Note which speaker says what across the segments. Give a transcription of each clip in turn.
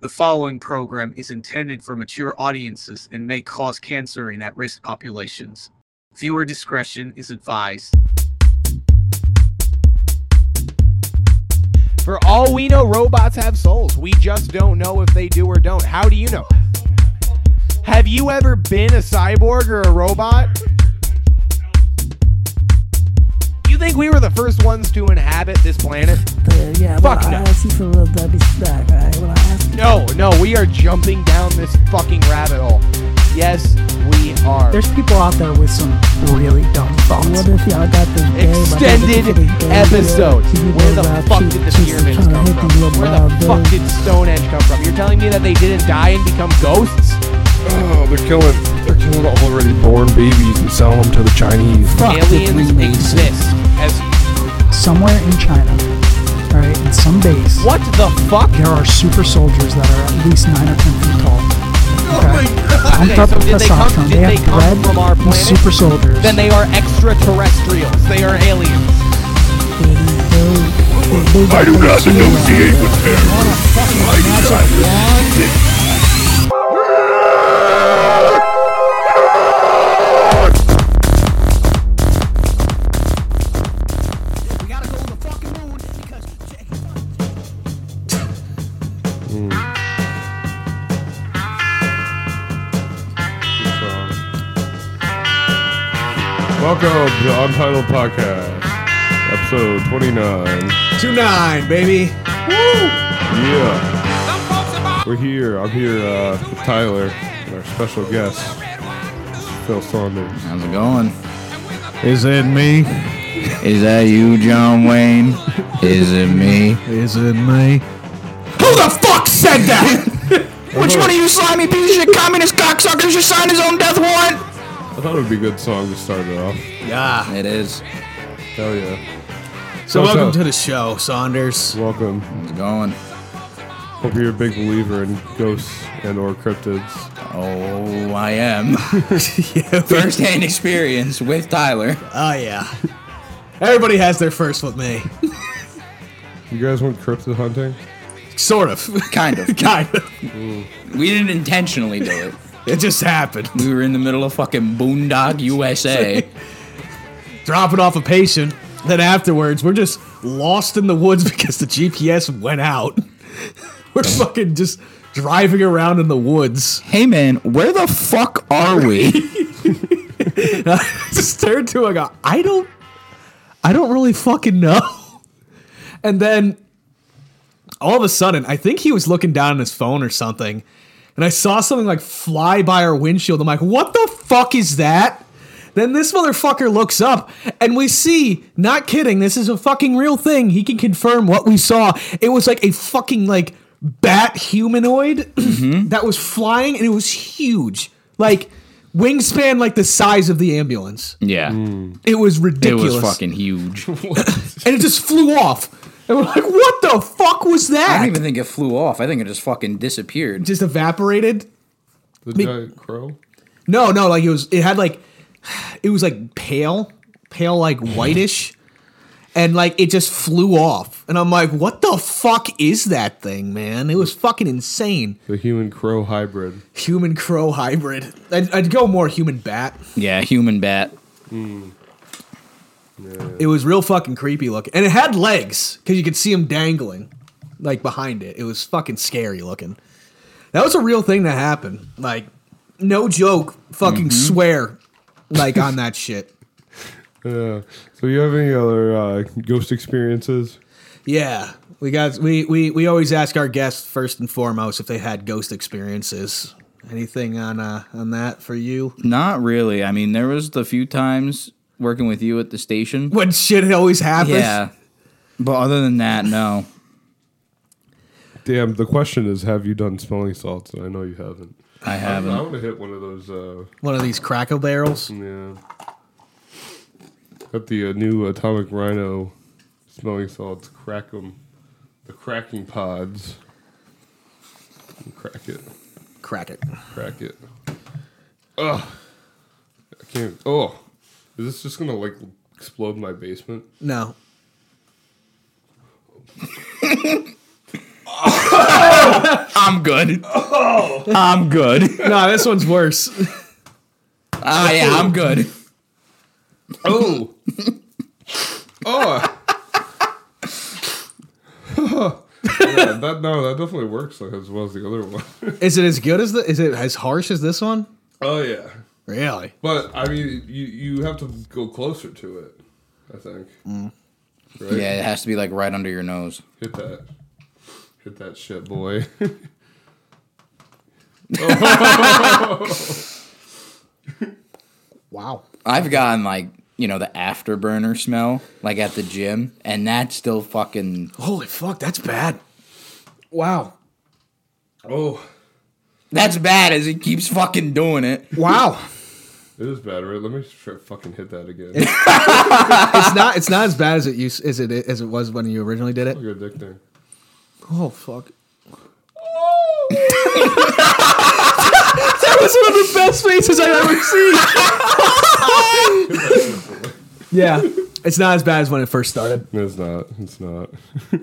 Speaker 1: The following program is intended for mature audiences and may cause cancer in at risk populations. Viewer discretion is advised.
Speaker 2: For all we know, robots have souls. We just don't know if they do or don't. How do you know? Have you ever been a cyborg or a robot? You think we were the first ones to inhabit this planet?
Speaker 3: Uh, yeah, well,
Speaker 2: Fuck
Speaker 3: I
Speaker 2: no.
Speaker 3: asked you for a little Debbie snack, alright? Well, I asked you.
Speaker 2: No, no, we are jumping down this fucking rabbit hole. Yes, we are.
Speaker 4: There's people out there with some really dumb thoughts.
Speaker 3: What if y'all got this game?
Speaker 2: extended episode. Where the fuck did the pyramids come from? Where the fuck did Stonehenge come from? You're telling me that they didn't die and become ghosts?
Speaker 5: Oh, they're killing, they're killing all already born babies and selling them to the Chinese.
Speaker 4: Fuck the
Speaker 2: Aliens
Speaker 4: Freemasons.
Speaker 2: exist. As
Speaker 4: Somewhere in China, all right, in some base,
Speaker 2: what the fuck?
Speaker 4: there are super soldiers that are at least nine or ten feet tall. Okay? Pumped
Speaker 2: Okay,
Speaker 4: up
Speaker 2: so
Speaker 4: with
Speaker 2: did they come-
Speaker 4: testosterone.
Speaker 2: did
Speaker 4: They
Speaker 2: they
Speaker 4: have
Speaker 2: come
Speaker 4: bred
Speaker 2: from our
Speaker 4: these
Speaker 2: planet?
Speaker 4: super soldiers.
Speaker 2: Then they are extraterrestrials. They are aliens.
Speaker 3: I do not
Speaker 5: negotiate
Speaker 3: with
Speaker 5: Welcome to Untitled Podcast, episode 29.
Speaker 6: Two nine, baby.
Speaker 5: Yeah. We're here. I'm here uh, with Tyler, and our special guest, Phil Saunders.
Speaker 6: How's it going?
Speaker 7: Is it me?
Speaker 6: Is that you, John Wayne? Is it me?
Speaker 7: Is it me?
Speaker 6: Who the fuck said that? Which one of you slimy piece of shit communist cocksuckers just signed his own death warrant?
Speaker 5: I thought it would be a good song to start it off.
Speaker 6: Yeah, it is.
Speaker 5: Hell yeah.
Speaker 6: So
Speaker 5: What's
Speaker 6: welcome
Speaker 5: up?
Speaker 6: to the show, Saunders.
Speaker 5: Welcome.
Speaker 6: How's it going?
Speaker 5: Hope you're a big believer in ghosts and or cryptids.
Speaker 6: Oh, I am. First-hand experience with Tyler.
Speaker 8: Oh yeah. Everybody has their first with me.
Speaker 5: You guys went cryptid hunting?
Speaker 8: Sort of.
Speaker 6: Kind of.
Speaker 8: kind of.
Speaker 6: We didn't intentionally do it.
Speaker 8: It just happened.
Speaker 6: We were in the middle of fucking Boondock USA.
Speaker 8: Dropping off a patient. Then afterwards, we're just lost in the woods because the GPS went out. We're fucking just driving around in the woods.
Speaker 6: hey man, where the fuck are we?
Speaker 8: just turned to him and go, I don't I don't really fucking know. And then all of a sudden, I think he was looking down at his phone or something, and I saw something like fly by our windshield. I'm like, what the fuck is that? Then this motherfucker looks up and we see, not kidding, this is a fucking real thing. He can confirm what we saw. It was like a fucking like bat humanoid that was flying and it was huge. Like wingspan like the size of the ambulance.
Speaker 6: yeah.
Speaker 8: It was
Speaker 6: It
Speaker 8: ridiculous.
Speaker 6: was fucking huge.
Speaker 8: and it just flew off. And we're like, what the fuck was
Speaker 6: I
Speaker 8: that?
Speaker 6: don't even think it flew off. I think it just fucking disappeared.
Speaker 8: just evaporated.
Speaker 5: The giant crow?
Speaker 8: No, no, like it was it had like it was like pale, pale like whitish. And like it just flew off. And I'm like, what the fuck is that thing, man? It was fucking insane.
Speaker 5: The human crow hybrid.
Speaker 8: Human crow hybrid. I'd, I'd go more human bat.
Speaker 6: Yeah, human bat.
Speaker 8: It was real fucking creepy looking. And it had legs because you could see them dangling like behind it. It was fucking scary looking. That was a real thing that happened. Like, no joke, fucking swear like on that shit.
Speaker 5: Yeah. So you have any other uh, ghost experiences?
Speaker 8: Yeah. We got we, we we always ask our guests first and foremost if they had ghost experiences. Anything on uh on that for you?
Speaker 6: Not really. I mean, there was the few times working with you at the station.
Speaker 8: When shit always happens.
Speaker 6: Yeah. But other than that, no.
Speaker 5: Damn, the question is have you done smelling salts? And I know you haven't.
Speaker 6: I
Speaker 5: I
Speaker 6: haven't.
Speaker 5: want to hit one of those uh,
Speaker 8: One of these crackle barrels.
Speaker 5: Yeah. Got the uh, new Atomic Rhino smelling salts. Crack 'em. The cracking pods. Crack it.
Speaker 8: Crack it.
Speaker 5: Crack it. Ugh. I can't. Oh. Is this just going to like explode my basement?
Speaker 8: No.
Speaker 6: I'm I'm good. I'm good.
Speaker 8: Nah, this one's worse.
Speaker 6: Ah, yeah, I'm good.
Speaker 5: Oh. oh. yeah, that no, that definitely works like as well as the other one.
Speaker 8: Is it as good as the? Is it as harsh as this one?
Speaker 5: oh yeah,
Speaker 8: Really?
Speaker 5: but I mean, you you have to go closer to it. I think. Right?
Speaker 6: Yeah, it has to be like right under your nose.
Speaker 5: Hit that. Hit that shit, boy.
Speaker 8: Wow.
Speaker 6: I've gotten like you know the afterburner smell like at the gym, and that's still fucking
Speaker 8: Holy fuck, that's bad. Wow.
Speaker 5: oh,
Speaker 6: that's bad as he keeps fucking doing it.
Speaker 8: Wow.
Speaker 5: it is bad, right? Let me try fucking hit that again.
Speaker 8: it's not. It's not as bad as it used. As it as it was when you originally did it.
Speaker 5: Look at your dick there.
Speaker 8: Oh fuck. that was one of the best faces I've ever seen. yeah, it's not as bad as when it first started.
Speaker 5: No, It's not. It's not.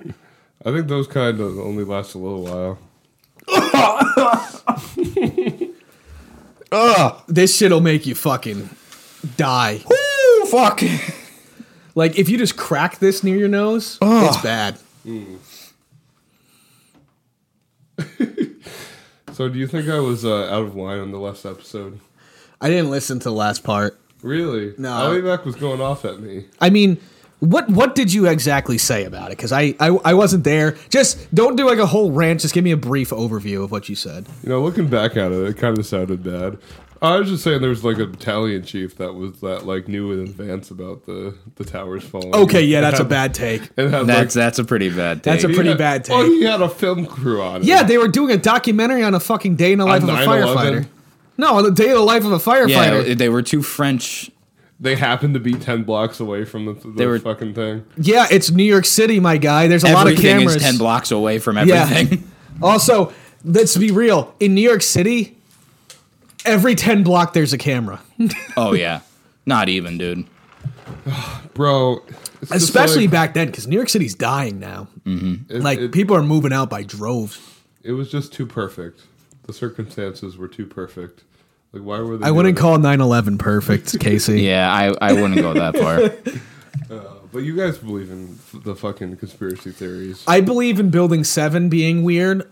Speaker 5: I think those kind of only last a little while.
Speaker 8: This shit'll make you fucking die.
Speaker 6: Woo, fuck.
Speaker 8: Like if you just crack this near your nose, it's bad.
Speaker 5: So, do you think I was uh, out of line on the last episode?
Speaker 8: I didn't listen to the last part.
Speaker 5: Really?
Speaker 8: No.
Speaker 5: Ali Mac was going off at me.
Speaker 8: I mean, what what did you exactly say about it? Because I, I I wasn't there. Just don't do like a whole rant. Just give me a brief overview of what you said.
Speaker 5: You know, looking back at it, it kind of sounded bad. I was just saying there was like an Italian chief that was that like knew in advance about the the towers falling.
Speaker 8: Okay, yeah, that's a bad take.
Speaker 5: And had,
Speaker 9: That's that's a pretty bad take.
Speaker 8: That's a
Speaker 5: he
Speaker 8: pretty
Speaker 5: had-
Speaker 8: bad take.
Speaker 5: Well, he had a film crew on it.
Speaker 8: Yeah, they were doing a documentary on a fucking day in the life of a
Speaker 5: 9/11?
Speaker 8: firefighter. No, on the day of the life of a
Speaker 9: yeah,
Speaker 8: firefighter. Yeah,
Speaker 9: they were two French.
Speaker 5: they happened to be ten blocks away from the, the
Speaker 9: They were-
Speaker 5: fucking thing.
Speaker 8: it's New York City, my guy. There's a lot of
Speaker 9: everything
Speaker 8: cameras.
Speaker 9: is ten blocks away from
Speaker 8: Yeah.
Speaker 9: everything.
Speaker 8: Also, let's be real. In New York City, every ten block there's a camera.
Speaker 9: oh yeah, not even, dude.
Speaker 5: Bro, it's just
Speaker 8: Especially
Speaker 5: like,
Speaker 8: back then, because New York City's dying now.
Speaker 5: it-
Speaker 8: Like
Speaker 5: it-
Speaker 8: people are moving out by droves.
Speaker 5: It was just too perfect. The circumstances were too perfect. Like why were they?
Speaker 8: I wouldn't
Speaker 5: doing
Speaker 8: call 9-11 perfect, Casey.
Speaker 9: Yeah, I, I wouldn't go that far.
Speaker 5: it? But you guys believe in f- the fucking conspiracy theories.
Speaker 8: I believe in building seven being weird.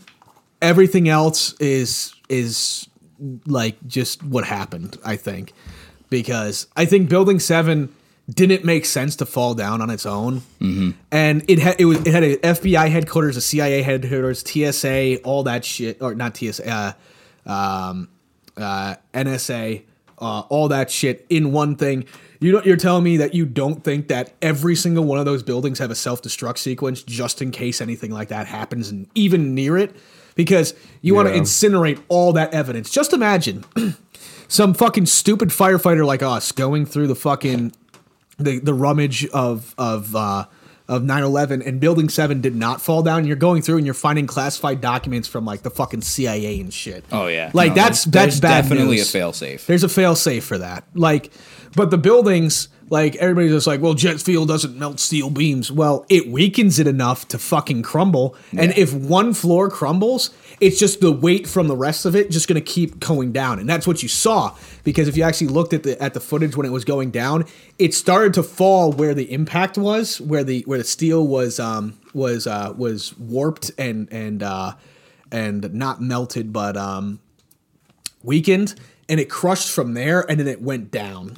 Speaker 8: Everything else is is like just what happened, I think. Because I think building seven didn't make sense to fall down on its own. And it had it was it had a FBI headquarters, a CIA headquarters, TSA, all that shit or not TSA, uh, um, uh, NSA, uh, all that shit in one thing. You don't, you're telling me that you don't think that every single one of those buildings have a self destruct sequence just in case anything like that happens and even near it? Because you want to
Speaker 5: Yeah.
Speaker 8: incinerate all that evidence. Just imagine some fucking stupid firefighter like us going through the fucking the, the rummage of of uh, of 9/11 and Building Seven did not fall down. And you're going through and you're finding classified documents from like the fucking CIA and shit.
Speaker 9: Oh, yeah.
Speaker 8: like
Speaker 9: No,
Speaker 8: that's that's
Speaker 9: there's
Speaker 8: bad.
Speaker 9: definitely
Speaker 8: news.
Speaker 9: a failsafe.
Speaker 8: There's a fail safe for that. Like, but the buildings. Like everybody's just like, well, jet fuel doesn't melt steel beams. Well, it weakens it enough to fucking crumble. And if one floor crumbles, it's just the weight from the rest of it just going to keep going down. And that's what you saw because if you actually looked at the at the footage when it was going down, it started to fall where the impact was, where the where the steel was um was uh was warped and and uh and not melted, but um weakened and it crushed from there and then it went down.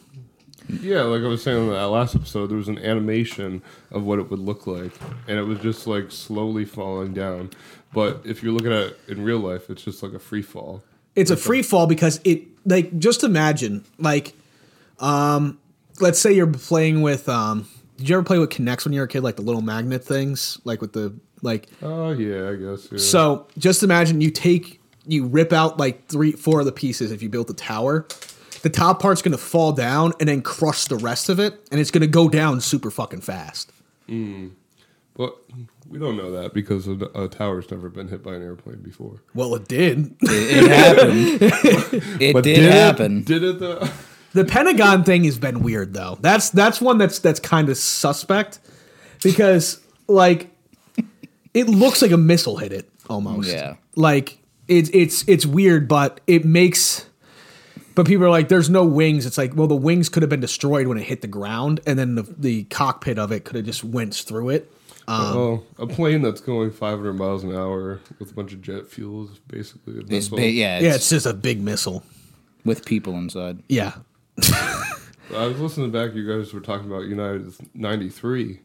Speaker 5: Yeah, like I was saying in that last episode, there was an animation of what it would look like, and it was just like slowly falling down. But if you're looking at it in real life, it's just like a free fall.
Speaker 8: It's a free fall because it like just imagine like um let's say you're playing with um did you ever play with Kinects when you were a kid like the little magnet things like with the like
Speaker 5: Oh yeah, I guess. Yeah.
Speaker 8: So just imagine you take you rip out like three four of the pieces if you built a tower. The top part's gonna fall down and then crush the rest of it, and it's gonna go down super fucking fast.
Speaker 5: but we don't know that because a, a tower's never been hit by an airplane before.
Speaker 8: Well, it did.
Speaker 6: It, it happened. It did,
Speaker 9: did it-
Speaker 6: happen.
Speaker 5: Did it though?
Speaker 8: The Pentagon thing has been weird though. That's that's one that's that's kind of suspect because like it looks like a missile hit it almost.
Speaker 9: Yeah.
Speaker 8: Like it's it's it's weird, but it makes. But people are like, "There's no wings." It's like, well, the wings could have been destroyed when it hit the ground, and then the the cockpit of it could have just went through it.
Speaker 9: Um.
Speaker 5: oh, a plane that's going 500 miles an hour with a bunch of jet fuel is basically a
Speaker 9: It's
Speaker 5: missile.
Speaker 9: big, yeah, it's
Speaker 8: yeah, it's just a big missile.
Speaker 9: with people inside.
Speaker 8: Yeah,
Speaker 5: I was listening back. You guys were talking about United '93.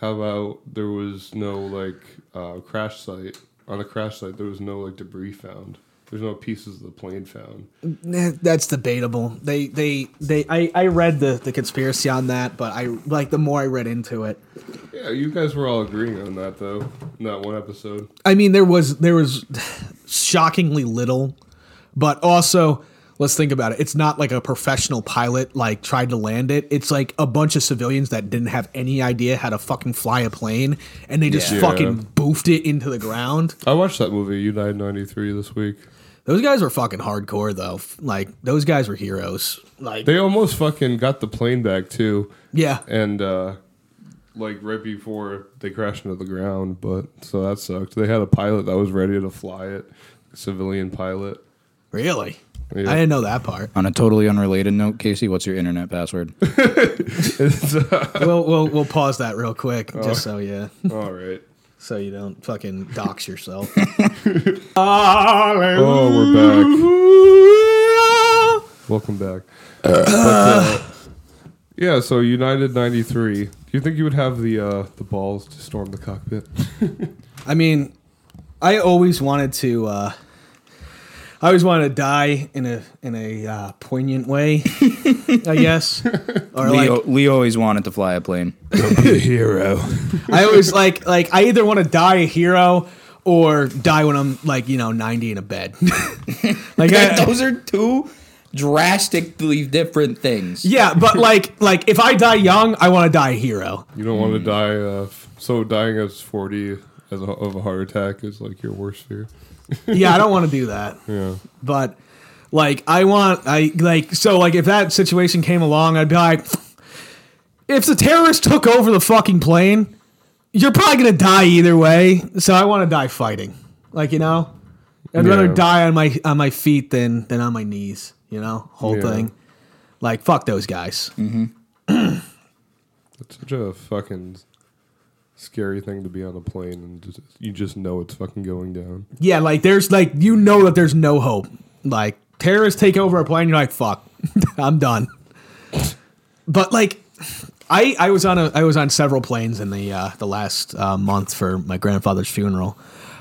Speaker 5: How about there was no like uh, crash site on the crash site? There was no like debris found. There's no pieces of the plane found.
Speaker 8: Nah, Eh, that's debatable. They they they. I I read the the conspiracy on that, but I like the more I read into it.
Speaker 5: Yeah, you guys were all agreeing on that though. In that one episode.
Speaker 8: I mean, there was there was shockingly little, but also let's think about it. It's not like a professional pilot like tried to land it. It's like a bunch of civilians that didn't have any idea how to fucking fly a plane, and they just
Speaker 5: Yeah.
Speaker 8: fucking boofed it into the ground.
Speaker 5: I watched that movie United '93 this week.
Speaker 8: Those guys were fucking hardcore though. F- Like those guys were heroes. Like
Speaker 5: They almost fucking got the plane back too,
Speaker 8: yeah,
Speaker 5: and uh, like right before they crashed into the ground. But so that sucked. They had a pilot that was ready to fly it, civilian pilot.
Speaker 8: really.
Speaker 5: Yeah.
Speaker 8: I didn't know that part.
Speaker 9: On a totally unrelated note, Casey, what's your internet password?
Speaker 8: we'll, we'll we'll pause that real quick,
Speaker 5: Oh.
Speaker 8: just so yeah,
Speaker 5: All right.
Speaker 8: so you don't fucking dox yourself.
Speaker 5: Oh, we're Oh, back. Welcome back. But, uh, yeah, so United 93. Do you think you would have the uh, the balls to storm the cockpit?
Speaker 8: I mean, I always wanted to. Uh, I always wanted to die in a in a uh, poignant way, I guess. Or
Speaker 9: Leo,
Speaker 8: like,
Speaker 9: Leo always wanted to fly a plane.
Speaker 8: I always like like I either want to die a hero or die when I'm like you know ninety in a bed. like I,
Speaker 9: Those are two drastically different things.
Speaker 8: yeah, but like like if I die young, I want to die a hero.
Speaker 5: You don't want to die. Uh, f- so dying at 40 as a, of a heart attack is like your worst fear.
Speaker 8: yeah, I don't want to do that.
Speaker 5: Yeah.
Speaker 8: But like I want I like so like if that situation came along, I'd be like if the terrorists took over the fucking plane, you're probably gonna die either way. So I wanna die fighting. Like, you know? I'd rather
Speaker 5: Yeah.
Speaker 8: die on my on my feet than than on my knees, you know, whole
Speaker 5: Yeah.
Speaker 8: thing. Like fuck those guys.
Speaker 5: It's such a fucking scary thing to be on a plane and just, you just know it's fucking going down.
Speaker 8: Yeah, like there's like you know that there's no hope. Like terrorists take over a plane, you're like, fuck, I'm done. But like, I I was on a I was on several planes in the uh, the last uh, month for my grandfather's funeral,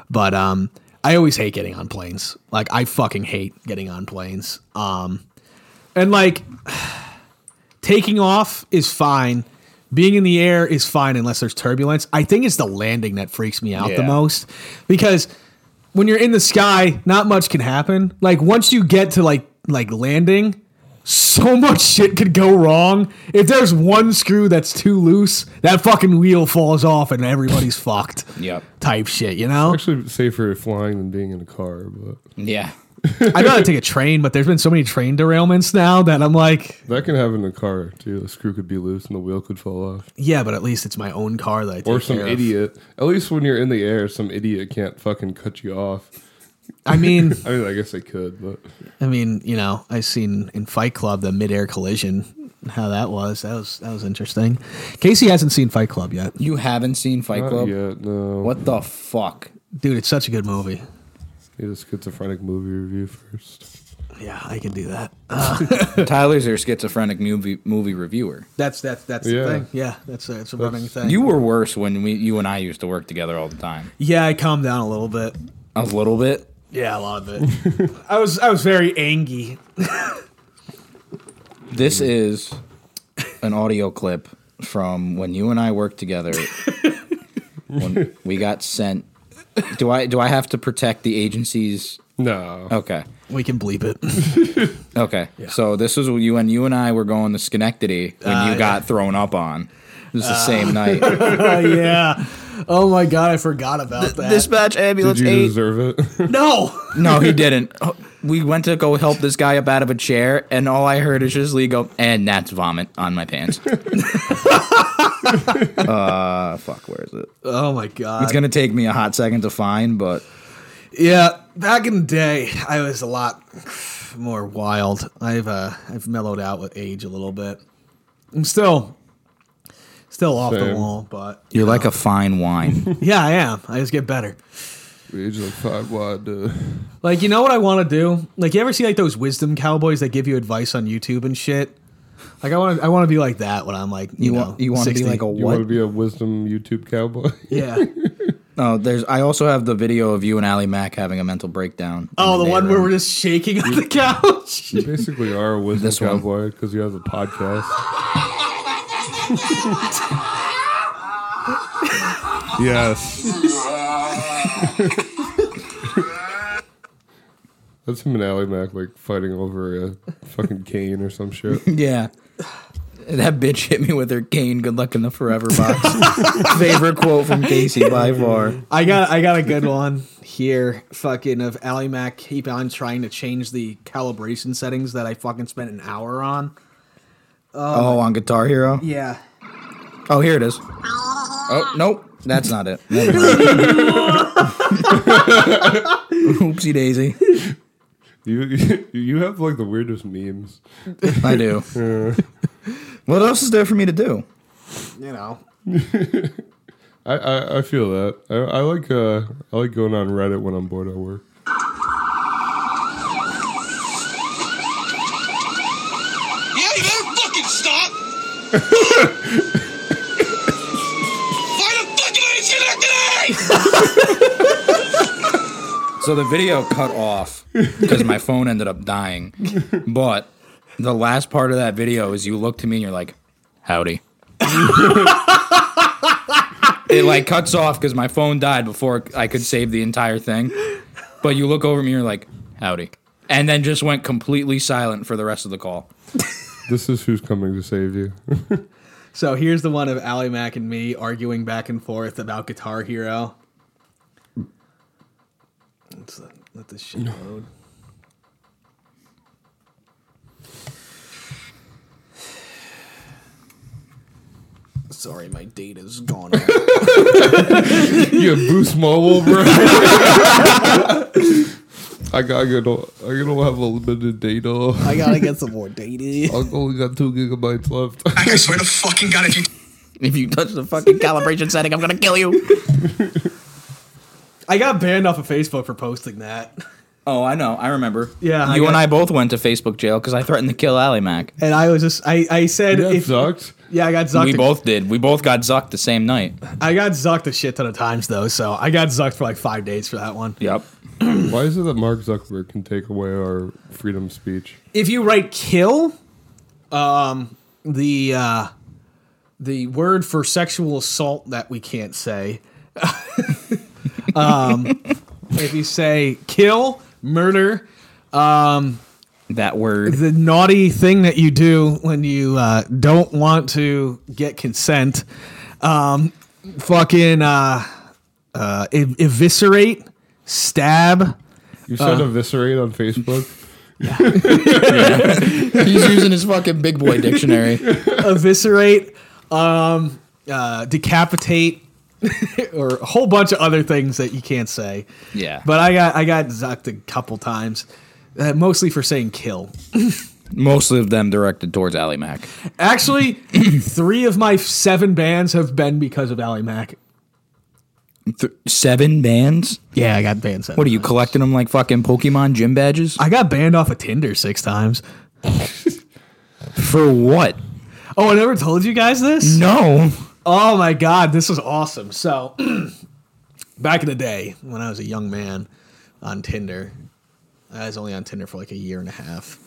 Speaker 8: but um I always hate getting on planes. Like I fucking hate getting on planes. Um, and like taking off is fine. Being in the air is fine unless there's turbulence. I think it's the landing that freaks me out the
Speaker 9: Yeah.
Speaker 8: most because when you're in the sky, not much can happen. Like once you get to like like landing, so much shit could go wrong. If there's one screw that's too loose, that fucking wheel falls off and everybody's fucked.
Speaker 9: Yep.
Speaker 8: Type shit, you know?
Speaker 5: Actually, safer flying than being in a car, but
Speaker 9: Yeah.
Speaker 8: I'd rather take a train, but there's been so many train derailments now that I'm like,
Speaker 5: that can happen in a car too. The screw could be loose and the wheel could fall off.
Speaker 8: yeah, but at least it's my own car that I take
Speaker 5: or some
Speaker 8: care of.
Speaker 5: idiot. At least when you're in the air, some idiot can't fucking cut you off.
Speaker 8: I mean,
Speaker 5: I mean, I guess they could, but
Speaker 8: I mean, you know, I seen in Fight Club the midair collision, how that was. That was that was interesting. Casey hasn't seen Fight Club yet,
Speaker 9: You haven't seen Fight
Speaker 5: not
Speaker 9: Club?
Speaker 5: yet. No,
Speaker 9: What the fuck?
Speaker 8: dude. It's such a good movie.
Speaker 5: Need a schizophrenic movie review first.
Speaker 8: Yeah, I can do that.
Speaker 9: Tyler's your schizophrenic movie movie reviewer.
Speaker 8: That's that's that's
Speaker 5: Yeah.
Speaker 8: the thing. Yeah, that's a, it's a running thing.
Speaker 9: You were worse when we you and I used to work together all the time.
Speaker 8: yeah, I calmed down a little bit.
Speaker 9: A little bit.
Speaker 8: Yeah, a lot of it. I was I was very angry.
Speaker 9: This is an audio clip from when you and I worked together. when we got sent. Do I do I have to protect the agency's?
Speaker 5: No,
Speaker 9: Okay,
Speaker 8: We can bleep it.
Speaker 9: okay. So this was when you and you and I were going to Schenectady when
Speaker 8: Ah,
Speaker 9: you got thrown up on. It was the same night.
Speaker 8: Oh yeah. Oh my god, I forgot about that.
Speaker 9: Dispatch ambulance
Speaker 5: did you deserve it?
Speaker 8: no.
Speaker 9: No, he didn't. Oh, We went to go help this guy up out of a chair, and all I heard is just Lee go, and that's vomit on my pants. uh, fuck, where is it?
Speaker 8: Oh my god.
Speaker 9: It's gonna take me a hot second to find, but
Speaker 8: Yeah, back in the day, I was a lot more wild. I've uh, I've mellowed out with age a little bit. I'm still still off the
Speaker 5: Same.
Speaker 8: wall, but
Speaker 9: You're like a fine wine.
Speaker 8: yeah, I am. I just get better.
Speaker 5: Age of five wide. Uh,
Speaker 8: Like, you know what I want to do? Like, you ever see like those wisdom cowboys that give you advice on YouTube and shit? Like, I want to, I want to be like that when I'm like,
Speaker 9: You
Speaker 8: you, know,
Speaker 9: want you want to be
Speaker 8: 60.
Speaker 9: like a
Speaker 5: you want to
Speaker 9: what?
Speaker 5: be a wisdom YouTube cowboy?
Speaker 8: yeah.
Speaker 9: No, there's. I also have the video of you and Ali Mac having a mental breakdown. in
Speaker 8: Oh, the one
Speaker 9: neighbor.
Speaker 8: where we're just shaking on the couch.
Speaker 5: You basically are a wisdom
Speaker 9: This one.
Speaker 5: cowboy because you have a podcast. yes. That's him and Ally Mac like fighting over a fucking cane or some shit.
Speaker 9: Yeah. That bitch hit me with her cane. Good luck in the forever box. Favorite quote from Casey by far.
Speaker 8: I got I got a good one here. Fucking of Ally Mac keep on trying to change the calibration settings that I fucking spent an hour on.
Speaker 9: Oh, on Guitar Hero.
Speaker 8: Yeah.
Speaker 9: Oh, here it is. Oh, nope. That's not it. Never mind. Oopsie daisy.
Speaker 5: You you have like the weirdest memes.
Speaker 9: I do. What else is there for me to do?
Speaker 8: You know.
Speaker 5: I, I, I feel that. I, I like uh I like going on Reddit when I'm bored at work.
Speaker 10: Yeah, you better fucking stop! Why the fuck am I disconnected?
Speaker 9: So the video cut off because my phone ended up dying. But the last part of that video is you look to me and you're like, "Howdy." it like cuts off because my phone died before I could save the entire thing. But you look over at me and you're like, "Howdy," and then just went completely silent for the rest of the call.
Speaker 5: This is who's coming to save you.
Speaker 8: So here's the one of Ally Mac and me arguing back and forth about Guitar Hero. Let's let, let this shit load. Sorry, my data's gone. out.
Speaker 5: Yeah, Boost Mobile, bro. I got, I got, no- I don't have a limited data.
Speaker 8: I gotta get some more data.
Speaker 5: I only got two gigabytes left.
Speaker 10: I swear to fucking god if you
Speaker 9: If you touch the fucking calibration setting, I'm gonna kill you.
Speaker 8: I got banned off of Facebook for posting that.
Speaker 9: Oh, I know. I remember.
Speaker 8: Yeah,
Speaker 9: you
Speaker 8: I
Speaker 9: and
Speaker 8: got-
Speaker 9: I both went to Facebook jail because I threatened to kill Ally Mac.
Speaker 8: And I was just I, I said
Speaker 5: that
Speaker 8: if
Speaker 5: sucked.
Speaker 8: yeah I got zucked
Speaker 9: We
Speaker 8: a-
Speaker 9: both did. We both got zucked the same night.
Speaker 8: I got zucked a shit ton of times though so I got zucked for like five days for that one.
Speaker 9: Yep.
Speaker 5: Why is it that Mark Zuckerberg can take away our freedom of speech?
Speaker 8: If you write kill, um the uh, the word for sexual assault that we can't say. um, if you say kill murder, um,
Speaker 9: That word.
Speaker 8: the naughty thing that you do when you uh, don't want to get consent. Um, fucking uh, uh, ev- eviscerate, stab. Uh.
Speaker 5: You said eviscerate on Facebook.
Speaker 9: He's using his fucking big boy dictionary.
Speaker 8: eviscerate, um, uh, decapitate, or a whole bunch of other things that you can't say.
Speaker 9: Yeah.
Speaker 8: But I got I got zucked a couple times, uh, mostly for saying kill.
Speaker 9: Mostly of them directed towards Ally Mac.
Speaker 8: Actually, three of my seven bans have been because of Ally Mac.
Speaker 9: Th- seven bands?
Speaker 8: Yeah, I got banned. Seven
Speaker 9: What are you
Speaker 8: times.
Speaker 9: collecting them like fucking Pokemon gym badges?
Speaker 8: I got banned off of Tinder six times.
Speaker 9: For what?
Speaker 8: Oh, I never told you guys this.
Speaker 9: No.
Speaker 8: Oh my god, this was awesome. So, back in the day when I was a young man on Tinder, I was only on Tinder for like a year and a half.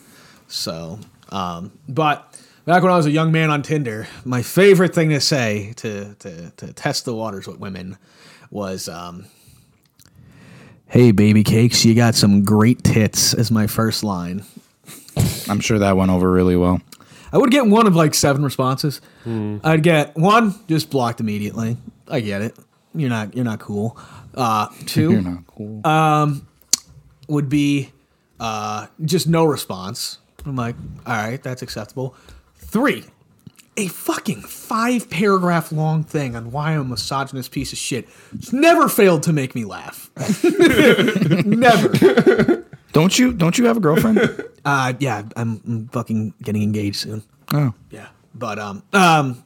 Speaker 8: So, um, but back when I was a young man on Tinder, my favorite thing to say to to, to test the waters with women was, um, "Hey, baby cakes, you got some great tits," as my first line.
Speaker 9: I'm sure that went over really well.
Speaker 8: I would get one of like seven responses.
Speaker 9: Hmm.
Speaker 8: I'd get one just blocked immediately. I get it. You're not you're not cool. Uh, 2
Speaker 9: You're not cool.
Speaker 8: would be uh, just no response. I'm like, all right, that's acceptable. Three, a fucking five paragraph long thing on why I'm a misogynist piece of shit. It's never failed to make me laugh. never.
Speaker 9: Don't you? Don't you have a girlfriend?
Speaker 8: Uh, yeah, I'm, I'm fucking getting engaged soon.
Speaker 9: oh,
Speaker 8: Yeah, but um, um,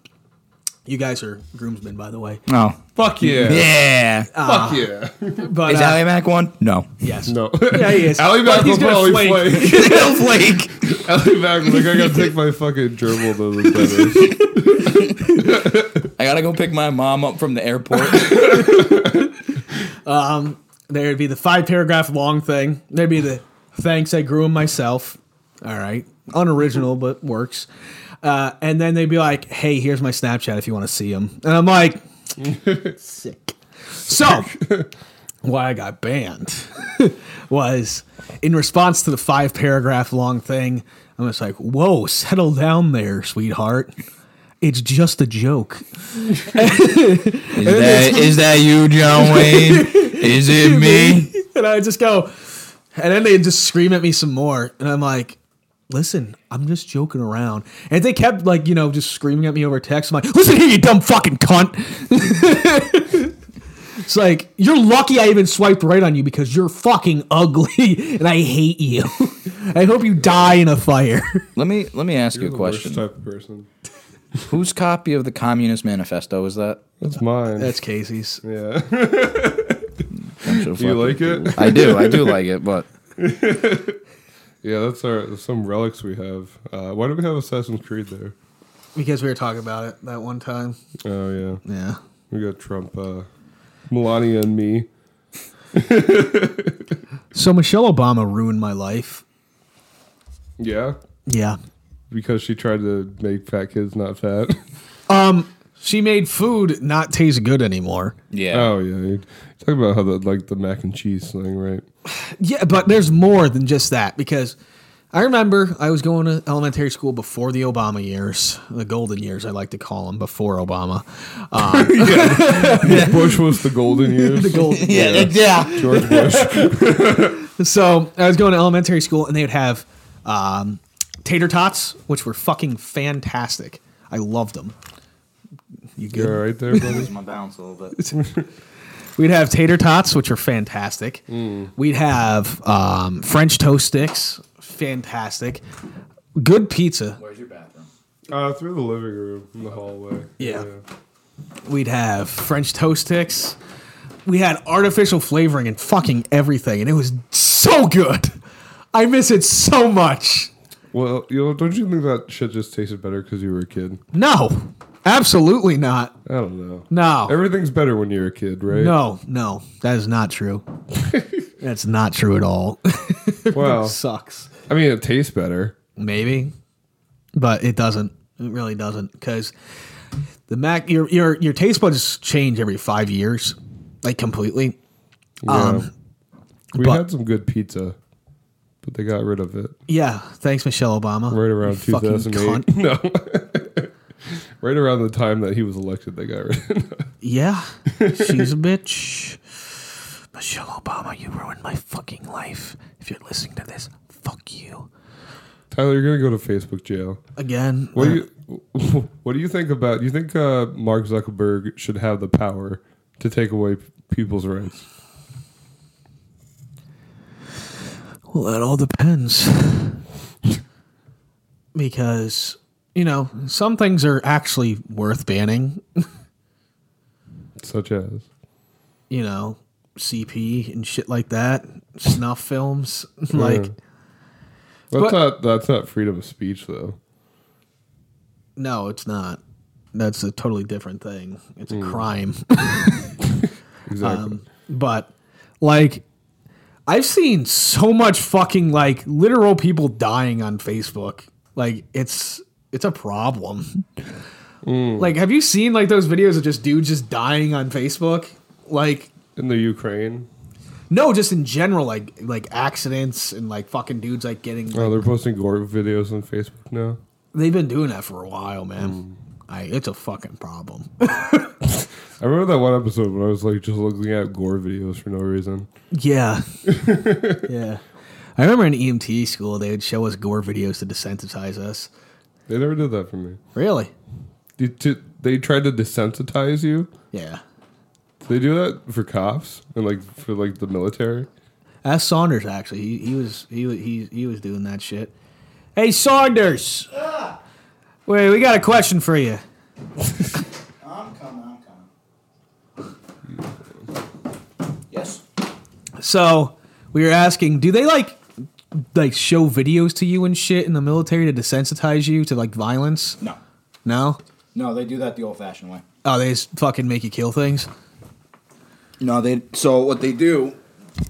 Speaker 8: you guys are groomsmen, by the way.
Speaker 9: no.
Speaker 5: Fuck yeah.
Speaker 9: Yeah.
Speaker 5: Fuck yeah.
Speaker 8: But
Speaker 9: Oh. Is
Speaker 8: uh,
Speaker 9: Ally Mac one? No.
Speaker 8: yes,
Speaker 5: No.
Speaker 8: yeah, he is.
Speaker 5: Allie Mack will
Speaker 8: But he's gonna
Speaker 5: probably
Speaker 8: flake.
Speaker 5: flake.
Speaker 9: Bill Flake.
Speaker 5: Allie Mack was like, I gotta take my fucking gerbil to the dentist.
Speaker 9: I gotta go pick my mom up from the airport.
Speaker 8: There'd be the five paragraph long thing. There'd be the thanks I grew 'em myself. All right, unoriginal but works. Uh, and then they'd be like, "Hey, here's my Snapchat if you want to see them." And I'm like, sick. So, why I got banned was in response to the five paragraph long thing. I was like, "Whoa, settle down there, sweetheart. It's just a joke."
Speaker 9: Is that is that you, John Wayne? Is it me?
Speaker 8: and I just go, and then they just scream at me some more, and I'm like, listen, I'm just joking around. And they kept like, you know, just screaming at me over text. I'm like, listen here, you dumb fucking cunt. it's like you're lucky I even swiped right on you because you're fucking ugly, and I hate you. I hope you die in a fire.
Speaker 9: Let me let me ask you
Speaker 5: You're
Speaker 9: a
Speaker 5: the worst
Speaker 9: question.
Speaker 5: type of person.
Speaker 9: Whose copy of the Communist Manifesto is that?
Speaker 5: That's mine.
Speaker 8: That's Casey's.
Speaker 5: yeah.
Speaker 9: Do
Speaker 5: Do you like it?
Speaker 9: I do. I do like it, but
Speaker 5: Yeah, that's our that's some relics we have. Uh, why do we have Assassin's Creed there?
Speaker 8: Because we were talking about it that one time.
Speaker 5: Oh yeah,
Speaker 8: Yeah.
Speaker 5: we got Trump, uh, Melania, and me.
Speaker 8: So Michelle Obama ruined my life.
Speaker 5: Yeah,
Speaker 8: Yeah.
Speaker 5: because she tried to make fat kids not fat.
Speaker 8: She made food not taste good anymore.
Speaker 9: yeah.
Speaker 5: oh yeah, you talk about how the like the mac and cheese thing, right?
Speaker 8: Yeah, but there's more than just that because I remember I was going to elementary school before the Obama years, the golden years, I like to call them, before Obama.
Speaker 5: Bush was the golden years. the golden,
Speaker 9: Yeah. yeah.
Speaker 5: George Bush.
Speaker 8: So I was going to elementary school and they would have um, tater tots, which were fucking fantastic. I loved them. You good?
Speaker 5: You all right there, buddy?
Speaker 9: My bounce a little bit.
Speaker 8: We'd have tater tots, which are fantastic. We'd have um, French toast sticks, fantastic. Good pizza.
Speaker 9: Where's your bathroom?
Speaker 5: Uh, through the living room, in the hallway.
Speaker 8: Yeah. We'd have French toast sticks. We had artificial flavoring in fucking everything, and it was so good. I miss it so much.
Speaker 5: Well, you know, don't you think that shit just tasted better because you were a kid?
Speaker 8: No, absolutely not.
Speaker 5: I don't know.
Speaker 8: No,
Speaker 5: Everything's better when you're a kid, right?
Speaker 8: no, no. That is not true. That's not true at all.
Speaker 5: Well,
Speaker 8: Sucks.
Speaker 5: I mean, it tastes better.
Speaker 8: Maybe, but it doesn't. It really doesn't because the Mac your your your taste buds change every five years, like completely. Um,
Speaker 5: We
Speaker 8: But-
Speaker 5: had some good pizza, but they got rid of it
Speaker 8: Yeah, thanks, Michelle Obama.
Speaker 5: right around
Speaker 8: You fucking
Speaker 5: 2008.
Speaker 8: cunt.
Speaker 5: No. right around the time that he was elected, they got rid of it.
Speaker 8: Yeah, she's a bitch. Michelle Obama, you ruined my fucking life. If you're listening to this, fuck you.
Speaker 5: Tyler, you're going to go to Facebook jail.
Speaker 8: Again,
Speaker 5: What
Speaker 8: uh,
Speaker 5: do you What do you think about? You think uh, Mark Zuckerberg should have the power to take away p- people's rights?
Speaker 8: well, that all depends. because, you know, some things are actually worth banning,
Speaker 5: Such as
Speaker 8: you know, CP and shit like that, snuff films. like,
Speaker 5: Yeah. that's
Speaker 8: But-
Speaker 5: not that's not freedom of speech though.
Speaker 8: no, it's not. That's a totally different thing. It's
Speaker 5: Hmm.
Speaker 8: a crime.
Speaker 5: Exactly.
Speaker 8: Um, but like I've seen so much fucking like literal people dying on Facebook. Like it's it's a problem. Like have you seen like those videos of just dudes just dying on Facebook? Like
Speaker 5: In the Ukraine,
Speaker 8: no, just in general like like accidents and like fucking dudes like getting
Speaker 5: oh, they're posting gore videos on Facebook now.
Speaker 8: they've been doing that for a while, man. I, it's a fucking problem.
Speaker 5: I remember that one episode when I was like just looking at gore videos for no reason.
Speaker 8: Yeah. E yeah. I remember in EMT school, they would show us gore videos to desensitize us.
Speaker 5: They never did that for me.
Speaker 8: Really?
Speaker 5: You, to, they tried to desensitize you.
Speaker 8: Yeah.
Speaker 5: They do that for cops and like for like the military.
Speaker 8: Ask Saunders actually. He, he was he was he, he was doing that shit. Hey Saunders. Wait, we got a question for you.
Speaker 9: Yes.
Speaker 8: So we were asking, do they like like show videos to you and shit in the military to desensitize you to like violence?
Speaker 9: No.
Speaker 8: No?
Speaker 9: No, they do that the old-fashioned way.
Speaker 8: Oh, they just fucking make you kill things?
Speaker 9: No, they. So what they do?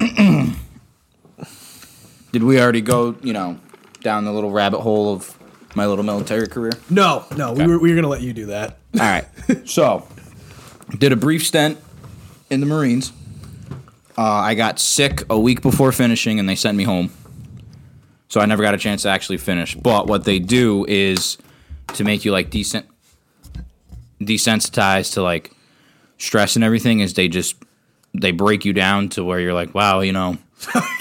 Speaker 9: Did we already go? You know, down the little rabbit hole of my little military career.
Speaker 8: No, no, we were we were gonna let you do that.
Speaker 9: All right. So, did a brief stint in the Marines. Uh, I got sick a week before finishing, and they sent me home. So I never got a chance to actually finish. But what they do is to make you like decent, desensitized to like stress and everything. Is they just they break you down to where you're like, wow, you know,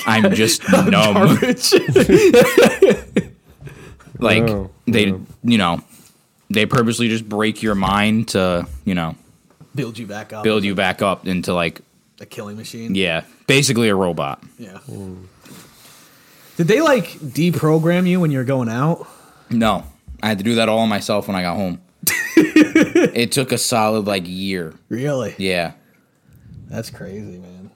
Speaker 9: I'm just numb. like
Speaker 5: Oh,
Speaker 9: they, you know, they purposely just break your mind to, you know,
Speaker 8: Build you back up.
Speaker 9: build you back up into like
Speaker 8: a killing machine.
Speaker 9: yeah, basically a robot.
Speaker 8: Yeah. Did they like deprogram you when you were going out?
Speaker 9: No, I had to do that all myself when I got home. it took a solid like year.
Speaker 8: Really?
Speaker 9: Yeah.
Speaker 8: That's crazy, man.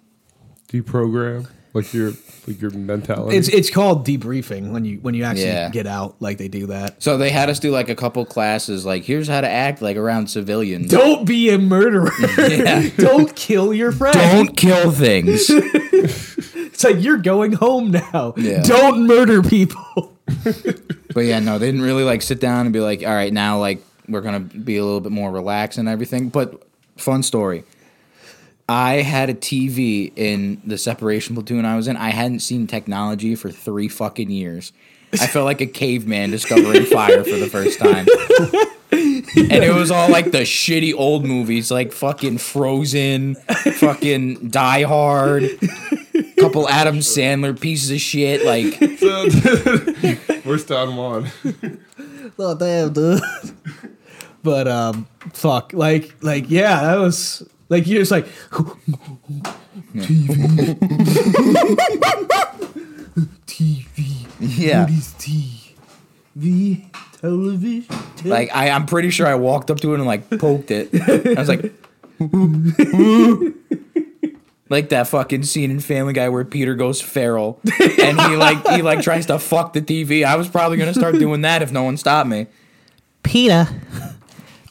Speaker 5: Deprogram like your like your mentality.
Speaker 8: It's it's called debriefing when you when you actually
Speaker 9: Yeah.
Speaker 8: get out like they do that.
Speaker 9: So they had us do like a couple classes like here's how to act like around civilians.
Speaker 8: Don't be a murderer.
Speaker 9: Yeah.
Speaker 8: Don't kill your friend.
Speaker 9: Don't kill things.
Speaker 8: It's like you're going home now.
Speaker 9: Yeah.
Speaker 8: Don't murder people.
Speaker 9: But yeah, no, they didn't really like sit down and be like, all right, now like we're gonna be a little bit more relaxed and everything. But fun story. I had a TV in the separation platoon I was in. I hadn't seen technology for three fucking years. I felt like a caveman discovering fire for the first time. And it was all like the shitty old movies, like fucking Frozen, fucking Die Hard, couple Adam Sandler pieces of shit. Like,
Speaker 5: Where's Don Juan?
Speaker 8: Oh damn, dude. But um, fuck, like like yeah, that was like you're just like
Speaker 9: yeah.
Speaker 8: the television.
Speaker 9: Like I, I'm pretty sure I walked up to it and like poked it. I was like, like that fucking scene in Family Guy where Peter goes feral and he like he like tries to fuck the TV. I was probably gonna start doing that if no one stopped me.
Speaker 4: Peter,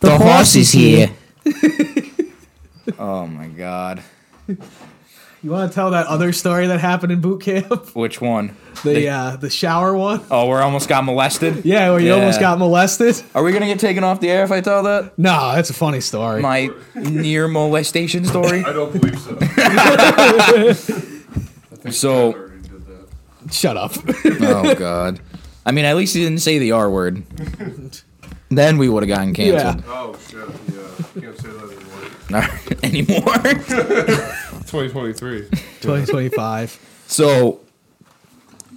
Speaker 9: The,
Speaker 4: horse is here.
Speaker 9: oh my god,
Speaker 8: You want to tell that other story that happened in boot camp?
Speaker 9: which one?
Speaker 8: The uh, the shower one.
Speaker 9: Oh, we almost got molested.
Speaker 8: Yeah, where you almost
Speaker 9: Yeah.
Speaker 8: got molested.
Speaker 9: Are we gonna get taken off the air if I tell that?
Speaker 8: No, that's a funny story.
Speaker 9: My near molestation story.
Speaker 5: I don't believe so.
Speaker 9: So.
Speaker 8: Shut up.
Speaker 9: Oh God. I mean, at least he didn't say the R word. then we would have gotten canceled
Speaker 5: Oh shit! Yeah, can't say that anymore.
Speaker 9: Not anymore.
Speaker 5: 2023.
Speaker 8: 2025.
Speaker 9: so,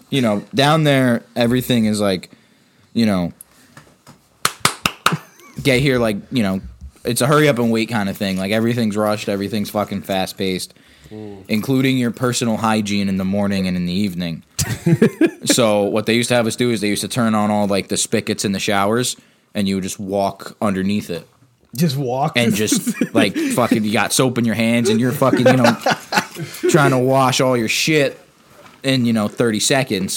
Speaker 9: you know, down there, everything is like, you know, get here like, you know, it's a hurry up and wait kind of thing. Like everything's rushed, everything's fucking fast paced, including your personal hygiene in the morning and in the evening. so what they used to have us do is they used to turn on all like the spigots in the showers, and you would just walk underneath it.
Speaker 8: Just walk.
Speaker 9: and just like fucking you got soap in your hands and you're fucking you know trying to wash all your shit in you know 30 seconds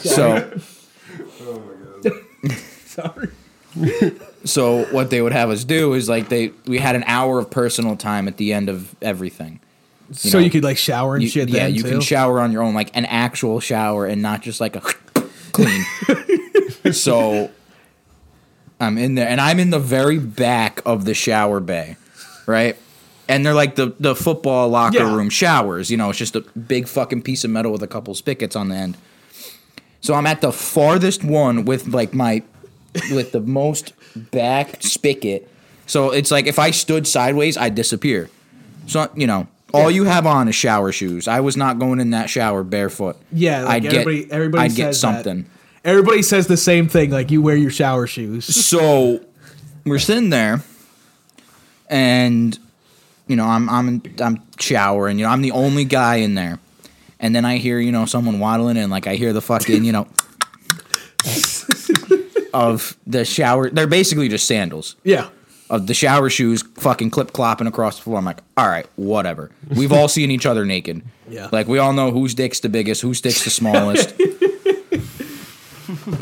Speaker 9: so
Speaker 8: Sorry.
Speaker 9: so what they would have us do is like they we had an hour of personal time at the end of everything
Speaker 8: so
Speaker 9: know,
Speaker 8: you could like shower and
Speaker 9: You-
Speaker 8: shit.
Speaker 9: yeah
Speaker 8: then,
Speaker 9: you
Speaker 8: too?
Speaker 9: can shower on your own like an actual shower and not just like a clean so i'm in there and i'm in the very back of the shower bay right and they're like the, the football locker
Speaker 8: Yeah.
Speaker 9: room showers you know it's just a big fucking piece of metal with a couple spigots on the end so i'm at the farthest one with like my with the most back spigot so it's like if i stood sideways i'd disappear so you know all you have on is shower shoes i was not going in that shower barefoot
Speaker 8: Yeah, like
Speaker 9: I'd
Speaker 8: everybody.
Speaker 9: get,
Speaker 8: everybody
Speaker 9: i'd
Speaker 8: says
Speaker 9: get
Speaker 8: that.
Speaker 9: something
Speaker 8: Everybody says the same thing, like you wear your shower shoes.
Speaker 9: So we're sitting there, and you know I'm I'm I'm showering. You know I'm the only guy in there, and then I hear you know someone waddling in. Like I hear the fucking you know of the shower. They're basically just sandals.
Speaker 8: Yeah.
Speaker 9: Of the shower shoes, fucking clip clopping across the floor. I'm like, all right, whatever. We've all seen each other naked.
Speaker 8: Yeah.
Speaker 9: Like we all know whose dick's the biggest, whose dick's the smallest.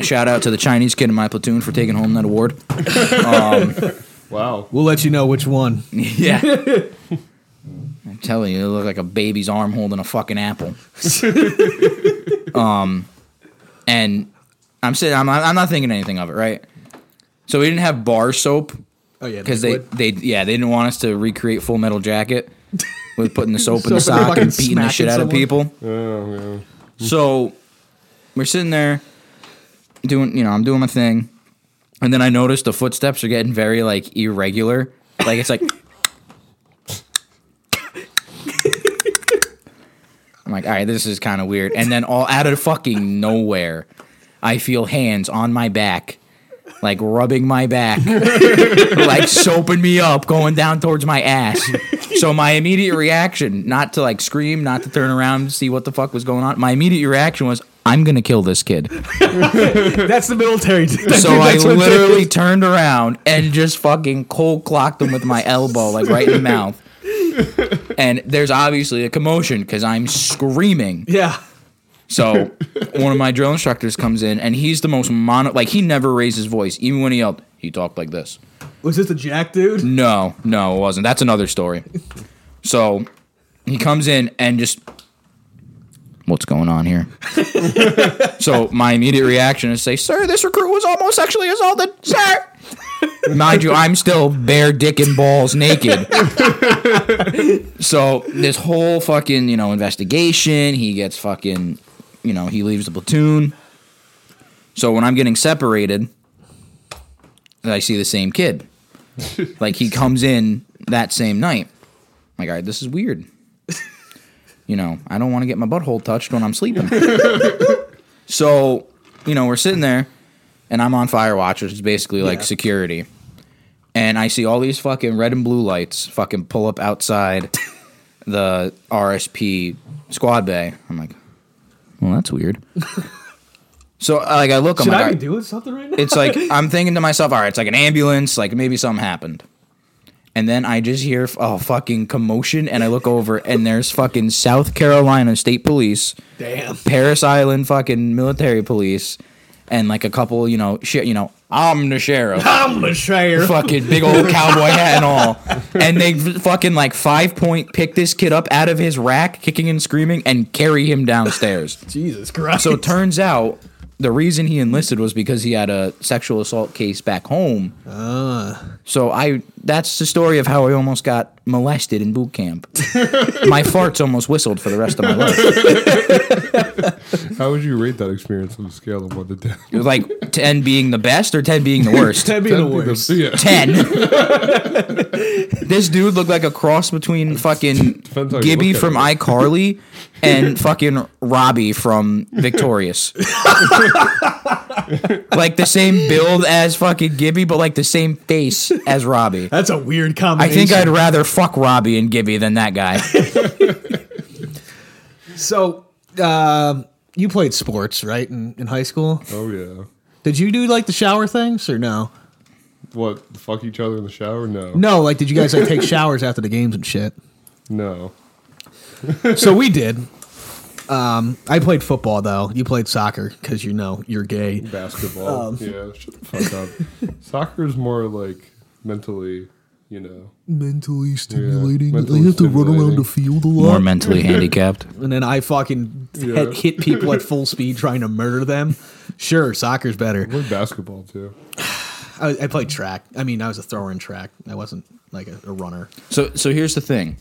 Speaker 9: Shout out to the Chinese kid in my platoon for taking home that award. Um,
Speaker 5: wow.
Speaker 8: We'll let you know which one.
Speaker 9: Yeah. I'm telling you, it looked like a baby's arm holding a fucking apple. um, and I'm sitting. I'm not, I'm not thinking anything of it, right? So we didn't have bar soap.
Speaker 8: Oh, yeah,
Speaker 9: because they,
Speaker 8: liquid.
Speaker 9: they yeah they didn't want us to recreate Full Metal Jacket with putting the soap in the
Speaker 8: Soap and
Speaker 9: sock
Speaker 8: fucking
Speaker 9: and beating the shit
Speaker 8: smacking
Speaker 9: out of
Speaker 8: someone.
Speaker 9: people. So we're sitting there doing, you know, I'm doing my thing, and then I notice the footsteps are getting very like irregular. Like it's like. I'm like, all right, this is kind of weird. And then all out of fucking nowhere, I feel hands on my back, like rubbing my back, like soaping me up, going down towards my ass. So my immediate reaction, not to like scream, not to turn around and see what the fuck was going on, my immediate reaction was, I'm gonna kill this kid.
Speaker 8: That's the military. dude.
Speaker 9: So I
Speaker 8: That's what they-
Speaker 9: literally turned around and just fucking cold clocked him with my elbow, like right in the mouth. And there's obviously a commotion because I'm screaming.
Speaker 8: Yeah.
Speaker 9: So one of my drill instructors comes in and he's the most mono, like he never raised his voice. Even when he yelled, he talked like this.
Speaker 8: Was this the Jack dude?
Speaker 9: No, no, it wasn't. That's another story. So he comes in and just, what's going on here? so my immediate reaction is say, sir, this recruit was almost sexually assaulted, sir. Mind you, I'm still bare dick and balls naked. so this whole fucking, you know, investigation, he gets fucking, you know, he leaves the platoon. So when I'm getting separated, I see the same kid. Like he comes in that same night. I'm like, all right, this is weird. You know, I don't want to get my butthole touched when I'm sleeping. so, you know, we're sitting there and I'm on fire watch, which is basically like
Speaker 8: Yeah.
Speaker 9: security. And I see all these fucking red and blue lights fucking pull up outside the RSP squad bay. I'm like, well, that's weird. so, like, I look. I'm
Speaker 8: Should
Speaker 9: like,
Speaker 8: I
Speaker 9: all
Speaker 8: be
Speaker 9: right,
Speaker 8: doing something right now?
Speaker 9: it's like I'm thinking to myself, all right, it's like an ambulance, like maybe something happened. And then I just hear oh fucking commotion, and I look over, and there's fucking South Carolina State Police,
Speaker 8: Damn.
Speaker 9: Paris Island fucking military police, and like a couple, you know, shit, you know, I'm the sheriff,
Speaker 8: I'm the sheriff.
Speaker 9: fucking big old cowboy hat and all, and they fucking like five point pick this kid up out of his rack, kicking and screaming, and carry him downstairs.
Speaker 8: Jesus Christ.
Speaker 9: So it turns out the reason he enlisted was because he had a sexual assault case back home. So I that's the story of how I almost got molested in boot camp. my farts almost whistled for the rest of my life. It
Speaker 5: How would you rate that experience on a scale of one to ten?
Speaker 9: was like 10 being the best or 10 being the worst.
Speaker 8: That'd be the
Speaker 5: That'd be the-
Speaker 8: worst.
Speaker 5: yeah.
Speaker 9: 10. this dude looked like a cross between fucking
Speaker 5: Depends how you
Speaker 9: Gibby
Speaker 5: look at
Speaker 9: from
Speaker 5: it.
Speaker 9: iCarly and fucking Robbie from Victorious. like the same build as fucking Gibby, but like the same face as Robbie.
Speaker 8: That's a weird
Speaker 9: I
Speaker 8: combination.
Speaker 9: think I'd rather fuck Robbie and Gibby than that guy.
Speaker 8: So, um, you played sports, right, in, in high school?
Speaker 5: Oh yeah.
Speaker 8: Did you do like the shower things or no?
Speaker 5: What? Fuck each other in the shower? No.
Speaker 8: No, like did you guys like take showers after the games and shit?
Speaker 5: No.
Speaker 8: So we did. Um, I played football though. You played soccer because you know you're gay.
Speaker 5: Basketball. yeah. Shut the fuck up. Soccer is more like mentally, you know.
Speaker 8: Mentally
Speaker 5: stimulating. mentally I have to run around the stimulating.
Speaker 8: field a
Speaker 9: More mentally handicapped.
Speaker 8: And then I fucking
Speaker 5: Yeah.
Speaker 8: hit, hit people at full speed trying to murder them. Sure, soccer's better.
Speaker 5: We're basketball too.
Speaker 8: I, I played track. I mean, I was a thrower in track. I wasn't like a, a runner.
Speaker 9: So so here's the thing.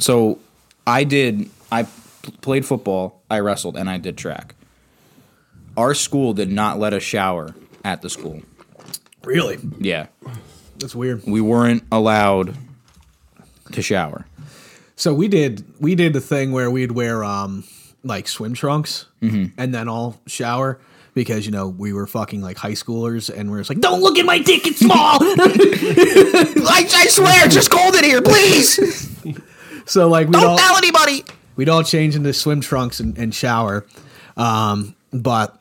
Speaker 9: So I did I p- played football, I wrestled, and I did track. Our school did not let us shower at the school.
Speaker 8: Really?
Speaker 9: Yeah.
Speaker 8: That's weird.
Speaker 9: We weren't allowed to shower.
Speaker 8: So we did we did the thing where we'd wear um like swim trunks
Speaker 6: Mm-hmm.
Speaker 8: and then I'll shower because you know we were fucking like high schoolers and we're just like don't look at my dick it's small
Speaker 6: I, I swear, just hold it here, please.
Speaker 8: so like we
Speaker 6: Don't
Speaker 8: all
Speaker 6: tell anybody.
Speaker 8: we'd all change into swim trunks and, and shower. Um, but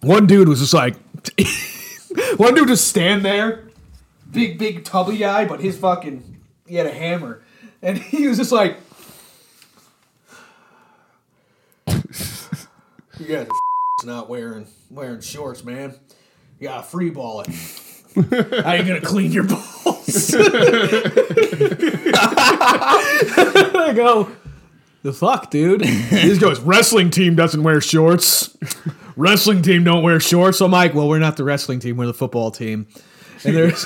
Speaker 8: one dude was just like, one dude just stand there, big, big tubby guy, but his fucking, he had a hammer. And he was just like, you guys are not wearing, wearing shorts, man. You gotta free ball it. How you gonna clean your balls? I go, the fuck, dude? this goes, wrestling team doesn't wear shorts. wrestling team don't wear shorts. So I'm like, well, we're not the wrestling team, we're the football team. And there's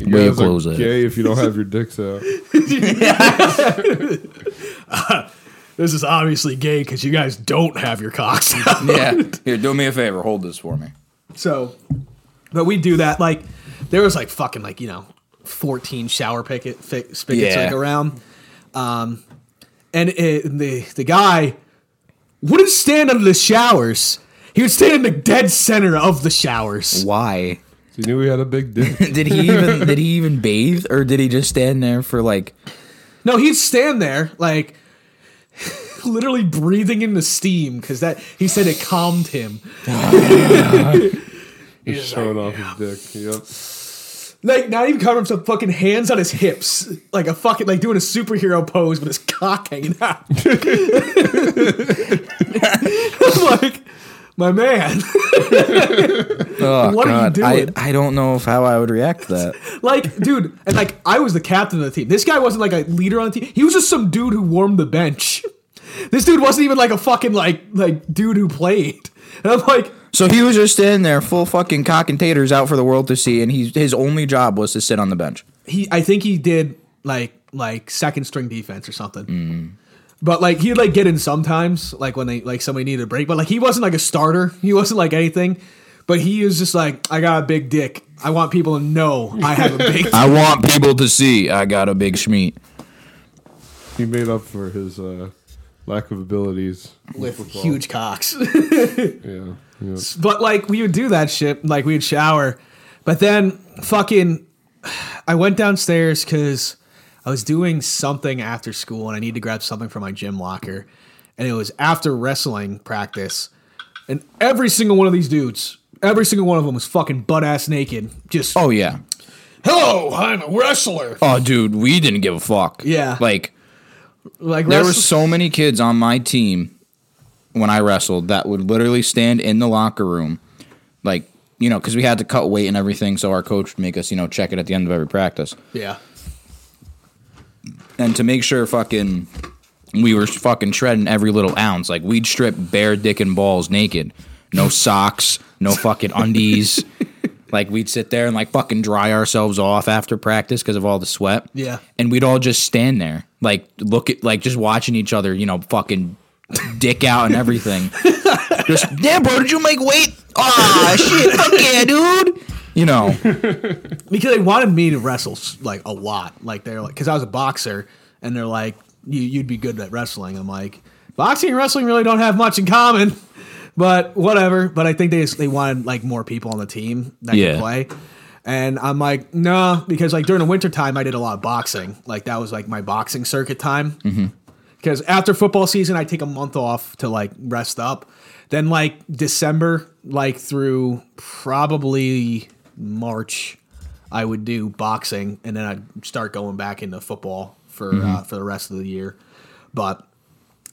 Speaker 5: You
Speaker 9: Wear your
Speaker 5: guys
Speaker 9: clothes
Speaker 5: are
Speaker 9: out.
Speaker 5: gay if you don't have your dicks out.
Speaker 8: this is obviously gay because you guys don't have your cocks out.
Speaker 9: yeah. Here, do me a favor. Hold this for me.
Speaker 8: So, but we do that. Like, there was like fucking like you know, fourteen shower picket fi- spigots
Speaker 9: Yeah.
Speaker 8: like around, um, and it, and the the guy wouldn't stand under the showers. He would stand in the dead center of the showers.
Speaker 9: Why?
Speaker 5: So you knew we had a big dick.
Speaker 9: Did he even did he even bathe or did he just stand there for like
Speaker 8: No, he'd stand there like. Literally breathing in the steam because that he said it calmed him.
Speaker 5: He's showing off his dick. Yep.
Speaker 8: Like not even covering himself, fucking hands on his hips, like a fucking like doing a superhero pose with his cock hanging out. I'm like, my man.
Speaker 9: oh,
Speaker 8: What are you
Speaker 9: God, I,
Speaker 8: doing?
Speaker 9: I don't know if how I would react to that.
Speaker 8: Like, dude, and like I was the captain of the team. This guy wasn't like a leader on the team. He was just some dude who warmed the bench. This dude wasn't even like a fucking like like dude who played. And I'm like,
Speaker 9: So he was just standing there, full fucking cock and taters out for the world to see, and he, his only job was to sit on the bench.
Speaker 8: he I think he did like like second string defense or something. But like he'd like get in sometimes, like when they like somebody needed a break. But like he wasn't like a starter. He wasn't like anything. But he was just like, I got a big dick. I want people to know I have a big dick.
Speaker 9: I want people to see I got a big schmeat.
Speaker 5: He made up for his uh, lack of abilities
Speaker 8: with
Speaker 5: football.
Speaker 8: huge cocks.
Speaker 5: Yeah. yeah.
Speaker 8: but like we would do that shit. Like we'd shower. But then fucking I went downstairs because I was doing something after school and I need to grab something from my gym locker. And it was after wrestling practice. And every single one of these dudes, every single one of them was fucking butt ass naked. Just,
Speaker 9: Oh yeah.
Speaker 8: hello, I'm a wrestler.
Speaker 9: Oh dude, we didn't give a fuck.
Speaker 8: Yeah.
Speaker 9: Like
Speaker 8: Like,
Speaker 9: there
Speaker 8: wrestl-
Speaker 9: were so many kids on my team when I wrestled that would literally stand in the locker room, like you know, because we had to cut weight and everything, so our coach would make us you know check it at the end of every practice.
Speaker 8: yeah.
Speaker 9: and to make sure fucking we were fucking shredding every little ounce. Like we'd strip bare dick and balls naked, no socks, no fucking undies. like we'd sit there and like fucking dry ourselves off after practice because of all the sweat.
Speaker 8: Yeah.
Speaker 9: and we'd all just stand there, like look at like just watching each other, you know, fucking dick out and everything. just damn, bro, did you make weight? Ah, shit, fuck yeah, dude. You know,
Speaker 8: because they wanted me to wrestle s- like a lot. Like they're like, because I was a boxer, and they're like, you, you'd be good at wrestling. I'm like, boxing and wrestling really don't have much in common, but whatever. But I think they just, they wanted like more people on the team that
Speaker 9: Yeah.
Speaker 8: could play. And I'm like, nah, because like during the winter time, I did a lot of boxing. Like that was like my boxing circuit time. Because after football season, I take a month off to like rest up. Then like December, like through probably March, I would do boxing, and then I'd start going back into football for
Speaker 9: Mm-hmm.
Speaker 8: uh, for the rest of the year. But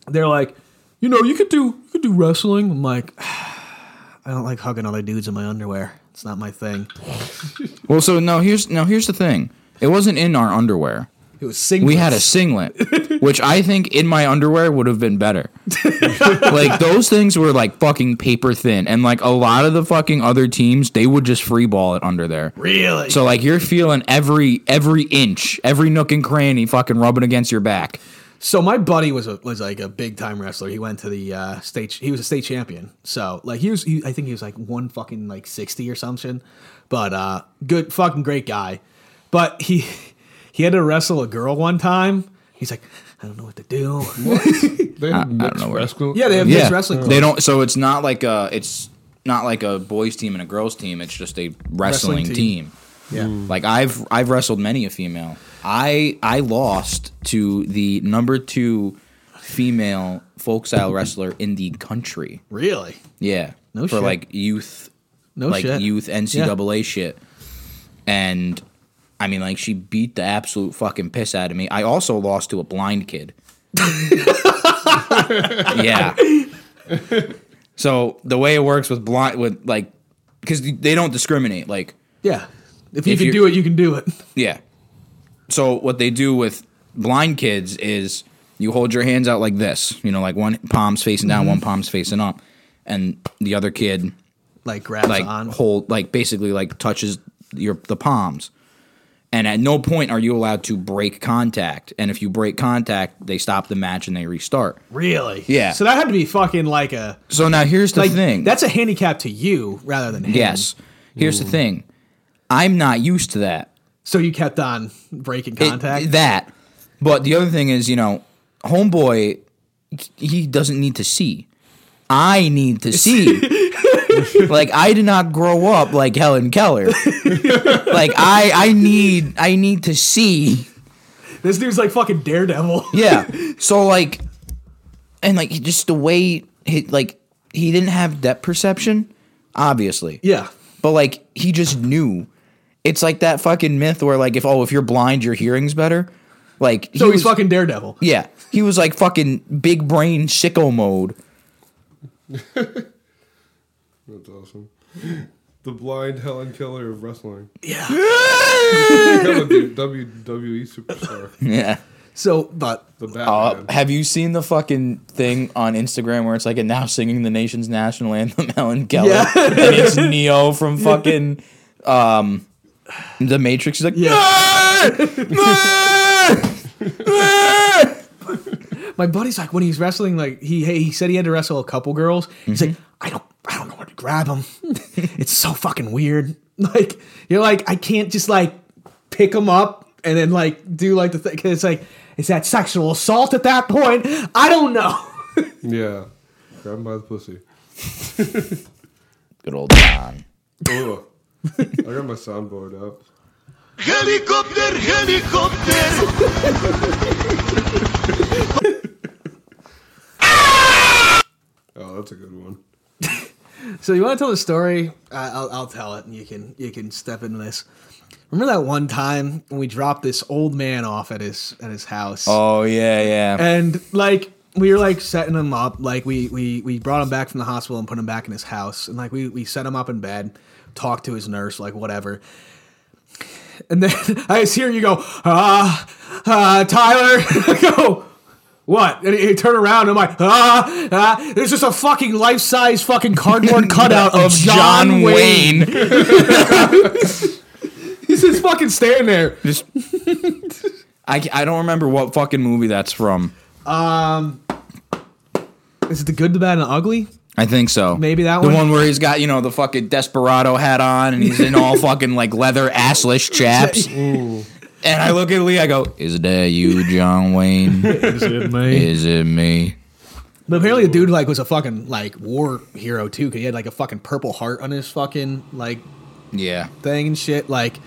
Speaker 8: they're like, you know, you could do you could do wrestling. I'm like, "Ah, I don't like hugging other dudes in my underwear. It's not my thing.
Speaker 9: well, so no, here's no, here's the thing. It wasn't in our underwear.
Speaker 8: It was singing.
Speaker 9: We had a singlet, which I think in my underwear would have been better. like those things were like fucking paper thin, and like a lot of the fucking other teams, they would just free ball it under there.
Speaker 8: really.
Speaker 9: So like you're feeling every every inch, every nook and cranny, fucking rubbing against your back.
Speaker 8: So my buddy was a, was like a big time wrestler. He went to the uh, state. He was a state champion. So like he was, he, I think he was like one fucking like sixty or something. But uh, good fucking great guy. But he he had to wrestle a girl one time. He's like, I don't know what to do.
Speaker 5: They
Speaker 9: I, I
Speaker 5: have
Speaker 9: don't
Speaker 5: mixed
Speaker 9: know where.
Speaker 5: wrestling.
Speaker 8: Yeah, they have mixed wrestling
Speaker 9: They
Speaker 8: clubs.
Speaker 9: don't. So it's not like a. It's not like a boys team and a girls team. It's just a wrestling,
Speaker 8: Wrestling team.
Speaker 9: team.
Speaker 8: Yeah. Mm.
Speaker 9: Like I've I've wrestled many a female. I I lost to the number two female folk style wrestler in the country.
Speaker 8: really?
Speaker 9: Yeah.
Speaker 8: No
Speaker 9: for
Speaker 8: shit.
Speaker 9: like youth
Speaker 8: No
Speaker 9: like
Speaker 8: shit.
Speaker 9: youth NCAA shit. And I mean like she beat the absolute fucking piss out of me. I also lost to a blind kid. yeah. So the way it works with blind with like cuz they don't discriminate like
Speaker 8: Yeah. If you
Speaker 9: If
Speaker 8: can
Speaker 9: you're-
Speaker 8: do it, you can do it.
Speaker 9: yeah. So what they do with blind kids is you hold your hands out like this, you know, like one palm's facing
Speaker 8: Mm-hmm.
Speaker 9: down, one palm's facing up, and the other kid
Speaker 8: Like grabs
Speaker 9: like
Speaker 8: on.
Speaker 9: hold like basically like touches your the palms. And at no point are you allowed to break contact. And if you break contact, they stop the match and they restart.
Speaker 8: Really?
Speaker 9: Yeah.
Speaker 8: So that had to be fucking like a
Speaker 9: So now here's the
Speaker 8: like
Speaker 9: thing.
Speaker 8: That's a handicap to you rather than him.
Speaker 9: yes. Here's the thing. I'm not used to that.
Speaker 8: So you kept on breaking
Speaker 9: It-
Speaker 8: contact.
Speaker 9: that. But the other thing is, you know, homeboy, he doesn't need to see. I need to see. like I did not grow up like Helen Keller. like I, I need, I need to see.
Speaker 8: this dude's like fucking daredevil.
Speaker 9: Yeah. So like, and like just the way he like he didn't have depth perception, obviously.
Speaker 8: yeah.
Speaker 9: But like he just knew. It's like that fucking myth where like if oh if you're blind your hearing's better. Like
Speaker 8: So
Speaker 9: he
Speaker 8: he's
Speaker 9: was-
Speaker 8: fucking daredevil.
Speaker 9: yeah, he was like fucking big brain sicko mode.
Speaker 5: That's awesome. The blind Helen Keller of wrestling.
Speaker 8: Yeah.
Speaker 5: Become a du- WWE superstar.
Speaker 9: Yeah.
Speaker 8: So, but
Speaker 5: The
Speaker 9: Uh,
Speaker 5: Batman.
Speaker 9: have you seen the fucking thing on Instagram where it's like a now singing the nation's national anthem, Helen Keller,
Speaker 8: Yeah.
Speaker 9: and it's Neo from fucking um, the Matrix? He's like,
Speaker 8: my buddy's like when he's wrestling, like he hey, he said he had to wrestle a couple girls. He's like, I don't I don't know where to grab them. it's so fucking weird. Like you're like I can't just like pick them up and then like do like the thing. 'cause It's like is that sexual assault at that point? I don't know.
Speaker 5: yeah. Grab him by the pussy.
Speaker 9: good old Don.
Speaker 5: Ugh. I got my soundboard up.
Speaker 10: Helicopter, helicopter.
Speaker 5: Oh, that's a good one.
Speaker 8: So you want to tell the story? I I'll, I'll tell it, and you can you can step into this. Remember that one time when we dropped this old man off at his at his house?
Speaker 9: Oh yeah, yeah.
Speaker 8: and like we were like setting him up like we we we brought him back from the hospital and put him back in his house and like we we set him up in bed talked to his nurse like whatever and then i just hear you go ah ah tyler I go what and he, he turned around and i'm like ah ah there's just a fucking life-size fucking cardboard cutout of, john, wayne, he's just fucking standing there
Speaker 9: Just, I I don't remember what fucking movie that's from.
Speaker 8: is it the good the bad and the ugly
Speaker 9: I think so.
Speaker 8: Maybe that
Speaker 9: the
Speaker 8: one?
Speaker 9: The one where he's got, you know, the fucking desperado hat on and he's in all fucking like leather assless chaps. and I look at Lee, I go, Is that you, John Wayne?
Speaker 7: Is it me?
Speaker 9: Is it me?
Speaker 8: But apparently, the dude like was a fucking like war hero too, because he had like a fucking purple heart on his fucking like
Speaker 9: Yeah.
Speaker 8: thing and shit. Like,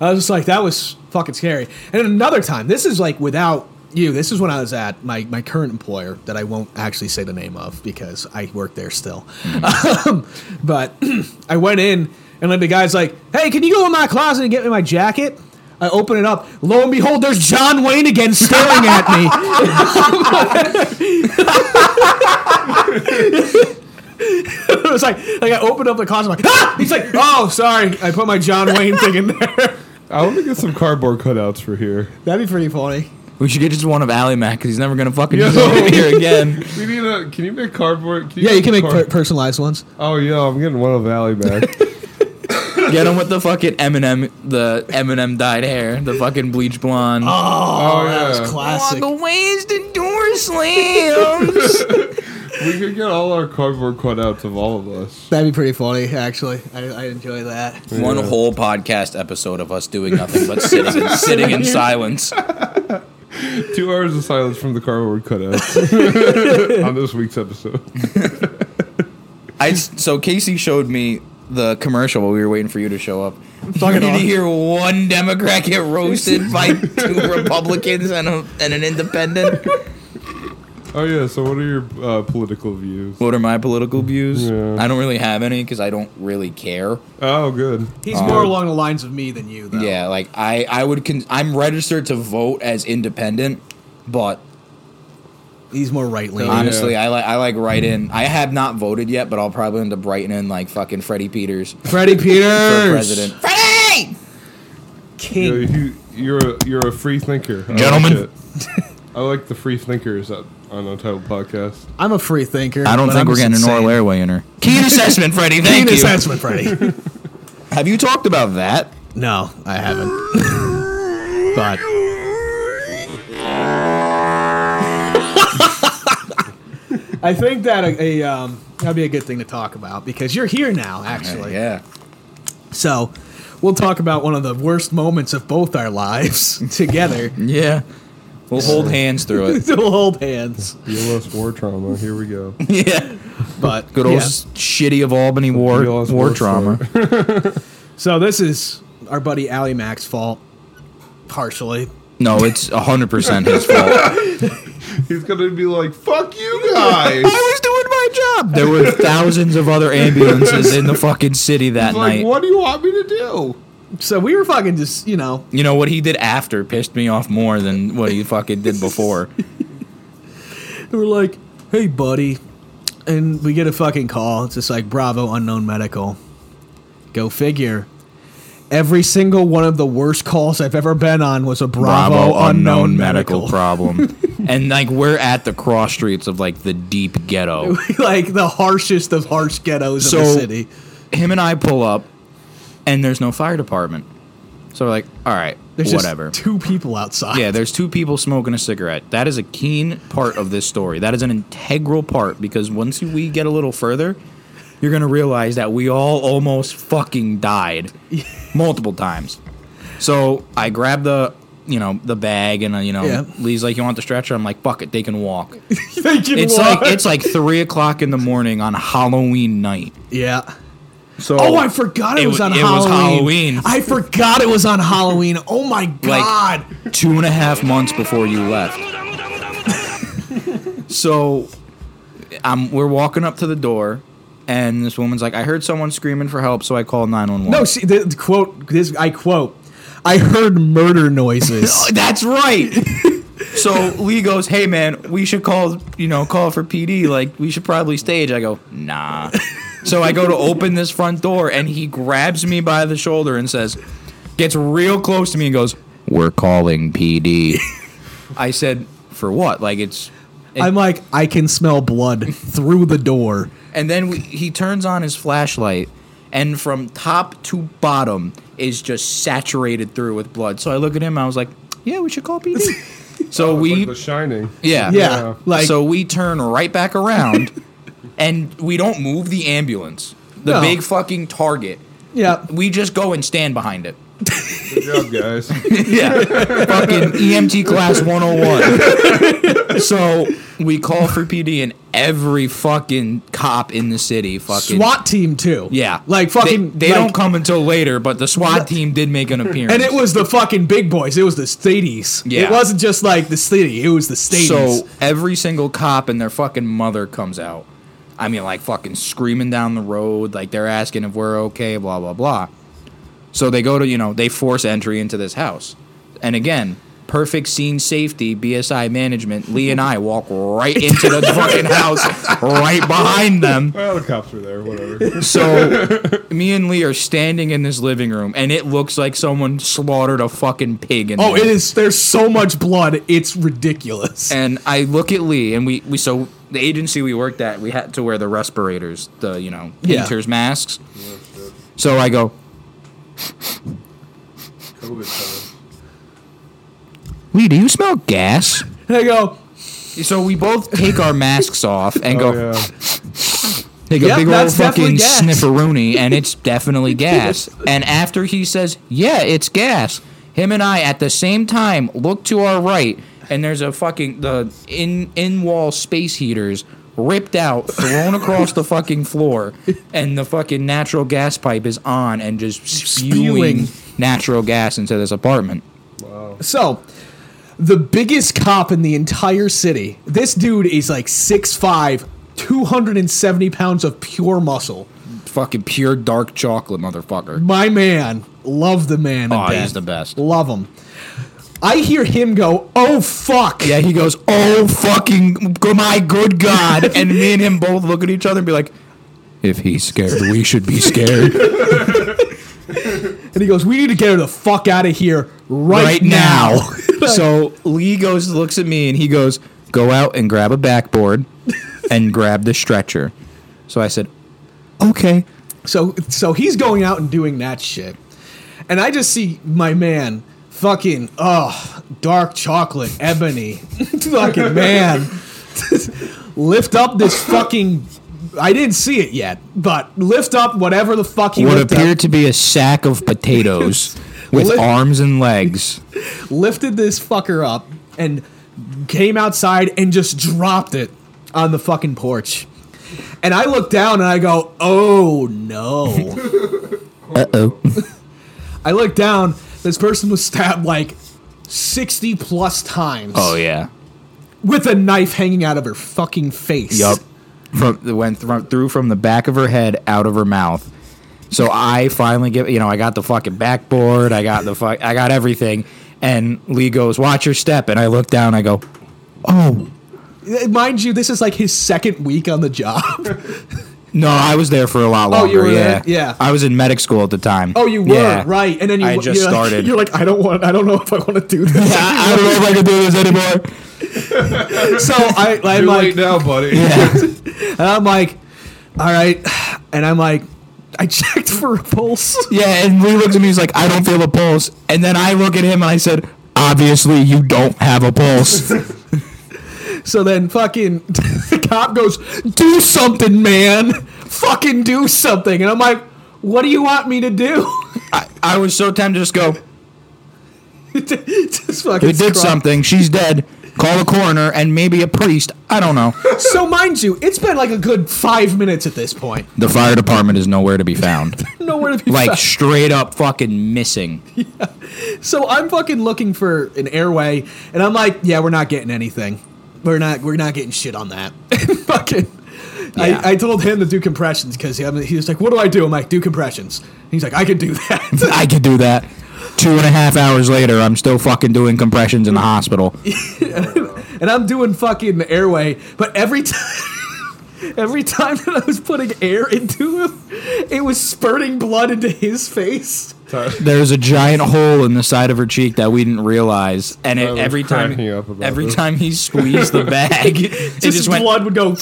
Speaker 8: I was just like, that was fucking scary. And another time, this is like without you. This is when I was at my my current employer that I won't actually say the name of because I work there still. Um, but I went in and like the guy's like, "Hey, can you go in my closet and get me my jacket?" I open it up. Lo and behold, there's John Wayne again staring at me. it was like, like I opened up the closet. I'm like, ah! He's like, oh, sorry. I put my John Wayne thing in there.
Speaker 5: I want to get some cardboard cutouts for here.
Speaker 8: That'd be pretty funny.
Speaker 9: We should get just one of Alley Mac because he's never gonna fucking do it here again.
Speaker 5: We need a. Can you make cardboard?
Speaker 8: Yeah, you can make per-
Speaker 5: card-
Speaker 8: personalized ones.
Speaker 5: oh yeah, I'm getting one of Alley back.
Speaker 9: Get him with the fucking Eminem, the Eminem dyed hair, the fucking bleach blonde.
Speaker 5: oh yeah,
Speaker 8: Classic.
Speaker 9: ways to door slams.
Speaker 5: we could get all our cardboard cutouts of all of us.
Speaker 8: That'd be pretty funny, actually. I, I enjoy that.
Speaker 9: one whole podcast episode of us doing nothing but sitting, sitting in silence.
Speaker 5: Two hours of silence from the cardboard cutouts on this week's episode.
Speaker 9: I so Casey showed me the commercial while we were waiting for you to show up. You need to hear one Democrat get roasted by two Republicans and, a, and an independent.
Speaker 5: Oh yeah. So what are your uh, political views?
Speaker 9: What are my political views?
Speaker 5: Yeah.
Speaker 9: I don't really have any because I don't really care.
Speaker 5: Oh, good.
Speaker 8: He's more along the lines of me than you, though.
Speaker 9: Yeah, like I, I would. Con- I'm registered to vote as independent, but
Speaker 8: He's more right leaning.
Speaker 9: honestly, I like I like write in. I have not voted yet, but I'll probably end up writing in like fucking Freddie Peters for
Speaker 8: Freddie Peters,
Speaker 9: president. Freddie!
Speaker 5: You
Speaker 8: King.
Speaker 5: are a, you're a free thinker, I
Speaker 9: Gentlemen.
Speaker 5: Like it. I like the free thinkers at, on Untitled Podcast.
Speaker 8: I'm a free thinker.
Speaker 9: I don't
Speaker 8: but
Speaker 9: think
Speaker 8: I'm
Speaker 9: we're
Speaker 8: just
Speaker 9: getting an
Speaker 8: insane.
Speaker 9: oral airway in her. Keen assessment, Freddie. Thank
Speaker 8: Keen
Speaker 9: you.
Speaker 8: assessment, Freddie.
Speaker 9: Have you talked about that?
Speaker 8: no, I haven't. but I think that a, a um, that'd be a good thing to talk about because you're here now, actually.
Speaker 9: Yeah.
Speaker 8: So we'll talk about one of the worst moments of both our lives together.
Speaker 9: Yeah. We'll hold hands through it.
Speaker 8: so we'll hold hands.
Speaker 5: BLS war trauma. Here we go.
Speaker 9: yeah.
Speaker 8: But
Speaker 9: Good old
Speaker 8: yeah.
Speaker 9: s- shitty of Albany war
Speaker 5: BLS
Speaker 9: war
Speaker 5: war
Speaker 9: trauma.
Speaker 8: So this is our buddy Ally Mac's fault, partially.
Speaker 9: no, it's hundred percent his fault.
Speaker 5: He's gonna be like, "Fuck you guys."
Speaker 9: I was doing my job. There were thousands of other ambulances in the fucking city that
Speaker 5: like,
Speaker 9: night.
Speaker 5: what do you want me to do?
Speaker 8: So we were fucking just, you know,
Speaker 9: You know what he did after pissed me off more than what he fucking did before.
Speaker 8: we were like, "Hey, buddy," and we get a fucking call. It's just like, "Bravo, unknown medical." Go figure. Every single one of the worst calls I've ever been on was a Bravo, unknown, medical.
Speaker 9: problem. and like we're at the cross streets of like the deep ghetto.
Speaker 8: like the harshest of harsh ghettos of
Speaker 9: So-
Speaker 8: the city.
Speaker 9: him and I pull up, and there's no fire department. So we're like, all right,
Speaker 8: There's
Speaker 9: whatever.
Speaker 8: just two people outside.
Speaker 9: yeah, there's two people smoking a cigarette. That is a keen part of this story. That is an integral part because once we get a little further, you're going to realize that we all almost fucking died multiple times. So I grab the, you know, the bag and, uh, you know,
Speaker 8: Yeah.
Speaker 9: Lee's like, you want the stretcher? I'm like, fuck it, they can walk.
Speaker 8: They can
Speaker 9: It's
Speaker 8: walk.
Speaker 9: like, it's like three o'clock in the morning on Halloween night.
Speaker 8: yeah.
Speaker 9: So
Speaker 8: Oh, I forgot it,
Speaker 9: it
Speaker 8: was
Speaker 9: wa-
Speaker 8: on
Speaker 9: it was
Speaker 8: Halloween.
Speaker 9: Halloween.
Speaker 8: I forgot it was on Halloween. Oh my god!
Speaker 9: two and a half months before you left. So, um, we're walking up to the door, and this woman's like, "I heard someone screaming for help, so I called 911."
Speaker 8: no, see, the, the quote. This I quote. I heard murder noises.
Speaker 9: Oh, that's right. so Lee goes, "Hey man, we should call, you know, call for PD. Like, we should probably stage." I go, "Nah." So I go to open this front door, and he grabs me by the shoulder and says, gets real close to me and goes, "We're calling PD." I said, "For what? Like, it's." it-
Speaker 8: I'm like, I can smell blood through the door.
Speaker 9: And then we, he turns on his flashlight, and from top to bottom is just saturated through with blood. So I look at him, I was like, yeah, we should call PD. so
Speaker 5: Like
Speaker 9: we,
Speaker 5: The Shining.
Speaker 9: yeah,
Speaker 8: Yeah, like
Speaker 9: so we turn right back around, and we don't move the ambulance, the
Speaker 8: No.
Speaker 9: big fucking target.
Speaker 8: yeah,
Speaker 9: We just go and stand behind it.
Speaker 5: Good job, guys.
Speaker 9: Yeah. Fucking EMT class 101. so we call for PD, and every fucking cop in the city fucking
Speaker 8: SWAT team too.
Speaker 9: Yeah,
Speaker 8: like fucking.
Speaker 9: They, they
Speaker 8: like-
Speaker 9: don't come until later, but the SWAT team did make an appearance,
Speaker 8: And it was the fucking big boys. It was the stadies.
Speaker 9: Yeah.
Speaker 8: It wasn't just like the city. It was the stadies.
Speaker 9: so every single cop and their fucking mother comes out. I mean, like fucking screaming down the road, like they're asking if we're okay, blah blah blah. So they go to you know they force entry into this house, and again. Perfect scene safety, BSI management. Lee and I walk right into the fucking house, right behind them.
Speaker 5: well, the cops were there. Whatever.
Speaker 9: So, me and Lee are standing in this living room, and it looks like someone slaughtered a fucking pig. In
Speaker 8: oh,
Speaker 9: there.
Speaker 8: it is. There's so much blood. It's ridiculous.
Speaker 9: And I look at Lee, and we, we so the agency we worked at, we had to wear the respirators, the you know
Speaker 8: Yeah.
Speaker 9: painters masks. So I go,
Speaker 5: COVID time.
Speaker 9: Lee, do you smell gas?
Speaker 8: And I go,
Speaker 9: So we both take our masks off and
Speaker 5: Oh
Speaker 9: go
Speaker 5: yeah.
Speaker 9: take
Speaker 8: Yep,
Speaker 9: a big old
Speaker 8: that's
Speaker 9: fucking
Speaker 8: definitely gas.
Speaker 9: snifferoony, and it's definitely gas. and after he says, "Yeah, it's gas," him and I at the same time look to our right, and there's a fucking the in in wall space heaters ripped out, thrown across the fucking floor, and the fucking natural gas pipe is on and just spewing,
Speaker 8: Spewing.
Speaker 9: natural gas into this apartment.
Speaker 8: So, the biggest cop in the entire city. This dude is like 6'5, 270 pounds of pure muscle.
Speaker 9: Fucking pure dark chocolate, motherfucker.
Speaker 8: My man. Love the man. to
Speaker 9: Aw, he's
Speaker 8: death.
Speaker 9: the best.
Speaker 8: Love him. I hear him go, oh fuck.
Speaker 9: Yeah, he goes, "Oh fucking g- my good god!" and me and him both look at each other and be like, "If he's scared, we should be scared
Speaker 8: And he goes, we need to get her the fuck out of here right,
Speaker 9: right,
Speaker 8: now.
Speaker 9: now." so Lee goes, looks at me, and he goes, "Go out and grab a backboard and grab the stretcher." So I said, "Okay."
Speaker 8: So so he's going out and doing that shit. And I just see my man fucking oh dark chocolate ebony fucking man lift up this fucking I didn't see it yet, but lift up whatever the fuck he
Speaker 9: what
Speaker 8: lift
Speaker 9: appeared to be a sack of potatoes with
Speaker 8: Lit-
Speaker 9: arms and legs.
Speaker 8: up, lifted this fucker up and came outside and just dropped it on the fucking porch. And I look down and I go, "Oh no."
Speaker 9: Uh oh.
Speaker 8: I looked down. This person was stabbed like 60 plus times.
Speaker 9: Oh yeah.
Speaker 8: With a knife hanging out of her fucking face.
Speaker 9: Yup. From that went thr- through from the back of her head out of her mouth. So I finally get you know I got the fucking backboard, I got the fuck, I got everything, and Lee goes, "Watch your step," and I look down, I go,
Speaker 8: Uh, Mind you, this is like his second week on the job.
Speaker 9: "No, I was there for a lot
Speaker 8: Oh,
Speaker 9: longer."
Speaker 8: you were
Speaker 9: yeah,
Speaker 8: there? Yeah.
Speaker 9: I was in medic school at the time.
Speaker 8: oh, you were,
Speaker 9: Yeah.
Speaker 8: right. And then you
Speaker 9: I just
Speaker 8: you're like-
Speaker 9: started.
Speaker 8: you're like, I don't want I don't know if I want to do this.
Speaker 9: I, I don't know if I can do this anymore.
Speaker 8: so I I'm
Speaker 5: Too
Speaker 8: like
Speaker 5: late now, buddy.
Speaker 8: and I'm like, all right. And I'm like, I checked for a pulse.
Speaker 9: Yeah, and Lee looks at me, he's like, "I don't feel a pulse," and then I look at him and I said, "Obviously, you don't have a pulse."
Speaker 8: So then fucking the cop goes, Do something, man. Fucking do something. And I'm like, What do you want me to do?
Speaker 9: I, I was so tempted to just go.
Speaker 8: Just fucking
Speaker 9: We did
Speaker 8: scrub.
Speaker 9: something. She's dead. Call the coroner and maybe a priest. I don't know.
Speaker 8: So mind you, it's been like a good five minutes at this point.
Speaker 9: The fire department is nowhere to be found.
Speaker 8: Nowhere to be
Speaker 9: like
Speaker 8: found.
Speaker 9: straight up fucking missing.
Speaker 8: So I'm fucking looking for an airway, and I'm like, yeah, we're not getting anything. We're not we're not getting shit on that. fucking.
Speaker 9: Yeah.
Speaker 8: I, I told him to do compressions because he, he was like, "What do I do?" I'm like, "Do compressions." He's like, "I can do that."
Speaker 9: I could do that. Two and a half hours later, I'm still fucking doing compressions in the hospital.
Speaker 8: and I'm doing fucking the airway, but every time every time that I was putting air into him, it was spurting blood into his face.
Speaker 9: There's a giant hole in the side of her cheek that we didn't realize, and
Speaker 5: I
Speaker 9: it,
Speaker 5: was
Speaker 9: every time,
Speaker 5: cracking up about
Speaker 9: every
Speaker 5: this.
Speaker 9: time he squeezed the bag, it
Speaker 8: Just,
Speaker 9: just went.
Speaker 8: blood would go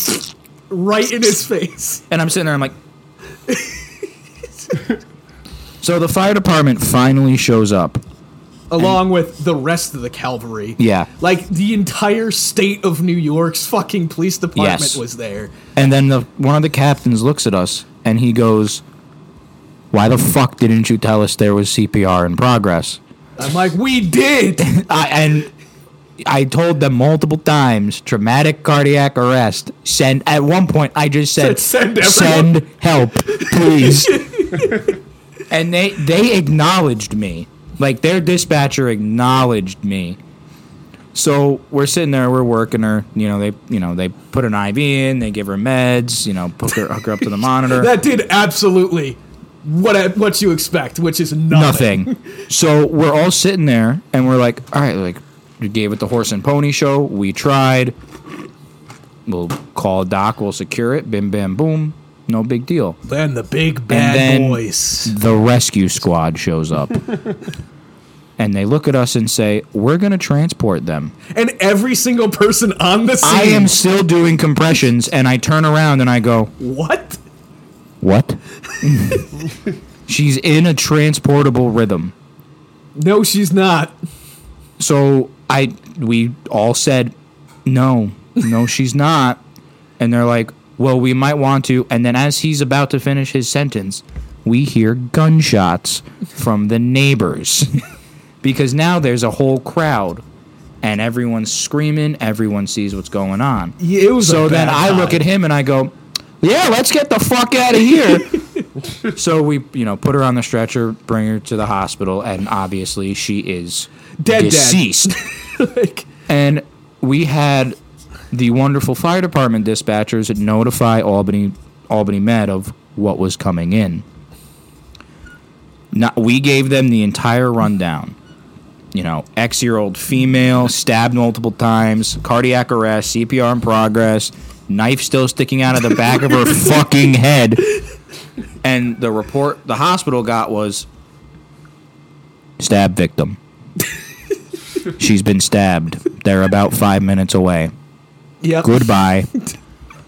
Speaker 8: right in his face.
Speaker 9: And I'm sitting there, I'm like. so the fire department finally shows up.
Speaker 8: Along with the rest of the cavalry.
Speaker 9: Yeah.
Speaker 8: Like the entire state of New York's fucking police department
Speaker 9: Yes.
Speaker 8: was there.
Speaker 9: And then the one of the captains looks at us and he goes, "Why the fuck didn't you tell us there was CPR in progress?"
Speaker 8: I'm like, we did.
Speaker 9: I, and I told them multiple times, traumatic cardiac arrest. Send at one point I just said,
Speaker 8: Send everyone.
Speaker 9: "Send help, please." and they they acknowledged me. Like their dispatcher acknowledged me. So we're sitting there, we're working her. You know, they you know they put an IV in, they give her meds. You know, hook her, hook her up to the monitor.
Speaker 8: That did absolutely what I, what you expect, which is nothing.
Speaker 9: nothing. so we're all sitting there and we're like, all right, like we gave it the horse and pony show. We tried. We'll call a doc. We'll secure it. Bim, bam, boom. No big deal.
Speaker 8: Then the big bad
Speaker 9: then-
Speaker 8: boys.
Speaker 9: The rescue squad shows up. and they look at us and say, we're going to transport them.
Speaker 8: and every single person on the scene.
Speaker 9: I am still doing compressions. And I turn around and I go,
Speaker 8: what?
Speaker 9: what? She's in a transportable rhythm.
Speaker 8: No, she's not.
Speaker 9: so I we all said no, no, she's not. And they're like, well, we might want to. And then as he's about to finish his sentence, we hear gunshots from the neighbors because now there's a whole crowd. and everyone's screaming. Everyone sees what's going on.
Speaker 8: Yeah, it was a
Speaker 9: so then
Speaker 8: bad
Speaker 9: I look
Speaker 8: time.
Speaker 9: at him and I go, "Yeah, let's get the fuck out of here." so we, you know, put her on the stretcher, bring her to the hospital, and obviously she is
Speaker 8: Dead, dead.
Speaker 9: deceased. and we had the wonderful fire department dispatchers notify Albany Albany Med of what was coming in. Not, we gave them the entire rundown. You know, X year old female, stabbed multiple times, cardiac arrest, CPR in progress, knife still sticking out of the back of her fucking head. And the report the hospital got was stab victim. She's been stabbed. They're about five minutes away.
Speaker 8: Yep.
Speaker 9: Goodbye.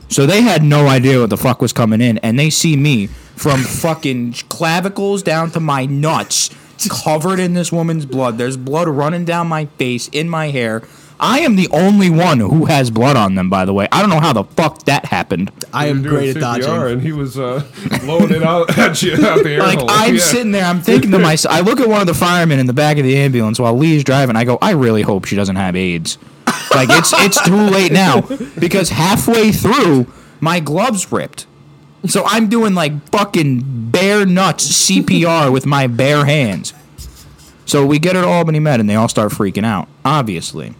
Speaker 9: So they had no idea what the fuck was coming in, and they see me from fucking clavicles down to my nuts, covered in this woman's blood. There's blood running down my face, in my hair. I am the only one who has blood on them, by the way. I don't know how the fuck that happened.
Speaker 8: I
Speaker 5: You
Speaker 8: am
Speaker 5: were doing
Speaker 8: great at
Speaker 5: CPR
Speaker 8: dodging.
Speaker 5: And he was uh, blowing it out at you out the air
Speaker 9: Like
Speaker 5: hole.
Speaker 9: I'm
Speaker 5: Yeah.
Speaker 9: sitting there, I'm thinking to myself. I look at one of the firemen in the back of the ambulance while Lee's driving. I go, I really hope she doesn't have AIDS. Like it's it's too late now because halfway through my gloves ripped. So I'm doing like fucking bare nuts CPR with my bare hands. So we get her to Albany Med and they all start freaking out, obviously.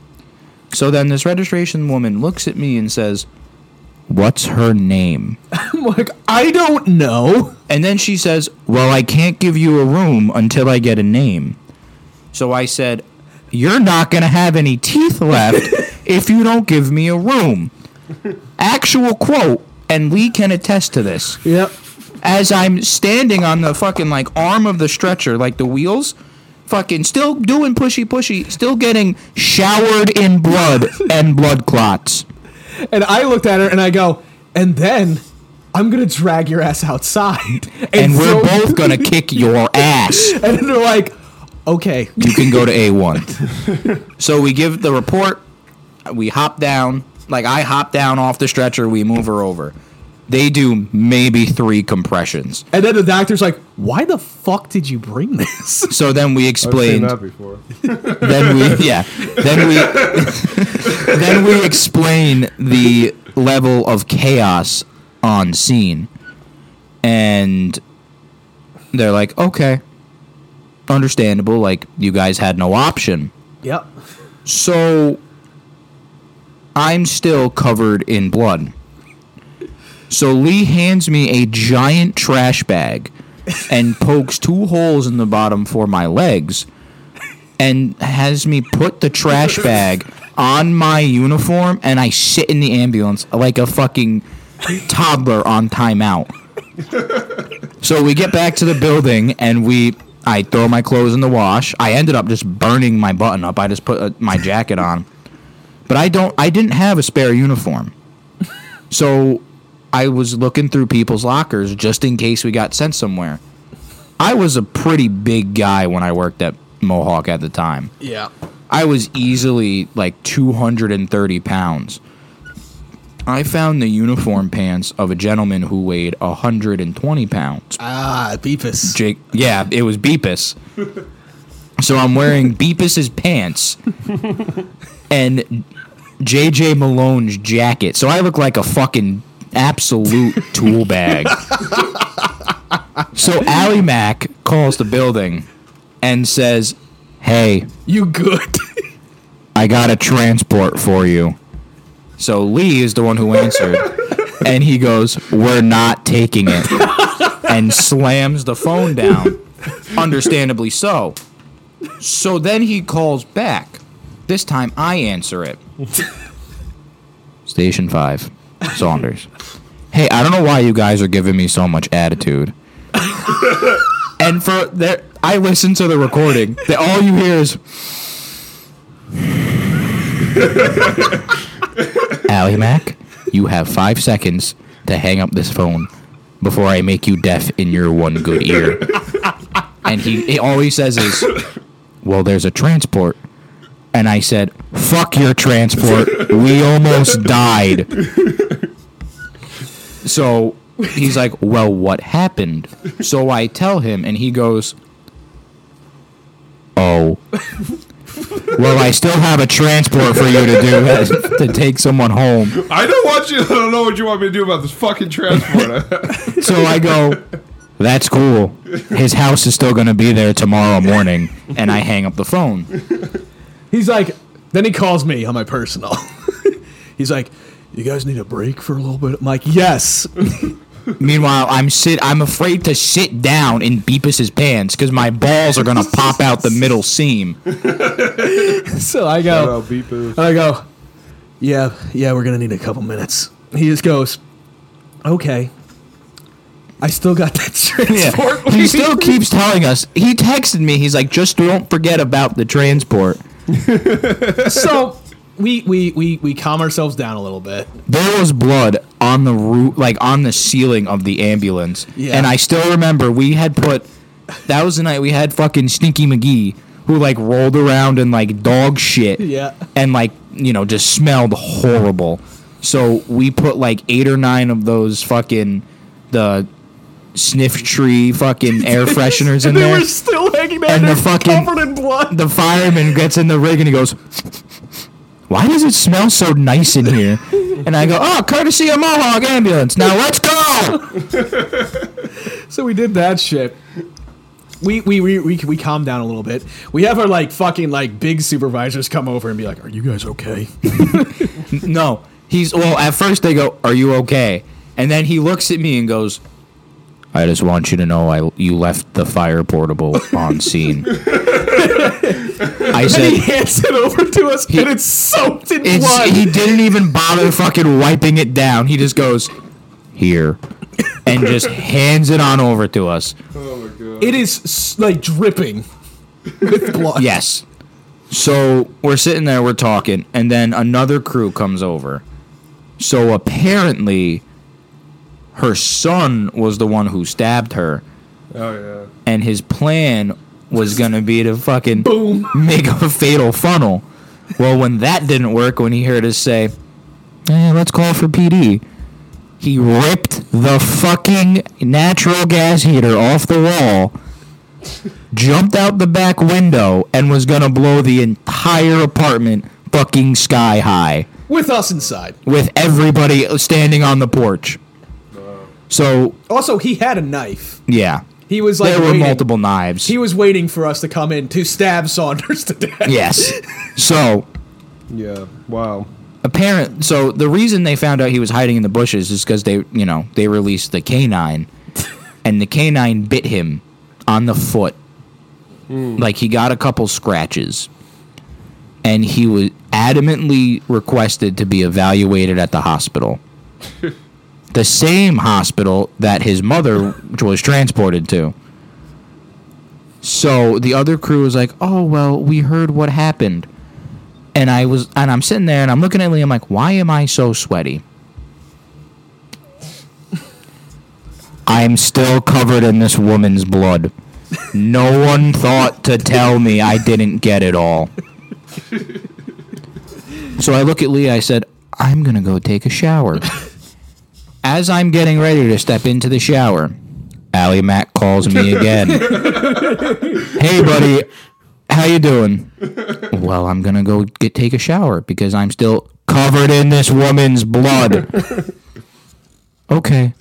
Speaker 9: So then this registration woman looks at me and says, What's her name?
Speaker 8: I'm like, I don't know.
Speaker 9: And then she says, Well, I can't give you a room until I get a name. So I said, You're not going to have any teeth left if you don't give me a room. Actual quote, and Lee can attest to this.
Speaker 8: Yep.
Speaker 9: As I'm standing on the fucking like arm of the stretcher, like the wheels, fucking still doing pushy pushy, still getting showered in blood and blood clots.
Speaker 8: And I looked at her and I go, and then I'm gonna drag your ass outside,
Speaker 9: And we're
Speaker 8: throw you-"
Speaker 9: both going to kick your ass.
Speaker 8: And then they're like, okay,
Speaker 9: you can go to A1. so we give the report. We hop down. Like I hop down off the stretcher. We move her over. They do maybe three compressions.
Speaker 8: and then the doctor's like, why the fuck did you bring this?
Speaker 9: So then we
Speaker 5: I've seen
Speaker 9: explained.
Speaker 5: that before.
Speaker 9: Then we yeah. Then we then we explain the level of chaos on scene, and they're like, okay, understandable. Like you guys had no option.
Speaker 8: Yep.
Speaker 9: So I'm still covered in blood. So Lee hands me a giant trash bag and pokes two holes in the bottom for my legs and has me put the trash bag on my uniform and I sit in the ambulance like a fucking toddler on timeout. So we get back to the building and we I throw my clothes in the wash. I ended up just burning my button up. I just put uh, my jacket on. But I don't I didn't have a spare uniform. So I was looking through people's lockers just in case we got sent somewhere. I was a pretty big guy when I worked at Mohawk at the time.
Speaker 8: Yeah.
Speaker 9: I was easily like 230 pounds. I found the uniform pants of a gentleman who weighed 120 pounds.
Speaker 8: Ah, Beepus.
Speaker 9: Jake. Yeah, it was Beepus. So I'm wearing Beepus's pants and JJ Malone's jacket. So I look like a fucking absolute tool bag. so Ally Mac calls the building and says, "Hey,
Speaker 8: You good?
Speaker 9: I got a transport for you." So Lee is the one who answered, and he goes, "We're not taking it," and slams the phone down. Understandably so. So then he calls back. This time I answer it. Station five, Saunders. Hey, I don't know why you guys are giving me so much attitude. and for there, I listen to the recording. That all you hear is. Allie Mac, you have five seconds to hang up this phone before I make you deaf in your one good ear. And he, he all he says is, "Well, there's a transport." And I said, "Fuck your transport. We almost died." So he's like, "Well, what happened?" So I tell him, and he goes, "Oh, Well, I still have a transport for you to do to take someone home.
Speaker 5: I don't want you. I don't know what you want me to do about this fucking transporter.
Speaker 9: So I go, that's cool. His house is still going to be there tomorrow morning. And I hang up the phone.
Speaker 8: He's like, then he calls me on my personal. He's like, you guys need a break for a little bit. I'm like, yes.
Speaker 9: Meanwhile, I'm sit. I'm afraid to sit down in Beepus's pants because my balls are gonna pop out the middle seam.
Speaker 8: so I
Speaker 5: Shout
Speaker 8: go,
Speaker 5: out Beepus.
Speaker 8: and I go, yeah, yeah, we're gonna need a couple minutes. He just goes, okay. I still got that transport.
Speaker 9: He still keeps telling us. He texted me. He's like, just don't forget about the transport.
Speaker 8: so we, we we we calm ourselves down a little bit.
Speaker 9: There was blood on the roof, like on the ceiling of the ambulance.
Speaker 8: Yeah.
Speaker 9: And I still remember we had put. That was the night we had fucking Stinky McGee, who like rolled around in like dog shit.
Speaker 8: Yeah.
Speaker 9: and like you know just smelled horrible. So we put like eight or nine of those fucking the sniff tree fucking air fresheners in
Speaker 8: and they
Speaker 9: there.
Speaker 8: were still hanging out
Speaker 9: And
Speaker 8: there
Speaker 9: the fucking-
Speaker 8: covered in blood.
Speaker 9: the fireman gets in the rig and he goes, "Why does it smell so nice in here?" And I go, "Oh, courtesy of Mohawk Ambulance. Now let's go."
Speaker 8: So we did that shit. We we, we we we calm down a little bit. We have our like fucking like big supervisors come over and be like, "Are you guys okay?"
Speaker 9: No, he's well. At first they go, "Are you okay?" And then he looks at me and goes, "I just want you to know I you left the fire portable on scene." I
Speaker 8: He
Speaker 9: said.
Speaker 8: hands it over to us, and it's soaked in
Speaker 9: It's,
Speaker 8: blood.
Speaker 9: he didn't even bother fucking wiping it down. He just goes here and just hands it on over to us.
Speaker 5: oh my god.
Speaker 8: it is s- like dripping with blood.
Speaker 9: Yes. So we're sitting there, we're talking, and then another crew comes over. So apparently, her son was the one who stabbed her,
Speaker 5: Oh yeah.
Speaker 9: and his plan was gonna be to fucking boom make a fatal funnel. Well, when that didn't work, when he heard us say, eh, "Let's call for PD," he ripped the fucking natural gas heater off the wall, jumped out the back window, and was gonna blow the entire apartment fucking sky high
Speaker 8: with us inside.
Speaker 9: with everybody standing on the porch. So
Speaker 8: Also, he had a knife.
Speaker 9: yeah,
Speaker 8: He was like
Speaker 9: there were
Speaker 8: waiting.
Speaker 9: multiple knives.
Speaker 8: He was waiting for us to come in to stab Saunders to death.
Speaker 9: yes. So
Speaker 5: Yeah. Wow.
Speaker 9: apparent so the reason they found out he was hiding in the bushes is because they you know they released the canine and the canine bit him on the foot like he got a couple scratches and he was adamantly requested to be evaluated at the hospital the same hospital that his mother was transported to so the other crew was like oh well we heard what happened and I was and I'm sitting there and I'm looking at Liam like, why am I so sweaty? I'm still covered in this woman's blood. No one thought to tell me I didn't get it all. So I look at Lee, I said, I'm gonna go take a shower. As I'm getting ready to step into the shower, Allie Mac calls me again. hey buddy, how you doing? well, I'm gonna go get take a shower because I'm still covered in this woman's blood. okay.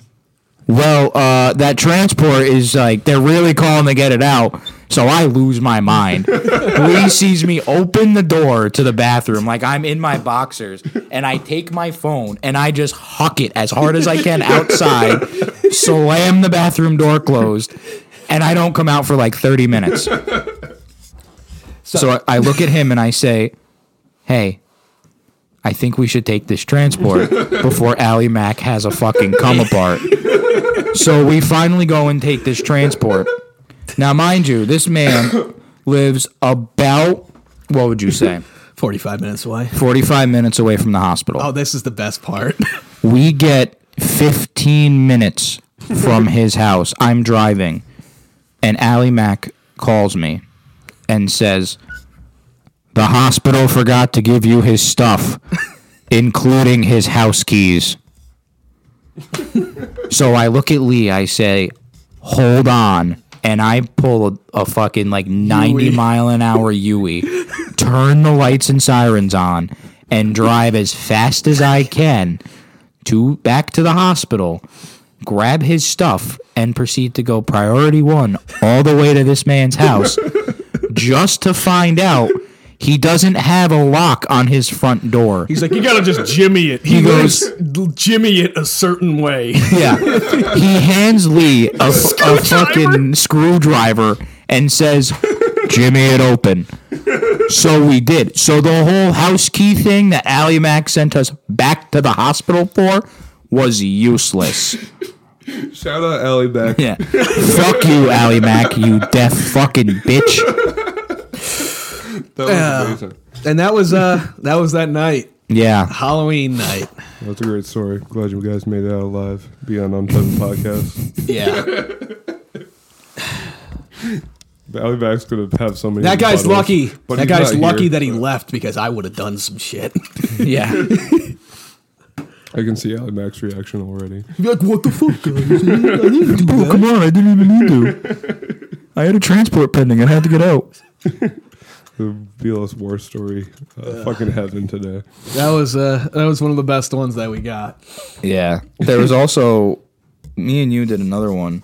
Speaker 9: Well, uh, that transport is like they're really calling to get it out, so I lose my mind. Lee sees me open the door to the bathroom like I'm in my boxers, and I take my phone and I just huck it as hard as I can outside, slam the bathroom door closed, and I don't come out for like 30 minutes. So I, I look at him and I say, "Hey, I think we should take this transport before Ally Mac has a fucking come apart." So we finally go and take this transport. Now, mind you, this man lives about what would you say,
Speaker 8: Forty-five minutes away.
Speaker 9: forty-five minutes away from the hospital.
Speaker 8: Oh, this is the best part.
Speaker 9: We get 15 minutes from his house. I'm driving, and Ally Mac calls me and says, The hospital forgot to give you his stuff, including his house keys. so I look at Lee, I say, Hold on. And I pull a, a fucking like 90 mile an hour Yui, turn the lights and sirens on and drive as fast as I can to back to the hospital, grab his stuff, and proceed to go priority one all the way to this man's house just to find out he doesn't have a lock on his front door.
Speaker 8: He's like, you gotta just jimmy it. He,
Speaker 9: He
Speaker 8: goes,
Speaker 9: goes-
Speaker 8: jimmy it a certain way.
Speaker 9: Yeah. He hands Lee a, a fucking screwdriver and says, Jimmy, it open. So we did. So the whole house key thing that Ally Mac sent us back to the hospital for was useless.
Speaker 5: Shout out Ellie back.
Speaker 9: Yeah. Fuck you, Ally Mac, you deaf fucking bitch.
Speaker 5: That was
Speaker 8: Yeah.
Speaker 5: amazing.
Speaker 8: and that was uh that was that night.
Speaker 9: Yeah.
Speaker 8: Halloween night.
Speaker 5: That's a great story. Glad you guys made it out alive. Be on Unpleasant Podcast.
Speaker 8: Yeah.
Speaker 5: Allie Back's gonna have so many.
Speaker 8: That guy's
Speaker 5: rebuttals,
Speaker 8: lucky.
Speaker 5: but
Speaker 8: That
Speaker 5: he's
Speaker 8: guy's
Speaker 5: not
Speaker 8: lucky
Speaker 5: here.
Speaker 8: that he left because I would have done some shit.
Speaker 9: Yeah.
Speaker 5: I can see Allie Back's reaction already.
Speaker 8: Be like, what the fuck?
Speaker 7: Bro, come on, I didn't even need to. I had a transport pending. I had to get out.
Speaker 5: The BLS war story, uh, fucking heaven today.
Speaker 8: That was uh that was one of the best ones that we got.
Speaker 9: Yeah. There was also me and you did another one.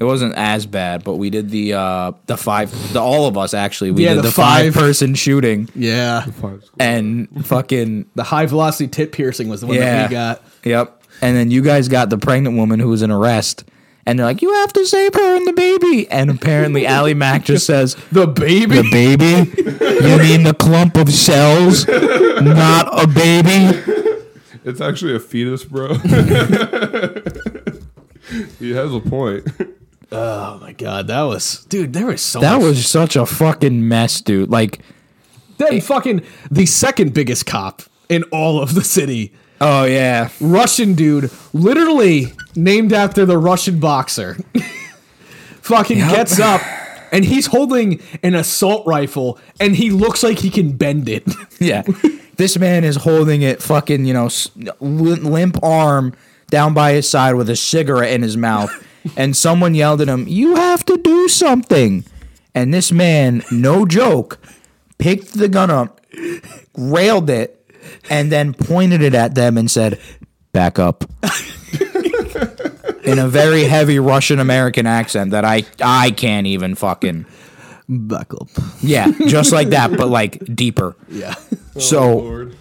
Speaker 9: It wasn't as bad, but we did the uh the five the all of us actually. We
Speaker 8: Yeah,
Speaker 9: did
Speaker 8: the
Speaker 9: the, five
Speaker 8: five-
Speaker 9: person shooting
Speaker 8: Yeah.
Speaker 5: Five score.
Speaker 9: and fucking
Speaker 8: The high velocity tit piercing was the one that
Speaker 9: yeah.
Speaker 8: we got.
Speaker 9: Yep. And then you guys got the pregnant woman who was in arrest. And they're like, you have to save her and the baby. And apparently, Ally Mac just says,
Speaker 8: The baby.
Speaker 9: The baby? You mean the clump of cells? Not a baby?
Speaker 5: It's actually a fetus, bro. he has a point.
Speaker 8: oh my god, that was dude, there was so
Speaker 9: That
Speaker 8: much-
Speaker 9: was such a fucking mess, dude. Like,
Speaker 8: then fucking the second biggest cop in all of the city.
Speaker 9: oh, yeah.
Speaker 8: Russian dude, literally named after the Russian boxer, fucking gets up and he's holding an assault rifle and he looks like he can bend it.
Speaker 9: Yeah. This man is holding it fucking, you know, s- lim- limp arm down by his side with a cigarette in his mouth. And someone yelled at him, You have to do something. And this man, no joke, picked the gun up, railed it, and then pointed it at them and said, Back up. in a very heavy Russian American accent that I, I can't even fucking.
Speaker 8: Buckle.
Speaker 9: Yeah, just like that, but like deeper.
Speaker 8: Yeah.
Speaker 9: So
Speaker 5: Lord.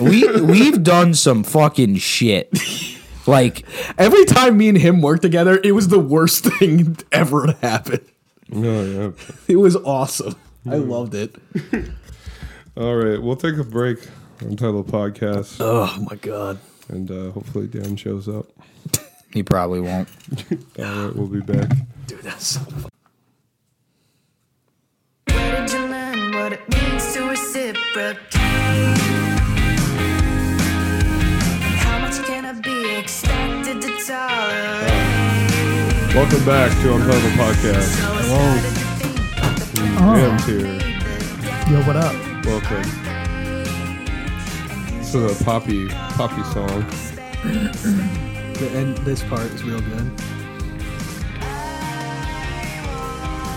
Speaker 9: we we've done some fucking shit. Like
Speaker 8: Every time me and him worked together, it was the worst thing ever to happen.
Speaker 5: Oh, yeah.
Speaker 8: It was awesome. I loved it.
Speaker 5: All right, we'll take a break. Untitled podcast,
Speaker 8: Oh my god.
Speaker 5: and uh, hopefully Dan shows up.
Speaker 9: he probably won't.
Speaker 5: All right, we'll be back.
Speaker 8: Dude, that's so fu-
Speaker 11: Where did you learn what it means to reciprocate? How much can I be expected to tolerate?
Speaker 5: Welcome back to Untitled podcast. Dan's here.
Speaker 4: Yo, what up?
Speaker 5: Welcome. This is a poppy poppy song.
Speaker 8: and this part is real good.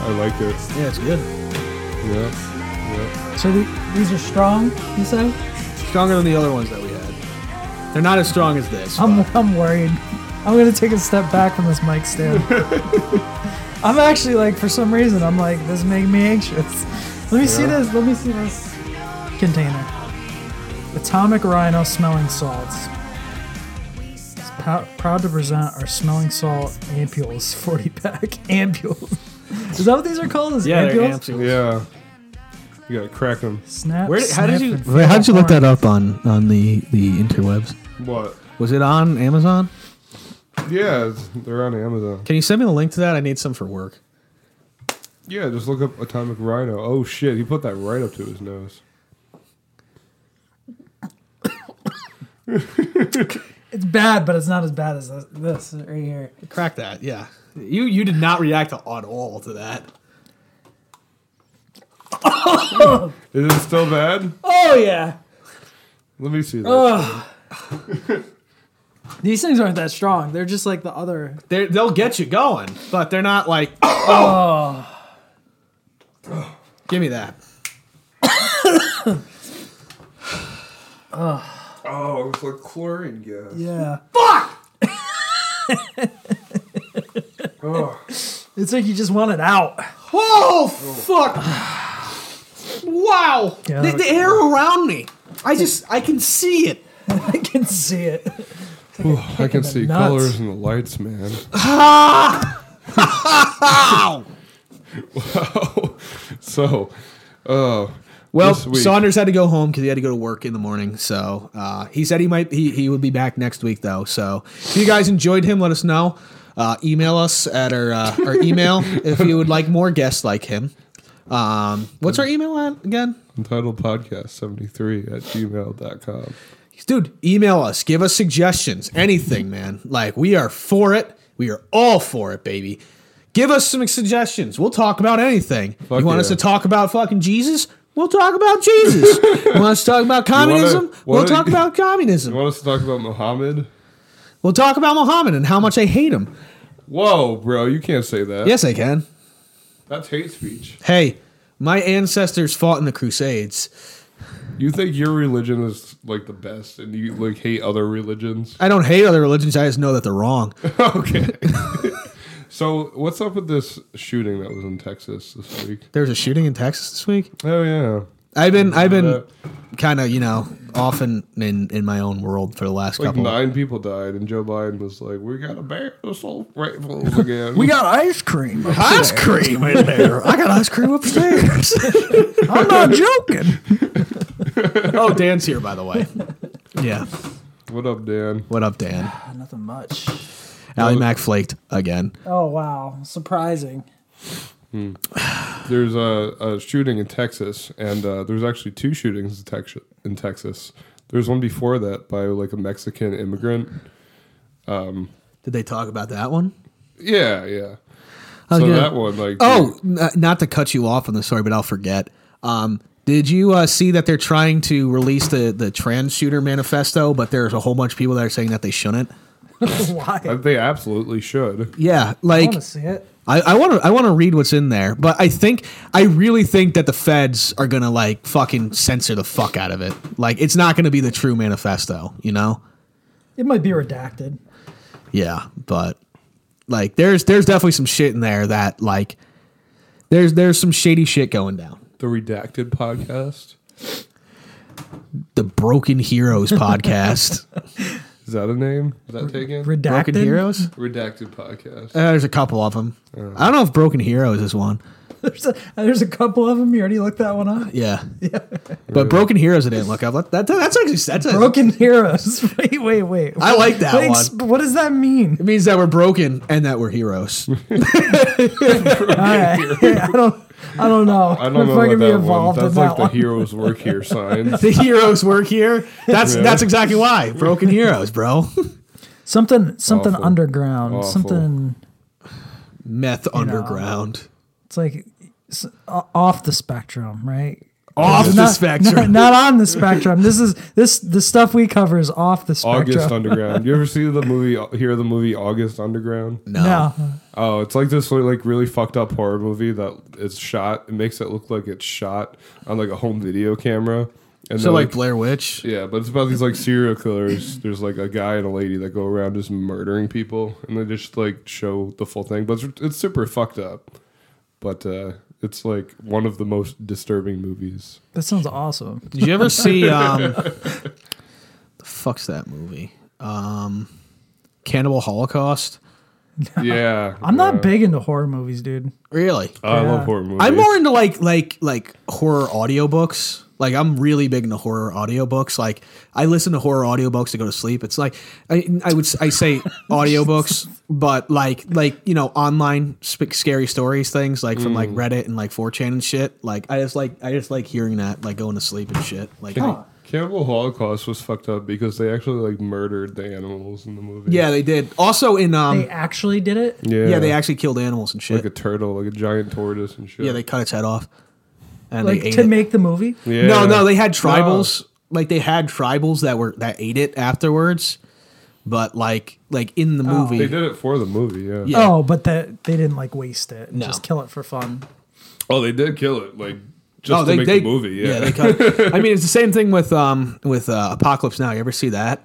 Speaker 5: I like it.
Speaker 8: Yeah, it's good.
Speaker 5: Yeah, yeah.
Speaker 4: So the, these are strong, you say?
Speaker 8: Stronger than the other ones that we had. They're not as strong as this.
Speaker 4: I'm,
Speaker 8: but-
Speaker 4: I'm worried. I'm gonna take a step back from this mic stand. I'm actually like, for some reason, I'm like, this is making me anxious. Let me see this. Let me see this container. Atomic Rhino smelling salts. It's pou- proud to present our smelling salt ampules 40 pack. ampules. Is that what these are called? Is
Speaker 8: yeah, they're
Speaker 4: ampules?
Speaker 8: amps.
Speaker 5: Yeah. You gotta crack them.
Speaker 4: Snap.
Speaker 8: Where did- how did
Speaker 4: snap,
Speaker 8: you-
Speaker 4: and
Speaker 8: Wait,
Speaker 4: fall apart.
Speaker 8: up on on the the interwebs?
Speaker 5: What?
Speaker 8: Was it on Amazon?
Speaker 5: Yeah, it's- they're on Amazon.
Speaker 8: Can you send me the link to that? I need some for work.
Speaker 5: Yeah, just look up Atomic Rhino. Oh shit, he put that right up to his nose.
Speaker 4: It's bad, but it's not as bad as this, this right here.
Speaker 8: Crack that, yeah. You you did not react at all to that.
Speaker 5: Is it still bad?
Speaker 4: Oh yeah.
Speaker 5: Let me see that.
Speaker 4: These things aren't that strong. They're just like the other.
Speaker 8: They're, they'll get you going, but they're not like. Oh. Give me that.
Speaker 5: Oh, it's like chlorine gas.
Speaker 4: Yeah.
Speaker 5: Oh.
Speaker 4: It's like you just want it out.
Speaker 8: Oh, fuck! Wow!
Speaker 4: Yeah,
Speaker 8: the,
Speaker 4: that
Speaker 8: the
Speaker 4: was-
Speaker 8: air around me. I just, I can see it.
Speaker 4: I can see it.
Speaker 5: Ooh, I can see
Speaker 4: nuts.
Speaker 5: colors in the lights, man.
Speaker 8: wow!
Speaker 5: So, oh,
Speaker 8: Well,
Speaker 5: this week-
Speaker 8: Saunders had to go home because he had to go to work in the morning. So uh, he said he might he, he would be back next week though. So if you guys enjoyed him, let us know. Uh, email us at our uh, our email if you would like more guests like him. Um, what's our email at again?
Speaker 5: Entitled Podcast 73 at gmail.com.
Speaker 8: Dude, email us. Give us suggestions. Anything, man. Like we are for it. We are all for it, baby. Give us some suggestions. We'll talk about anything.
Speaker 5: Fuck
Speaker 8: you want
Speaker 5: yeah.
Speaker 8: us to talk about fucking Jesus? We'll talk about Jesus. you want us to talk about communism?
Speaker 5: wanna-
Speaker 8: we'll
Speaker 5: wanna-
Speaker 8: talk about communism.
Speaker 5: You want us to talk about Muhammad?
Speaker 8: We'll talk about Muhammad and how much I hate him.
Speaker 5: Whoa, bro, you can't say that.
Speaker 8: Yes, I can.
Speaker 5: That's hate speech.
Speaker 8: Hey, my ancestors fought in the Crusades.
Speaker 5: You think your religion is like the best and you like hate other religions?
Speaker 8: I don't hate other religions. I just know that they're wrong.
Speaker 5: okay. so, what's up with this shooting that was in Texas this week?
Speaker 8: There was a shooting in Texas this week.
Speaker 5: Oh yeah.
Speaker 8: I've been I've been
Speaker 5: Uh,
Speaker 8: kind of you know often in in my own world for the last
Speaker 5: Like
Speaker 8: couple.
Speaker 5: nine people died, and Joe Biden was like, "We got a bear assault rifles again."
Speaker 3: We got ice cream.
Speaker 8: Ice cream in there. I got ice cream upstairs.
Speaker 3: I'm not joking.
Speaker 8: oh, Dan's here by the way. Yeah.
Speaker 5: what up, Dan?
Speaker 8: What up, Dan?
Speaker 4: Nothing much.
Speaker 8: Allie Mac flaked again.
Speaker 4: Oh wow, surprising.
Speaker 5: There's a, a shooting in Texas, and uh, there's actually two shootings in, Tex- in Texas. There's one before that by like a Mexican immigrant. Um,
Speaker 8: Did they talk about that one?
Speaker 5: yeah, yeah.
Speaker 8: Oh,
Speaker 5: so
Speaker 8: yeah.
Speaker 5: that one, like,
Speaker 8: Oh, n- not to cut you off on the story, but I'll forget. Um, did you uh, see that they're trying to release the, the trans shooter manifesto, but there's a whole bunch of people that are saying that they shouldn't?
Speaker 4: Why?
Speaker 5: uh, they absolutely should.
Speaker 8: Yeah,
Speaker 4: I
Speaker 8: like
Speaker 4: want to see it.
Speaker 8: I want to I want to read what's in there, but I think I really think that the feds are gonna like fucking censor the fuck out of it. Like it's not gonna be the true manifesto, you know?
Speaker 4: It might be redacted.
Speaker 8: Yeah, but like there's there's definitely some shit in there that like there's there's some shady shit going down.
Speaker 5: The Redacted podcast
Speaker 8: The Broken Heroes podcast.
Speaker 5: is that a name? Is that taken?
Speaker 4: Redacted.
Speaker 8: Broken Heroes?
Speaker 5: Redacted podcast.
Speaker 8: Uh, there's a couple of them. I don't know if Broken Heroes is one.
Speaker 4: There's a, there's a couple of them. You already looked that one up.
Speaker 8: Yeah. Yeah. But Broken Heroes I didn't look up. That, that- that's actually that's a-
Speaker 4: Broken heroes. Wait, wait, wait.
Speaker 8: I like that
Speaker 4: Wait,
Speaker 8: one.
Speaker 4: What does that mean?
Speaker 8: It means that we're broken and that we're heroes.
Speaker 4: All right. I don't. I don't know.
Speaker 5: I don't know
Speaker 4: if I
Speaker 5: about
Speaker 4: can be
Speaker 5: that one.
Speaker 4: involved
Speaker 5: That's
Speaker 4: in
Speaker 5: like
Speaker 4: that
Speaker 5: the
Speaker 4: one.
Speaker 5: heroes work here sign.
Speaker 8: the heroes work here. That's
Speaker 5: Yeah.
Speaker 8: that's exactly why. Broken heroes, bro.
Speaker 4: Something something
Speaker 5: Awful.
Speaker 4: underground.
Speaker 5: Awful.
Speaker 4: Something.
Speaker 8: Meth underground.
Speaker 4: It's like s- o- off the spectrum, right?
Speaker 8: Off
Speaker 4: It's
Speaker 8: the spectrum.
Speaker 4: Not, not on the spectrum. This is this the stuff we cover is off the spectrum.
Speaker 5: August Underground. You ever see the movie? Hear the movie August Underground?
Speaker 8: No.
Speaker 5: Oh, it's like this like really fucked up horror movie that it's shot. It makes it look like it's shot on like a home video camera. And
Speaker 8: So
Speaker 5: they're,
Speaker 8: like Blair Witch.
Speaker 5: yeah, but it's about these like serial killers. There's like a guy and a lady that go around just murdering people, and they just like show the full thing. But it's, it's super fucked up. But uh, it's like one of the most disturbing movies.
Speaker 4: that sounds awesome.
Speaker 8: Did you ever see um the fuck's that movie? Um Cannibal Holocaust?
Speaker 5: Yeah,
Speaker 4: I'm
Speaker 5: yeah.
Speaker 4: not big into horror movies, dude.
Speaker 8: Really?
Speaker 5: I
Speaker 4: yeah.
Speaker 5: love horror movies.
Speaker 8: I'm more into like like like horror audiobooks. Like I'm really big into horror audiobooks. Like I listen to horror audiobooks to go to sleep. It's like I, I would s- I say audiobooks, but like like you know online sp- scary stories things like from
Speaker 5: Mm.
Speaker 8: like Reddit and like 4chan and shit. Like I just like I just like hearing that like going to sleep and shit. Like I-
Speaker 5: Cannibal Holocaust was fucked up because they actually like murdered the animals in the movie.
Speaker 8: yeah, they did. Also in um
Speaker 4: They actually did it.
Speaker 5: yeah,
Speaker 8: yeah, they actually killed animals and shit.
Speaker 5: like a turtle, like a giant tortoise and shit.
Speaker 8: yeah, they cut its head off and
Speaker 4: Like
Speaker 8: they ate
Speaker 4: to
Speaker 8: it.
Speaker 4: make the movie.
Speaker 5: Yeah.
Speaker 8: No, no, they had tribals. Like they had tribals that were that ate it afterwards. But like like in the movie,
Speaker 5: They did it for the movie. Yeah.
Speaker 8: Yeah.
Speaker 4: Oh, but that they didn't like waste it and
Speaker 8: No.
Speaker 4: just kill it for fun.
Speaker 5: Oh, they did kill it. Like Just to make the movie, yeah.
Speaker 8: they cut. I mean, it's the same thing with um with uh, Apocalypse Now. You ever see that?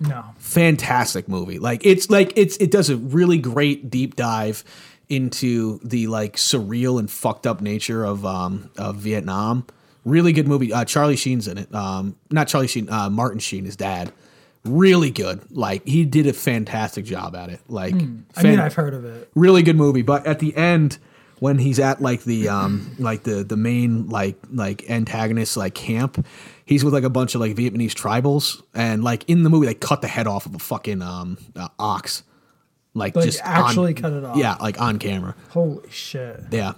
Speaker 4: No.
Speaker 8: fantastic movie. Like it's like it's it does a really great deep dive into the like surreal and fucked up nature of um of Vietnam. Really good movie. Uh, Charlie Sheen's in it. Um, not Charlie Sheen. Uh, Martin Sheen, his dad. Really good. Like he did a fantastic job at it. Like
Speaker 4: Hmm. I mean, I've heard of it.
Speaker 8: Really good movie. But at the end, when he's at like the um like the the main like like antagonist like camp, he's with like a bunch of like Vietnamese tribals, and like in the movie they cut the head off of a fucking um uh, ox, like,
Speaker 4: Like,
Speaker 8: just on-
Speaker 4: actually cut it off.
Speaker 8: Yeah, like on camera.
Speaker 4: Holy shit.
Speaker 8: Yeah,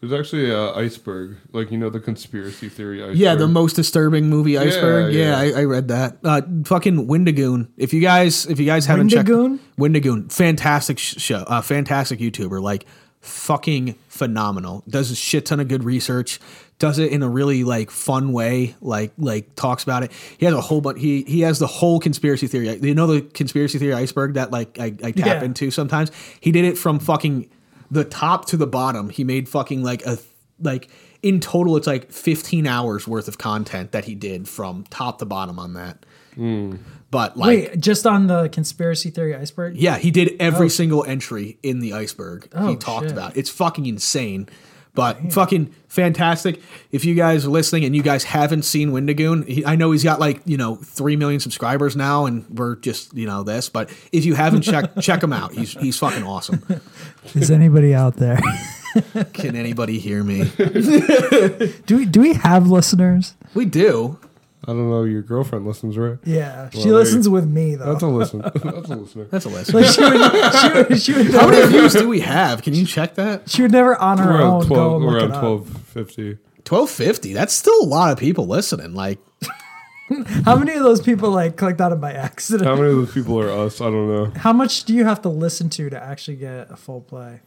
Speaker 5: There's actually a iceberg, like you know the conspiracy theory iceberg.
Speaker 8: yeah. The most disturbing movie,
Speaker 5: Yeah,
Speaker 8: Iceberg. Yeah,
Speaker 5: yeah.
Speaker 8: I, I read that. Uh, fucking Windigoon. If you guys, if you guys haven't
Speaker 4: Windigoon?
Speaker 8: checked Windigoon, fantastic sh- show, uh, fantastic YouTuber, like fucking phenomenal. Does a shit ton of good research. Does it in a really like fun way. Like like talks about it. He has a whole bunch. He he has the whole conspiracy theory. You know the conspiracy theory iceberg that like I, I tap
Speaker 4: Yeah.
Speaker 8: into sometimes. He did it from fucking the top to the bottom. He made fucking like a like in total it's like 15 hours worth of content that he did from top to bottom on that. But like
Speaker 4: Hmm. Wait, just on the conspiracy theory iceberg?
Speaker 8: yeah, he did every
Speaker 4: Oh.
Speaker 8: single entry in the iceberg.
Speaker 4: Oh,
Speaker 8: he talked
Speaker 4: shit.
Speaker 8: about. It's fucking insane. But fucking fantastic. If you guys are listening and you guys haven't seen Windigoon, he, I know he's got like, you know, 3 million subscribers now and we're just, you know, this, but if you haven't checked check him out. He's he's fucking awesome.
Speaker 4: Is anybody out there?
Speaker 8: Can anybody hear me?
Speaker 4: do we do we have listeners?
Speaker 8: We do.
Speaker 5: I don't know. Your girlfriend listens, right?
Speaker 4: Yeah,
Speaker 5: Well,
Speaker 4: she
Speaker 5: there
Speaker 4: listens
Speaker 5: you-
Speaker 4: with me though.
Speaker 5: That's a listen. That's a listener.
Speaker 8: That's a listener.
Speaker 4: Like she would, she would, she would
Speaker 8: How many
Speaker 4: never,
Speaker 8: views do we have? Can you check that?
Speaker 4: she would never on her
Speaker 5: We're
Speaker 4: own
Speaker 5: around
Speaker 4: go
Speaker 5: twelve.
Speaker 4: and
Speaker 5: We're
Speaker 4: look
Speaker 5: around
Speaker 4: it up.
Speaker 5: twelve fifty.
Speaker 8: 1250. That's still a lot of people listening. Like
Speaker 4: How many of those people like clicked on it by accident?
Speaker 5: How many of those people are us? I don't know.
Speaker 4: How much do you have to listen to to actually get a full play?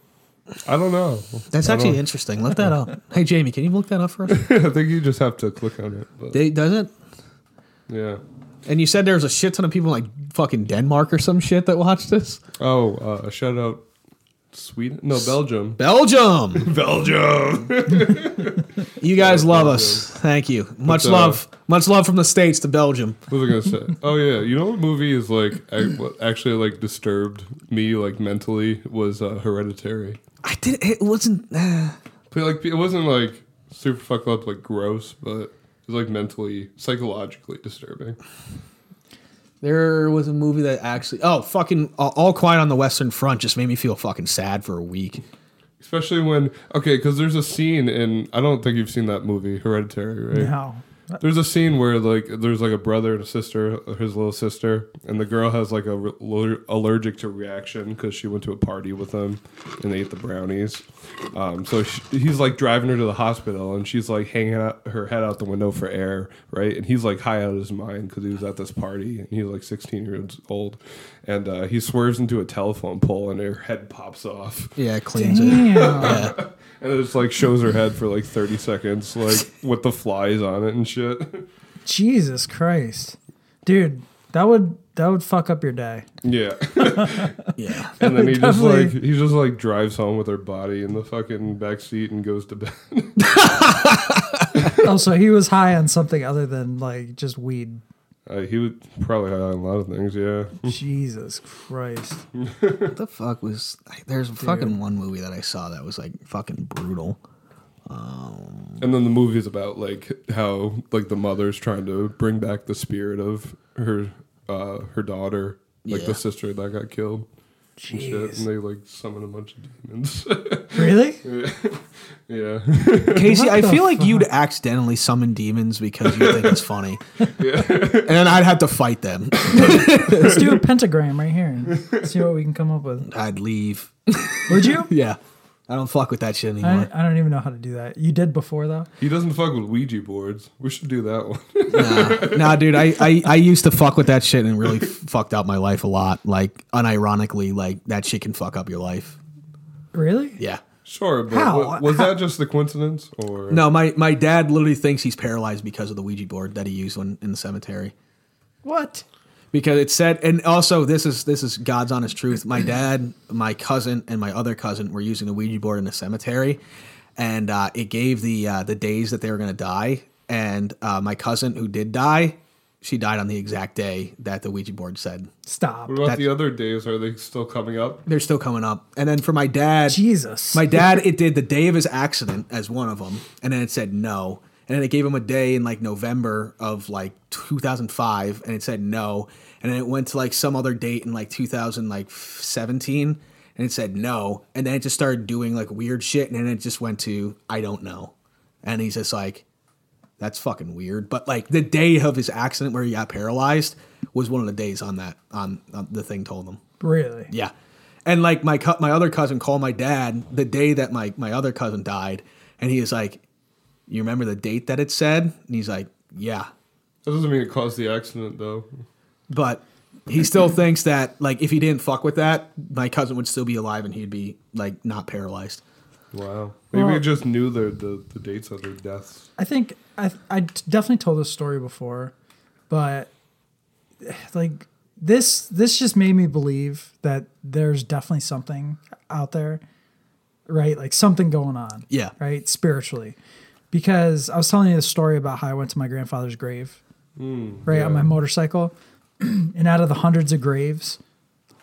Speaker 5: I don't know.
Speaker 8: that's
Speaker 5: I
Speaker 8: actually
Speaker 5: don't-
Speaker 8: interesting. Look that up. Hey Jamie, can you look that up for us?
Speaker 5: I think you just have to click on it. But
Speaker 8: They does it?
Speaker 5: yeah.
Speaker 8: And you said there was a shit ton of people in, like fucking Denmark or some shit that watched this.
Speaker 5: Oh, uh, shout out Sweden. No, Belgium.
Speaker 8: Belgium,
Speaker 5: Belgium.
Speaker 8: you guys love us. Thank you. Much
Speaker 5: But, uh,
Speaker 8: love, much love from the states to Belgium.
Speaker 5: What was I gonna say? Oh yeah, you know what movie is like ac- what actually like disturbed me like mentally was uh, Hereditary.
Speaker 8: I did. It wasn't. Uh,
Speaker 5: But like it wasn't like super fucked up like gross, but it was like mentally psychologically disturbing.
Speaker 8: there was a movie that actually. Oh fucking! Uh, All Quiet on the Western Front just made me feel fucking sad for a week.
Speaker 5: Especially when okay, because there's a scene in I don't think you've seen that movie Hereditary, right?
Speaker 4: No.
Speaker 5: There's a scene where like there's like a brother and a sister, his little sister, and the girl has like a re- aller- allergic to reaction because she went to a party with him and they ate the brownies. Um, so sh he's like driving her to the hospital and she's like hanging out her head out the window for air, right? And he's like high out of his mind because he was at this party and he's like 16 years old, and uh, he swerves into a telephone pole and her head pops off
Speaker 8: Yeah, it cleans it. Yeah.
Speaker 5: and it just like shows her head for like 30 seconds, like with the flies on it and shit.
Speaker 4: Jesus Christ, dude, that would that would fuck up your day.
Speaker 5: Yeah.
Speaker 8: Yeah.
Speaker 5: And then he just
Speaker 4: Definitely.
Speaker 5: like he just like drives home with her body in the fucking back seat and goes to bed.
Speaker 4: oh, so he was high on something other than like just weed.
Speaker 5: Uh, he would probably high on a lot of things, yeah.
Speaker 4: Jesus Christ.
Speaker 5: Mm,
Speaker 8: What the fuck was? There's fucking one movie that I saw that was like fucking brutal.
Speaker 5: And then the movie's about like how like the mother's trying to bring back the spirit of her uh her daughter, like
Speaker 8: Yeah.
Speaker 5: the sister that got killed. And, shit, and they like summon a bunch of demons.
Speaker 4: Really?
Speaker 5: yeah.
Speaker 8: Casey,
Speaker 4: What
Speaker 8: I
Speaker 4: the
Speaker 8: feel like you'd accidentally summon demons because you think it's funny. And then I'd have to fight them.
Speaker 4: Let's do a pentagram right here. and See what we can come up with.
Speaker 8: I'd leave.
Speaker 4: Would you?
Speaker 8: Yeah. I don't fuck with that shit
Speaker 4: I,
Speaker 8: anymore.
Speaker 4: I don't even know how to do that. You did before though.
Speaker 5: He doesn't fuck with Ouija boards. We should do that one.
Speaker 8: nah, nah, dude, I, I, I used to fuck with that shit and really fucked up my life a lot. Like, unironically, like, that shit can fuck up your life.
Speaker 4: Really?
Speaker 8: Yeah.
Speaker 5: Sure, but
Speaker 4: How?
Speaker 5: wa- was
Speaker 4: How-
Speaker 5: that just the coincidence or
Speaker 8: No, my, my dad literally thinks he's paralyzed because of the Ouija board that he used when in the cemetery.
Speaker 4: What?
Speaker 8: because it said and also this is this is god's honest truth my dad my cousin and my other cousin were using a ouija board in a cemetery and uh, it gave the uh, the days that they were going to die. And uh, my cousin who did die, she died on the exact day that the Ouija board said
Speaker 4: stop.
Speaker 5: What about the other days? Are they still coming up?
Speaker 8: they're still coming up. And then for my dad,
Speaker 4: Jesus,
Speaker 8: my dad, it did the day of his accident as one of them, and then it said no, and then it gave him a day in like November of like 2005, and it said no, and then it went to like some other date in like 2017, and it said no, and then it just started doing like weird shit, and then it just went to I don't know, and he's just like, that's fucking weird. But like the day of his accident where he got paralyzed was one of the days on that on, on the thing told him.
Speaker 4: Really?
Speaker 8: Yeah. And like my cu- my other cousin called my dad the day that my my other cousin died, and he was like, "You remember the date that it said?" And he's like, "Yeah,"
Speaker 5: That doesn't mean it caused the accident though.
Speaker 8: but he still thinks that like if he didn't fuck with that, my cousin would still be alive and he'd be like not paralyzed.
Speaker 5: Wow. Maybe
Speaker 4: Well-
Speaker 5: he just knew the, the the dates of their deaths.
Speaker 4: I think I I definitely told this story before, but like this this just made me believe that there's definitely something out there, right? Like something going on.
Speaker 8: Yeah.
Speaker 4: Right? Spiritually. Because I was telling you the story about how I went to my grandfather's grave,
Speaker 5: Hmm.
Speaker 4: right, on my motorcycle. and out of the hundreds of graves,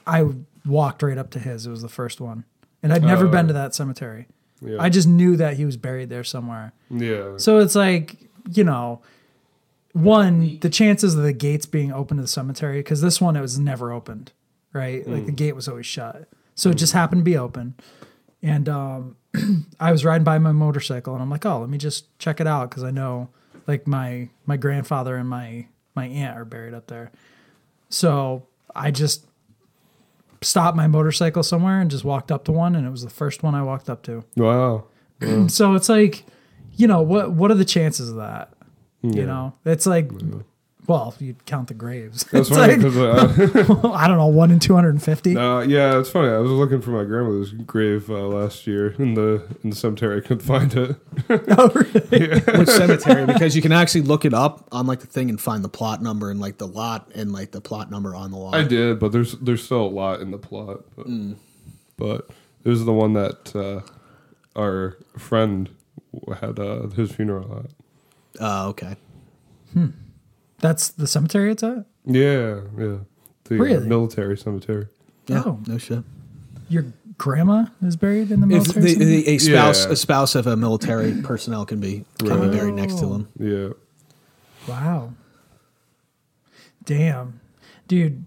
Speaker 4: I walked right up to his. It was the first one. And I'd never
Speaker 5: Oh.
Speaker 4: been to that cemetery.
Speaker 5: Yeah.
Speaker 4: I just knew that he was buried there somewhere.
Speaker 5: Yeah.
Speaker 4: So it's like, you know, one, the chances of the gates being open to the cemetery, because this one, it was never opened, right? Like the
Speaker 12: Mm.
Speaker 4: gate was always shut. So it just happened to be open. And um, I was riding by my motorcycle and I'm like, oh, let me just check it out. Cause I know like my, my grandfather and my, my aunt are buried up there. So I just stopped my motorcycle somewhere and just walked up to one. And it was the first one I walked up to.
Speaker 5: Wow. Wow.
Speaker 4: So it's like, you know, what what are the chances of that?
Speaker 5: Yeah.
Speaker 4: You know, it's like, well, you count the graves.
Speaker 5: That's
Speaker 4: it's
Speaker 5: funny,
Speaker 4: like,
Speaker 5: 'cause, uh,
Speaker 4: I don't know, one in two hundred and fifty.
Speaker 5: Uh, yeah, it's funny. I was looking for my grandmother's grave uh, last year in the in the cemetery. I couldn't find it.
Speaker 8: Which cemetery? Because you can actually look it up on like the thing and find the plot number and like the lot and like the plot number on the lot.
Speaker 5: I did, but there's there's still a lot in the plot. But,
Speaker 4: Hmm.
Speaker 5: but this is the one that uh, our friend had uh, his funeral at.
Speaker 8: Oh, okay.
Speaker 4: That's the cemetery it's at.
Speaker 5: Yeah, yeah. The uh,
Speaker 4: Really?
Speaker 5: military cemetery.
Speaker 8: Yeah,
Speaker 4: Oh.
Speaker 8: no shit.
Speaker 4: Your grandma is buried in the
Speaker 8: If
Speaker 4: military.
Speaker 8: the, the,
Speaker 4: cemetery?
Speaker 8: a spouse
Speaker 5: Yeah.
Speaker 8: a spouse of a military personnel can be can
Speaker 5: Right.
Speaker 8: be buried next
Speaker 4: Oh.
Speaker 8: to him.
Speaker 5: Yeah.
Speaker 4: Wow. Damn, dude.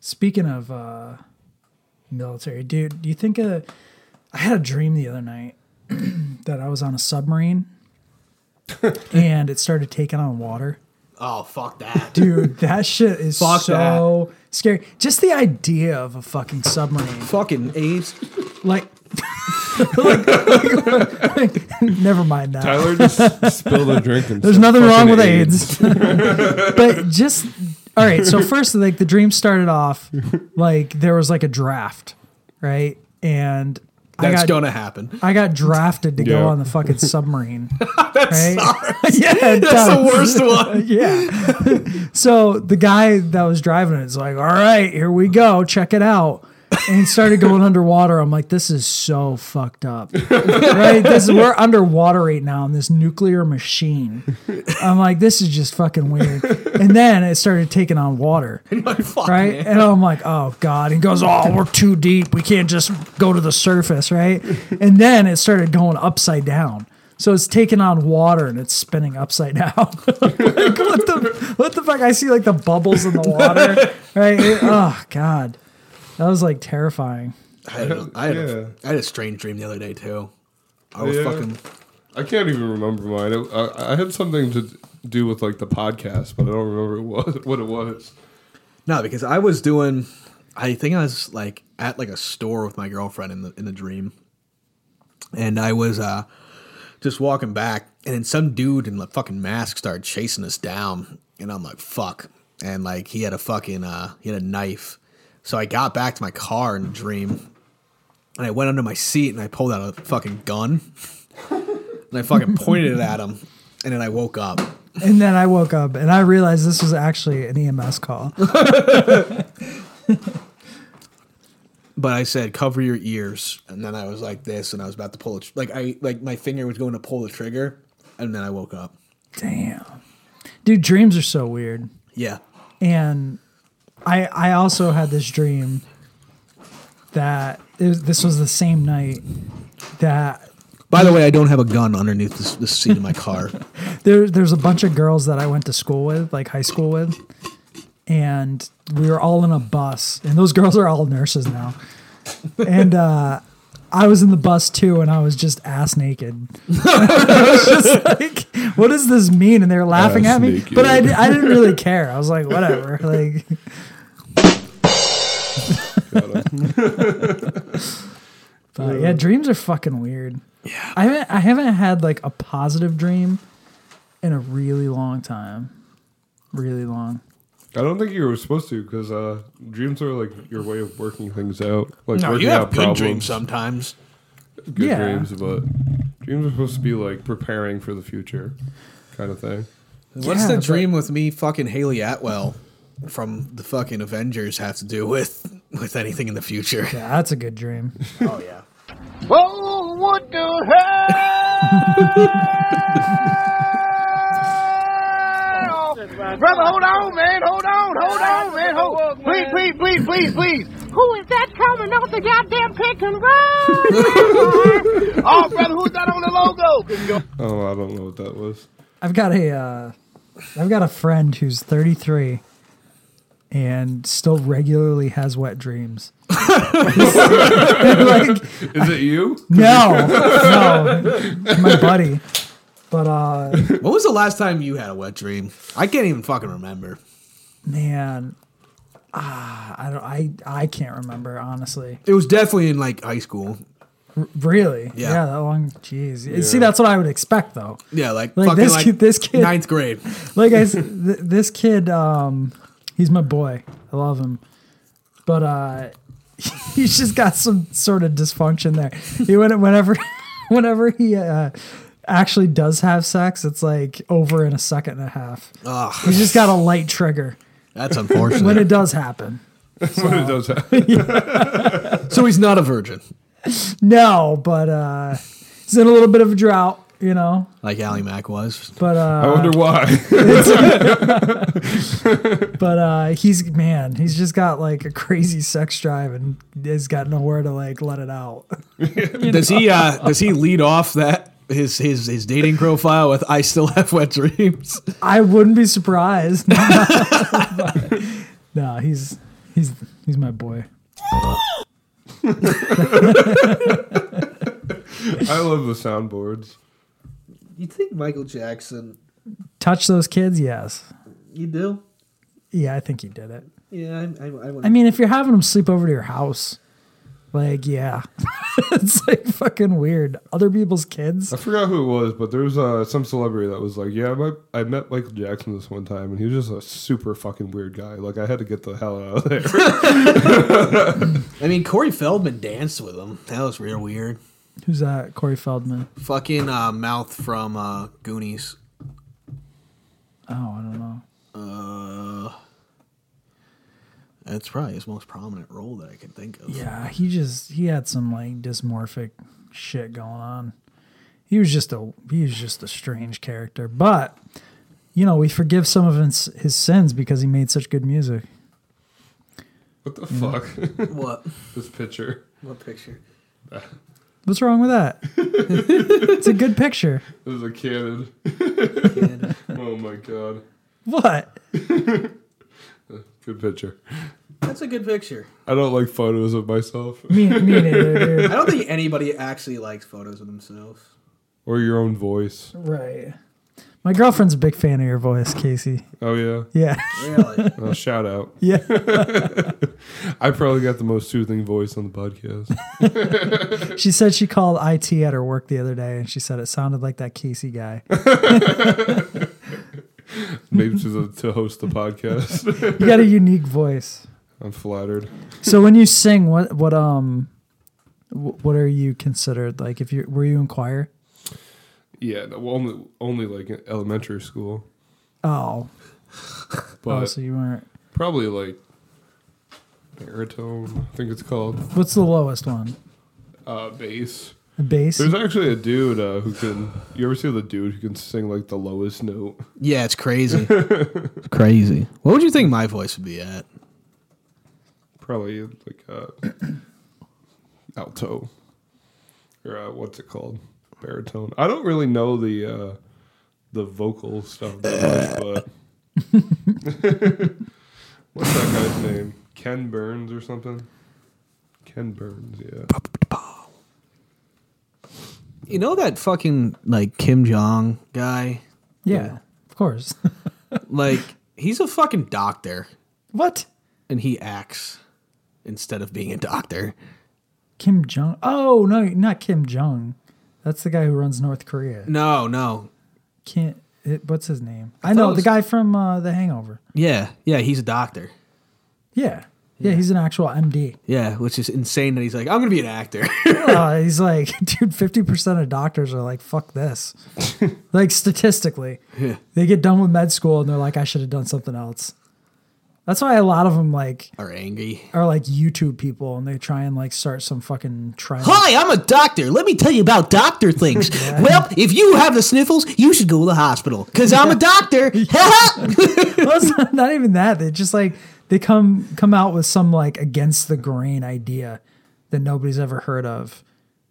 Speaker 4: Speaking of uh, military, dude, do you think uh, I had a dream the other night that I was on a submarine and it started taking on water?
Speaker 8: Oh fuck that,
Speaker 4: dude! That shit is
Speaker 8: Fuck
Speaker 4: so scary. Just the idea of a fucking submarine.
Speaker 8: Fucking A's.
Speaker 4: Like, never mind that.
Speaker 5: Tyler just spilled a drink and
Speaker 4: There's
Speaker 5: said,
Speaker 4: nothing wrong
Speaker 5: "Fucking
Speaker 4: with
Speaker 5: AIDS."
Speaker 4: AIDS. but just all right. So first, like the dream started off like there was like a draft, right? And I
Speaker 8: That's
Speaker 4: got,
Speaker 8: gonna happen.
Speaker 4: I got drafted to
Speaker 8: Yeah.
Speaker 4: go on the fucking submarine.
Speaker 8: That's
Speaker 4: yeah, it
Speaker 8: That's
Speaker 4: does.
Speaker 8: the worst one.
Speaker 4: yeah. so the guy that was driving it is like, all right, here we go. Check it out. And he started going underwater. I'm like, this is so fucked up. right? This is we're underwater right now in this nuclear machine. I'm like, this is just fucking weird. And then it started taking on water. right?
Speaker 12: man.
Speaker 4: And I'm like, oh God. He goes, Oh, we're too deep. We can't just go to the surface, right? And then it started going upside down. So it's taking on water and it's spinning upside down. like, what the what the fuck? I see like the bubbles in the water. Right? It- oh God. That was like terrifying.
Speaker 8: I had, a, I, had a, I had a strange dream the other day too. I was
Speaker 5: Yeah.
Speaker 8: fucking
Speaker 5: I can't even remember mine. It, I, I had something to do with like the podcast, but I don't remember what what it was.
Speaker 8: No, because I was doing. I think I was like at like a store with my girlfriend in the in the dream, and I was uh just walking back, and then some dude in the fucking mask started chasing us down, and I'm like fuck, and like he had a fucking uh he had a knife, so I got back to my car in the dream, and I went under my seat and I pulled out a fucking gun, and I fucking pointed it at him, and then I woke up.
Speaker 4: And then I woke up and I realized this E was actually an EMS call.
Speaker 8: but I said cover your ears, and then I was like this, and I was about to pull it. Like I like my finger was going to pull the trigger, and then I woke up.
Speaker 4: Damn. Dude, dreams are so weird.
Speaker 8: Yeah.
Speaker 4: And I I also had this dream that it was, this was the same night that
Speaker 8: By the way, I don't have a gun underneath this, this seat of my car.
Speaker 4: there, there's a bunch of girls that I went to school with, like high school with, and we were all in a bus, and those girls are all nurses now. And uh, I was in the bus too, and I was just ass naked. I was just like, "What does this mean?" And they were laughing
Speaker 6: Ass
Speaker 4: at me,
Speaker 6: naked.
Speaker 4: but I, I didn't really care. I was like, "Whatever." Like, But yeah, dreams are fucking weird. Yeah. I haven't I haven't had like a positive dream in a really long time. Really long.
Speaker 5: I don't think you were supposed to because uh, dreams are like your way of working things out. Like
Speaker 8: No,
Speaker 5: working
Speaker 8: you have
Speaker 5: out
Speaker 8: good
Speaker 5: problems.
Speaker 8: dreams sometimes.
Speaker 5: Good
Speaker 8: Yeah.
Speaker 5: dreams, but dreams are supposed to be like preparing for the future, kind of thing.
Speaker 8: What's the dream with me fucking Haley Atwell from the fucking Avengers have to do with with anything in the future?
Speaker 4: Yeah, that's a good dream.
Speaker 8: Oh yeah.
Speaker 6: Oh, what the hell? Brother, hold on, man. Hold on, hold on, man. Hold. Please, please, please, please, please. Who is that coming off the goddamn pick and run? oh, brother, who's that on the logo?
Speaker 5: Oh, I don't know what that was.
Speaker 4: I've got a uh I've got a friend who's 33 and still regularly has wet dreams. Like-
Speaker 5: Is it you?
Speaker 4: No. No. My buddy. But uh
Speaker 8: When was the last time you had a wet dream? I can't even fucking remember.
Speaker 4: man ah, I don't I I can't remember honestly.
Speaker 8: It was definitely in like high school.
Speaker 4: R- really?
Speaker 8: Yeah.
Speaker 4: that long. Jeez.
Speaker 8: Yeah.
Speaker 4: See, that's what I would expect though.
Speaker 8: Yeah, like,
Speaker 4: Like,
Speaker 8: fucking
Speaker 4: this
Speaker 8: like
Speaker 4: kid- this kid-
Speaker 8: ninth grade.
Speaker 4: Like I, s- th- this kid, um, he's my boy. I love him, but uh, he's just got some sort of dysfunction there. He when whenever, whenever he uh, actually does have sex, it's like over in a second and a half.
Speaker 8: Ugh.
Speaker 4: He's just got a light trigger.
Speaker 8: That's unfortunate.
Speaker 4: when it does happen.
Speaker 5: When
Speaker 8: Uh,
Speaker 5: it does happen.
Speaker 8: so he's not a virgin,
Speaker 4: No, but uh, he's in a little bit of a drought, you know.
Speaker 8: like Ally Mac was.
Speaker 4: But uh,
Speaker 8: I
Speaker 5: Oh.
Speaker 8: wonder why.
Speaker 4: it's- but uh, he's man, he's just got like a crazy sex drive and has got nowhere to like let it out.
Speaker 8: Does he uh does he lead off that his his his dating profile with I still have wet dreams?
Speaker 4: I wouldn't be surprised. But, no, he's he's he's my boy.
Speaker 5: I love the soundboards.
Speaker 8: You think Michael Jackson
Speaker 4: Touch those kids, yes.
Speaker 8: you do?
Speaker 4: Yeah, I think he did it.
Speaker 8: Yeah, I, I,
Speaker 4: I mean, if you're having them sleep over to your house, like yeah, it's like fucking weird. Other people's kids.
Speaker 5: I forgot who it was, but there was uh, some celebrity that was like, "Yeah, my, I met Michael Jackson this one time, and he was just a super fucking weird guy. Like, I had to get the hell out of there."
Speaker 8: I mean, Corey Feldman danced with him. That was real weird.
Speaker 4: Who's that? Corey Feldman.
Speaker 8: Fucking uh, mouth from uh, Goonies.
Speaker 4: Oh, I don't know.
Speaker 8: Uh, that's probably his most prominent role that I can think of.
Speaker 4: Yeah, he just he had some like dysmorphic shit going on. He was just a he was just a strange character, but you know we forgive some of his, his sins because he made such good music.
Speaker 5: what the fuck?
Speaker 8: What?
Speaker 5: this picture?
Speaker 8: What picture?
Speaker 5: It
Speaker 4: What's wrong with that? it's a good picture.
Speaker 5: was a cannon. oh my god!
Speaker 4: What?
Speaker 5: Good picture.
Speaker 8: That's a good picture.
Speaker 5: I don't like photos of myself.
Speaker 8: I don't think anybody actually likes photos of themselves.
Speaker 5: or your own voice.
Speaker 4: Right. My girlfriend's a big fan of your voice, Casey.
Speaker 5: Oh yeah.
Speaker 4: Yeah. Really?
Speaker 5: Well, shout out.
Speaker 4: Yeah.
Speaker 5: I probably got the most soothing voice on the podcast.
Speaker 4: She said she called IT at her work the other day, and she said it sounded like that Casey guy.
Speaker 5: Maybe to the, to host the podcast.
Speaker 4: You got a unique voice.
Speaker 5: I'm flattered.
Speaker 4: So when you sing, what what um, wh- what are you considered? Like, if you were you in choir?
Speaker 5: Yeah, no, well, only only like in elementary school,
Speaker 4: Oh,
Speaker 5: but
Speaker 4: oh, so you weren't.
Speaker 5: probably like baritone. I think it's called
Speaker 4: What's the lowest one?
Speaker 5: uh, bass.
Speaker 4: A bass?
Speaker 5: There's actually a dude uh, who can. You ever see the dude who can sing like the lowest note?
Speaker 8: Yeah, it's crazy. It's crazy. What would you think my voice would be at?
Speaker 5: Probably like uh, alto or uh, what's it called? Baritone. I don't really know the uh, the vocal stuff that much, but what's that guy's name? Ken Burns or something? Ken Burns. Yeah.
Speaker 8: You know that fucking like Kim Jong guy?
Speaker 4: Yeah, of course.
Speaker 8: like he's a fucking doctor.
Speaker 4: What?
Speaker 8: And he acts instead of being a doctor.
Speaker 4: Kim Jong. Oh no, not Kim Jong. That's the guy who runs North Korea.
Speaker 8: No, no.
Speaker 4: Can't. It, what's his name? I,
Speaker 8: I thought
Speaker 4: know
Speaker 8: it
Speaker 4: the
Speaker 8: was-
Speaker 4: guy from uh, The Hangover.
Speaker 8: Yeah, yeah, he's a doctor.
Speaker 4: Yeah. yeah, he's an actual MD.
Speaker 8: Yeah, which is insane that he's like, I'm gonna be an actor.
Speaker 4: Uh, he's like, dude, fifty percent of doctors are like, fuck this. like statistically,
Speaker 8: Yeah.
Speaker 4: they get done with med school and they're like, I should have done something else. That's why a lot of them like
Speaker 8: Or angry.
Speaker 4: are like YouTube people and they try and like start some fucking trial.
Speaker 8: Hi, I'm a doctor. Let me tell you about doctor things. Well, if you have the sniffles, you should go to the hospital because I'm a doctor.
Speaker 4: well, it's not, not even that. They just like they come come out with some like against the grain idea that nobody's ever heard of,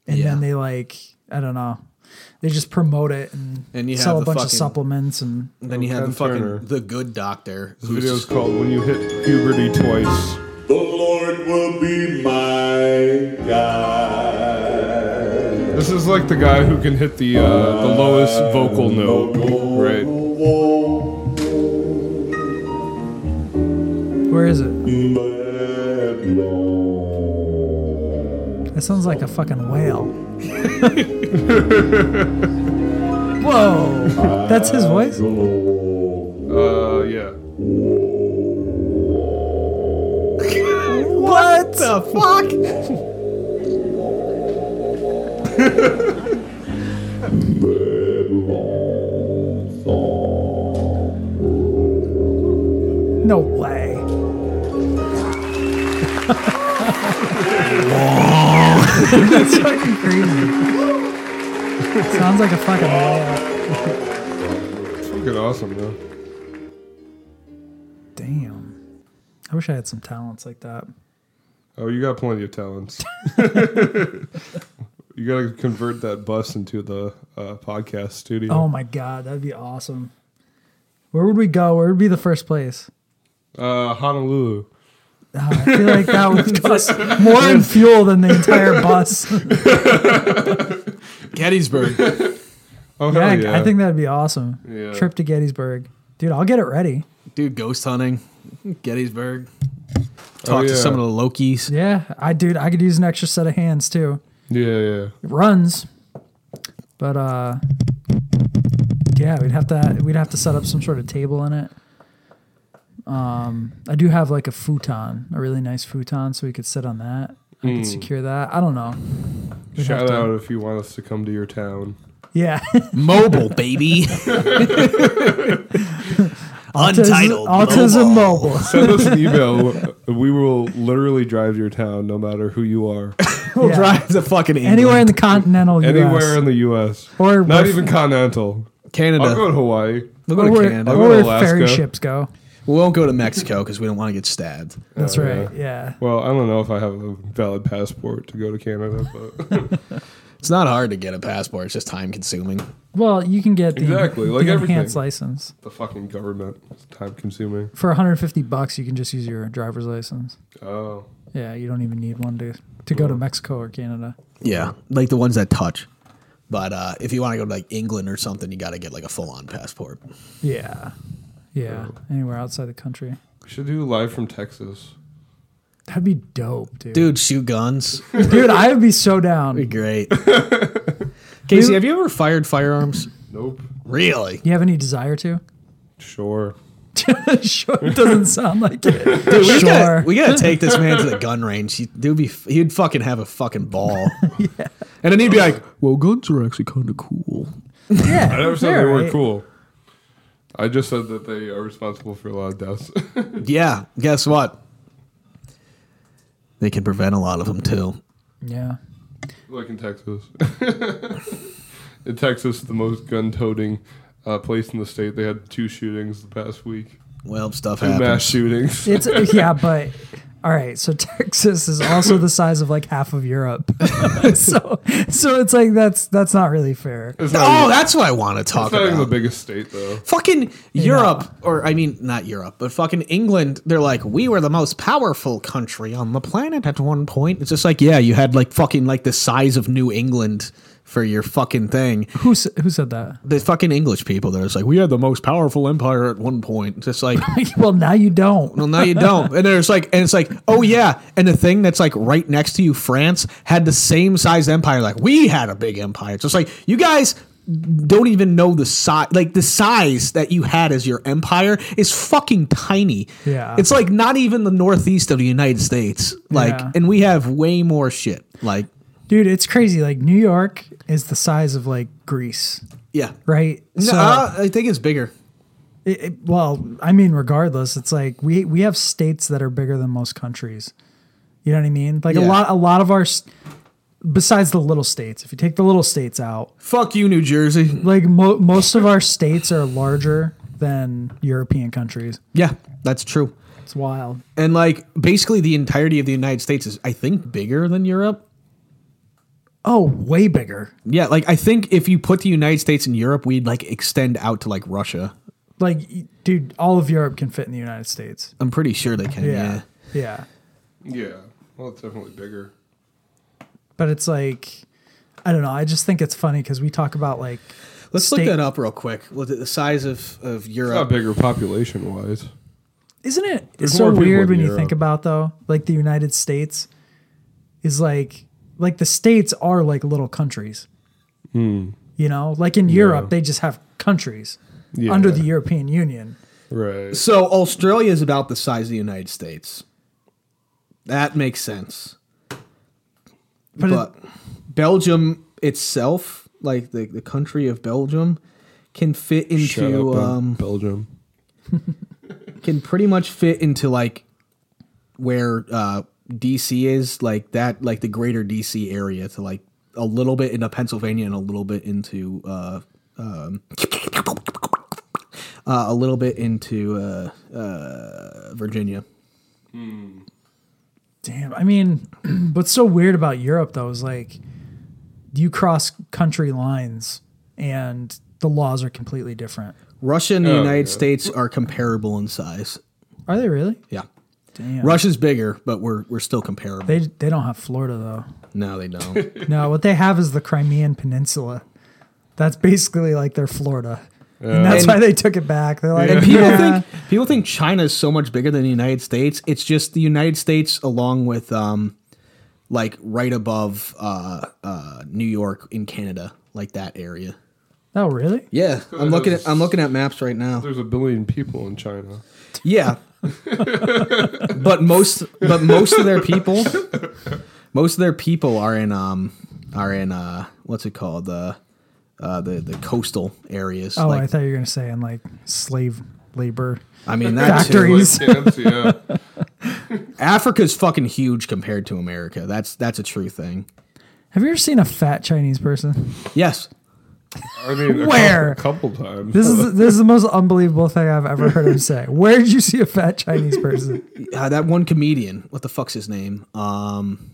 Speaker 4: and
Speaker 8: Yeah.
Speaker 4: then they like I don't know. They just promote it and,
Speaker 8: And you
Speaker 4: sell
Speaker 8: have
Speaker 4: a
Speaker 8: the
Speaker 4: bunch of
Speaker 8: fucking-
Speaker 4: supplements and
Speaker 8: then you have the
Speaker 5: Ken
Speaker 8: fucking
Speaker 5: Turner.
Speaker 8: the good doctor.
Speaker 5: This video's called "When You Hit Puberty Twice."
Speaker 10: The Lord will be my guide.
Speaker 5: This is like the guy who can hit the uh, the lowest vocal note, right?
Speaker 4: where is it? That sounds like a fucking whale. Whoa, that's his voice.
Speaker 5: Uh, yeah.
Speaker 4: What
Speaker 8: the fuck?
Speaker 4: No way. That's fucking crazy. Sounds like a fucking whale.
Speaker 5: It's fucking awesome, though.
Speaker 4: Damn. I wish I had some talents like that.
Speaker 5: Oh, you got plenty of talents. you gotta convert that bus into the uh, podcast studio.
Speaker 4: Oh my god, that'd be awesome. Where would we go? Where would be the first place? Oh.
Speaker 5: Uh, Honolulu.
Speaker 4: I feel like that would cost more in fuel than the entire bus.
Speaker 8: Gettysburg.
Speaker 5: Oh
Speaker 4: yeah,
Speaker 5: hell yeah!
Speaker 4: I think that'd be awesome.
Speaker 5: Yeah.
Speaker 4: Trip to Gettysburg. Dude, I'll get it ready.
Speaker 8: Dude, ghost hunting. Gettysburg.
Speaker 5: Oh,
Speaker 8: Talk to
Speaker 5: yeah.
Speaker 8: some of the Lokis.
Speaker 4: Yeah, I dude, I could use an extra set of hands too.
Speaker 5: yeah, yeah.
Speaker 4: It runs. But uh yeah, we'd have to we'd have to set up some sort of table in it. Um I do have like a futon, a really nice futon so we could sit on that. I
Speaker 5: Hmm.
Speaker 4: could secure that. I don't know. We'd have
Speaker 5: Shout
Speaker 4: to-
Speaker 5: out if you want us to come to your town.
Speaker 4: Yeah.
Speaker 8: Mobile, baby. Untitled.
Speaker 4: Autism mobile.
Speaker 5: Send us an email. We will literally drive to your town, no matter who you are,
Speaker 8: We'll
Speaker 4: Yeah.
Speaker 8: drive to fucking England.
Speaker 4: Anywhere in the continental
Speaker 5: anywhere
Speaker 4: US.
Speaker 5: in the U.S.
Speaker 4: Or
Speaker 5: not
Speaker 4: where-
Speaker 5: even continental. I'll go
Speaker 8: e- Canada.
Speaker 5: to Hawaii.
Speaker 8: We'll
Speaker 4: or
Speaker 8: go to
Speaker 4: where,
Speaker 8: Canada.
Speaker 5: I'll
Speaker 4: or
Speaker 5: go to
Speaker 4: where
Speaker 5: Alaska.
Speaker 4: ferry ships go.
Speaker 8: We won't go to Mexico because we don't want to get stabbed.
Speaker 4: That's
Speaker 5: Oh,
Speaker 4: right.
Speaker 5: yeah.
Speaker 4: Yeah.
Speaker 5: Well, I don't know if I have a valid passport to go to Canada, but
Speaker 8: It's not hard to get a passport. It's just time consuming.
Speaker 4: Well, you can get the,
Speaker 5: Exactly,
Speaker 4: the
Speaker 5: like everything.
Speaker 4: enhanced license.
Speaker 5: the fucking government is time consuming.
Speaker 4: For 150 bucks, you can just use your driver's license.
Speaker 5: Oh.
Speaker 4: Yeah, you don't even need one to to go to Mexico or Canada.
Speaker 8: Yeah, like the ones that touch. But uh, if you want to go to like England or something, you got to get like a full on passport.
Speaker 4: Yeah. Yeah. Anywhere outside the country.
Speaker 5: We should do live from Texas.
Speaker 4: That'd be dope, dude. Dude,
Speaker 8: Dude, shoot guns.
Speaker 4: I would be so down.
Speaker 8: Be great. Casey, have you ever fired firearms?
Speaker 5: Nope.
Speaker 8: Really?
Speaker 4: You have any desire to?
Speaker 5: Sure.
Speaker 4: sure. It doesn't sound like it.
Speaker 8: Dude, we
Speaker 4: sure.
Speaker 8: Gotta, we gotta take this man to the gun range. He, dude, be he'd fucking have a fucking ball. yeah. And then he'd be like, "Well, guns are actually kind of cool."
Speaker 4: yeah.
Speaker 5: I never said
Speaker 4: you're
Speaker 5: they were
Speaker 4: right.
Speaker 5: cool. I just said that they are responsible for a lot of deaths.
Speaker 8: Yeah. Guess what? they can prevent a lot of them too.
Speaker 4: Yeah.
Speaker 5: Like in Texas. in Texas, the most gun toting uh, place in the state, they had two shootings the past week.
Speaker 8: Well, stuff
Speaker 5: two
Speaker 8: happens.
Speaker 5: mass shootings.
Speaker 4: It's uh, yeah, but all right. So Texas is also the size of like half of Europe. so so it's like that's that's not really fair.
Speaker 5: It's not
Speaker 8: Oh,
Speaker 5: even-
Speaker 8: that's what I want to talk
Speaker 5: It's not
Speaker 8: about.
Speaker 5: even the biggest state, though.
Speaker 8: Fucking Europe, or I mean, not Europe, but fucking England, they're like, we were the most powerful country on the planet at one point. It's just like, yeah, you had like fucking like the size of New England for your fucking thing.
Speaker 4: Who, s- who said that?
Speaker 8: The fucking English people, they're just like, we had the most powerful empire at one point. It's Just like,
Speaker 4: well, now you don't.
Speaker 8: well, now you don't. And there's like, and it's like, oh yeah. And the thing that's like right next to you, France, had the same size empire. Like we had a big empire. It's just like you guys don't even know the size. Like the size that you had as your empire is fucking tiny.
Speaker 4: Yeah.
Speaker 8: It's like not even the northeast of the United States. Like,
Speaker 4: Yeah.
Speaker 8: and we have way more shit. Like,
Speaker 4: Dude, it's crazy. Like New York is the size of like Greece,
Speaker 8: yeah.
Speaker 4: right?
Speaker 8: No, uh, I think it's bigger.
Speaker 4: It, it- well, I mean, regardless, it's like we we have states that are bigger than most countries. You know what I mean? Like a
Speaker 8: Yeah.
Speaker 4: lot, a lot of our, s- besides the little states. If you take the little states out,
Speaker 8: Fuck you, New Jersey.
Speaker 4: like mo- most of our states are larger than European countries.
Speaker 8: Yeah, that's true.
Speaker 4: It's wild.
Speaker 8: And like basically the entirety of the United States is, I think, bigger than Europe.
Speaker 4: Oh, way bigger.
Speaker 8: Yeah, like I think if you put the United States and Europe, we'd like extend out to like Russia.
Speaker 4: Like, y- dude, all of Europe can fit in the United States.
Speaker 8: I'm pretty sure they can. Oh, Yeah.
Speaker 4: Yeah, yeah.
Speaker 5: Yeah. Well, it's definitely bigger.
Speaker 4: But it's like, I don't know. I just think it's funny because we talk about like.
Speaker 8: Let's
Speaker 4: state-
Speaker 8: look that up real quick. Look at the size of of
Speaker 5: It's not
Speaker 8: Europe.
Speaker 5: bigger population wise.
Speaker 4: Isn't it
Speaker 5: There's
Speaker 4: it's so
Speaker 5: more people
Speaker 4: weird
Speaker 5: in
Speaker 4: when you
Speaker 5: Europe.
Speaker 4: think about though? Like the United States is like like the states are like little countries.
Speaker 5: Hmm.
Speaker 4: You know, like in Europe, they just have countries
Speaker 5: Yeah.
Speaker 4: under the European Union.
Speaker 5: Right.
Speaker 8: So Australia is about the size of the United States. That makes sense.
Speaker 4: But
Speaker 8: But,
Speaker 4: it-
Speaker 8: Belgium itself, like the, the country of Belgium, can fit
Speaker 5: Shut
Speaker 8: into
Speaker 5: up, Bel-
Speaker 8: um,
Speaker 5: Belgium.
Speaker 8: can pretty much fit into like where uh DC is, like that like the greater DC area to like a little bit into Pennsylvania and a little bit into uh um uh, a little bit into uh, uh, Virginia.
Speaker 4: Damn. I mean, what's so weird about Europe though is like you cross country lines and the laws are completely different.
Speaker 8: Russia and the
Speaker 5: Oh,
Speaker 8: United
Speaker 5: yeah.
Speaker 8: States are comparable in size.
Speaker 4: Are they really?
Speaker 8: Yeah.
Speaker 4: Damn.
Speaker 8: Russia's bigger, but we're we're still comparable.
Speaker 4: They they don't have Florida though.
Speaker 8: no, they don't.
Speaker 4: No, what they have is the Crimean Peninsula. That's basically like their Florida. and that's
Speaker 8: Uh, And-
Speaker 4: why they took it back. They're like,
Speaker 8: And people
Speaker 4: "Yeah."
Speaker 8: think people think China is so much bigger than the United States. It's just the United States, along with um, like right above uh, uh, New York in Canada, like that area.
Speaker 4: oh, really?
Speaker 8: Yeah, I'm looking at I'm looking at maps right now.
Speaker 5: There's a billion people in China.
Speaker 8: Yeah, but most but most of their people, most of their people are in um are in uh what's it called the uh, the the coastal areas.
Speaker 4: Oh, I
Speaker 8: like,
Speaker 4: thought you were going to say in like slave labor.
Speaker 8: I mean that too.
Speaker 4: Factory. Please.
Speaker 5: Like camps, yeah.
Speaker 8: Africa's fucking huge compared to America. That's that's a true thing.
Speaker 4: Have you ever seen a fat Chinese person?
Speaker 8: Yes.
Speaker 5: I mean, a
Speaker 4: Where?
Speaker 5: Couple, couple times.
Speaker 4: This is this is the most unbelievable thing I've ever heard him say. Where did you see a fat Chinese person?
Speaker 8: Uh, that one comedian. What the fuck's his name? Um,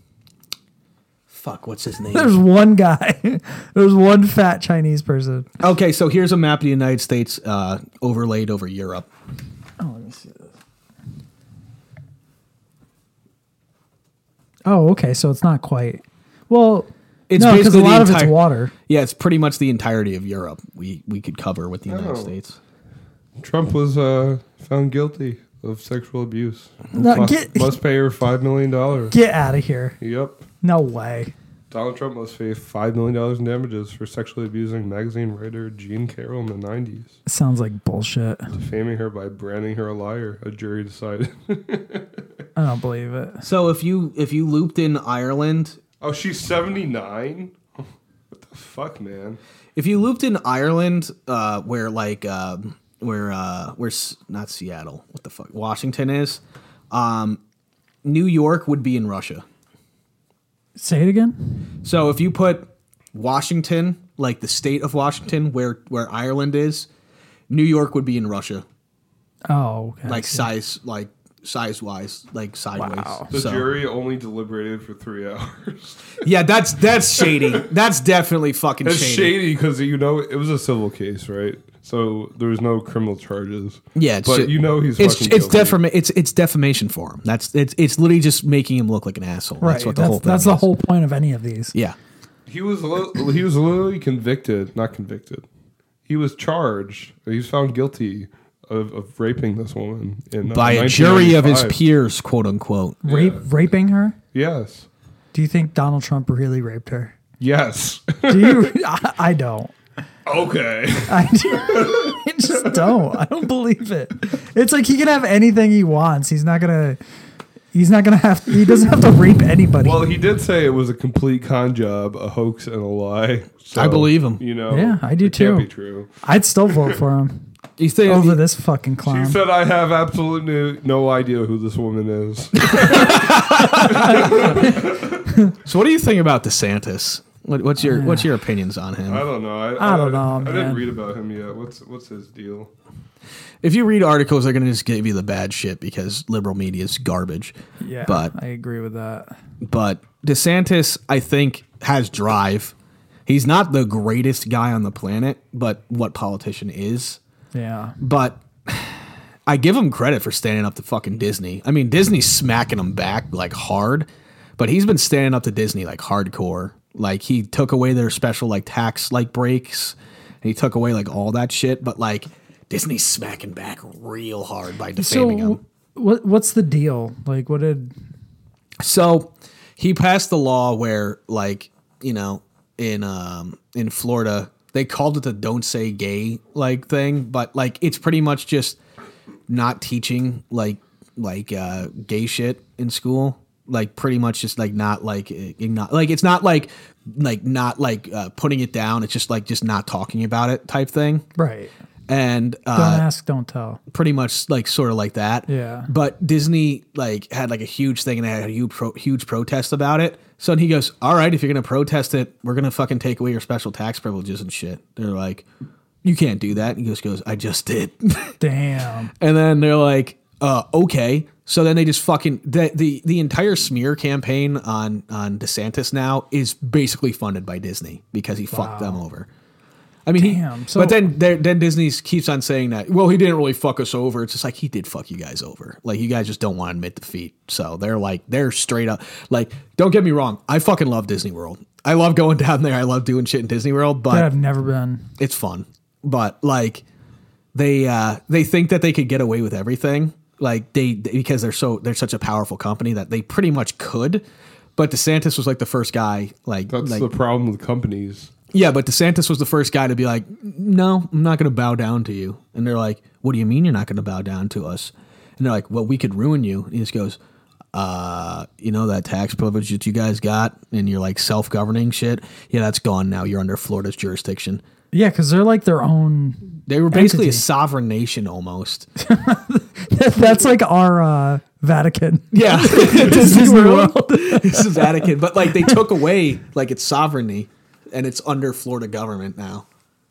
Speaker 8: fuck, what's his
Speaker 4: There's
Speaker 8: name?
Speaker 4: one guy. There's one fat Chinese person.
Speaker 8: Okay, so here's a map of the United States uh, overlaid over Europe.
Speaker 4: Oh, let me see this. Oh, okay. So it's not quite. Well,
Speaker 8: It's
Speaker 4: no, because a
Speaker 8: basically the
Speaker 4: lot of
Speaker 8: entire-
Speaker 4: it's water.
Speaker 8: Yeah, it's pretty much the entirety of Europe we, we could cover with the United
Speaker 5: Oh.
Speaker 8: States.
Speaker 5: Trump was uh, found guilty of sexual abuse.
Speaker 4: No,
Speaker 5: must,
Speaker 4: get-
Speaker 5: must pay her five million dollars.
Speaker 4: Get out of here.
Speaker 5: Yep.
Speaker 4: No way.
Speaker 5: Donald Trump must pay five million dollars in damages for sexually abusing magazine writer Jean Carroll in the '90s,
Speaker 4: Sounds like bullshit.
Speaker 5: defaming her by branding her a liar. A jury decided.
Speaker 4: I don't believe it.
Speaker 8: So if you if you looped in Ireland,
Speaker 5: oh, she's 79. What the fuck, man?
Speaker 8: if you looped in Ireland, uh, where like um, where uh, where S- not Seattle, what the fuck, Washington is, um, New York would be in Russia.
Speaker 4: Say it again.
Speaker 8: So if you put Washington, like the state of Washington, where where Ireland is, New York would be in Russia.
Speaker 4: Oh, okay.
Speaker 8: like size, like size wise, like sideways.
Speaker 5: The
Speaker 4: Oh.
Speaker 8: So-
Speaker 5: jury only deliberated for three hours.
Speaker 8: Yeah, that's that's shady. that's definitely fucking
Speaker 5: It's
Speaker 8: shady.
Speaker 5: shady because you know it was a civil case, right? So there was no criminal charges.
Speaker 8: Yeah, it's
Speaker 5: but
Speaker 8: shit.
Speaker 5: you know he's
Speaker 8: it's
Speaker 5: fucking
Speaker 8: it's
Speaker 5: guilty.
Speaker 8: defam- it's it's defamation for him. That's it's it's literally just making him look like an asshole.
Speaker 4: Right.
Speaker 8: That's what the whole thing.
Speaker 4: that's
Speaker 8: is.
Speaker 4: the whole point of any of these.
Speaker 8: Yeah.
Speaker 5: He was li- he was literally convicted, not convicted. He was charged. He was found guilty of, of raping this woman in, uh,
Speaker 8: by a jury of his
Speaker 5: 1995.
Speaker 8: peers, quote unquote.
Speaker 4: Rape, raping her.
Speaker 5: Yes.
Speaker 4: Do you think Donald Trump really raped her?
Speaker 5: Yes.
Speaker 4: Do you? I, I don't.
Speaker 5: Okay.
Speaker 4: I, do- I just don't. I don't believe it. It's like he can have anything he wants. He's not gonna. He's not gonna have. He doesn't have to rape anybody.
Speaker 5: Well, he did say it was a complete con job, a hoax, and a lie. So,
Speaker 4: I believe him.
Speaker 5: You know.
Speaker 4: Yeah, I do
Speaker 5: it
Speaker 4: too.
Speaker 5: Can't be true.
Speaker 4: I'd still vote for him.
Speaker 8: You think
Speaker 5: Oh,
Speaker 4: over this fucking
Speaker 5: She
Speaker 8: Um,
Speaker 4: clown?
Speaker 5: said, "I have absolutely no, no idea who this woman is."
Speaker 8: So, what do you think about DeSantis? What, what's your what's your opinions on him?
Speaker 5: I don't know. I,
Speaker 8: I don't know,
Speaker 5: I
Speaker 8: man.
Speaker 5: didn't read about him yet. What's what's his deal?
Speaker 8: If you read articles, they're going to just give you the bad shit because liberal media is garbage.
Speaker 4: Yeah,
Speaker 8: But
Speaker 4: I agree with that.
Speaker 8: but DeSantis, I think, has drive. He's not the greatest guy on the planet, but what politician is?
Speaker 4: Yeah.
Speaker 8: But I give him credit for standing up to fucking Disney. I mean, Disney's smacking him back like hard, but he's been standing up to Disney like hardcore. Like he took away their special like tax like breaks, and he took away like all that shit. But like Disney's smacking back real hard by defaming him.
Speaker 4: So, what what's the deal? Like, what did?
Speaker 8: So he passed the law where, like, you know, in um in Florida, they called it the "Don't Say Gay" like thing, but like it's pretty much just not teaching like like uh, gay shit in school. Like pretty much just like not like eh, not like it's not like like not like uh, putting it down. It's just like just not talking about it type thing.
Speaker 4: Right.
Speaker 8: And uh,
Speaker 4: don't ask, don't tell.
Speaker 8: pretty much like sort of like that.
Speaker 4: Yeah.
Speaker 8: But Disney like had like a huge thing and they had a huge pro- huge protest about it. So he goes, "All right, if you're gonna protest it, we're gonna fucking take away your special tax privileges and shit." They're like, "You can't do that." And he just goes, "I just did."
Speaker 4: Damn.
Speaker 8: and then they're like, uh, "Okay." So then they just fucking the, the the entire smear campaign on on DeSantis now is basically funded by Disney because he fucked them over. I mean, he,
Speaker 4: Damn, so-
Speaker 8: but then there- then Disney keeps on saying that. Well, he didn't really fuck us over. It's just like he did fuck you guys over. Like you guys just don't want to admit defeat. So they're like they're straight up like. Don't get me wrong. I fucking love Disney World. I love going down there. I love doing shit in Disney World. But
Speaker 4: That I've never been.
Speaker 8: it's fun but like they uh they think that they could get away with everything like they they- because they're so they're such a powerful company that they pretty much could but DeSantis was like the first guy like
Speaker 5: That's
Speaker 8: like
Speaker 5: the problem with companies.
Speaker 8: yeah but DeSantis was the first guy to be like no I'm not going to bow down to you and they're like what do you mean you're not going to bow down to us and they're like well we could ruin you and he just goes uh you know that tax privilege that you guys got and you're like self-governing shit yeah that's gone now you're under Florida's jurisdiction
Speaker 4: Yeah, because they're like their own.
Speaker 8: they were basically a
Speaker 4: entity.
Speaker 8: sovereign nation almost.
Speaker 4: That's like our uh, Vatican.
Speaker 8: Yeah,
Speaker 4: Disney World.
Speaker 8: this is Vatican, but like they took away like its sovereignty, and it's under Florida government now,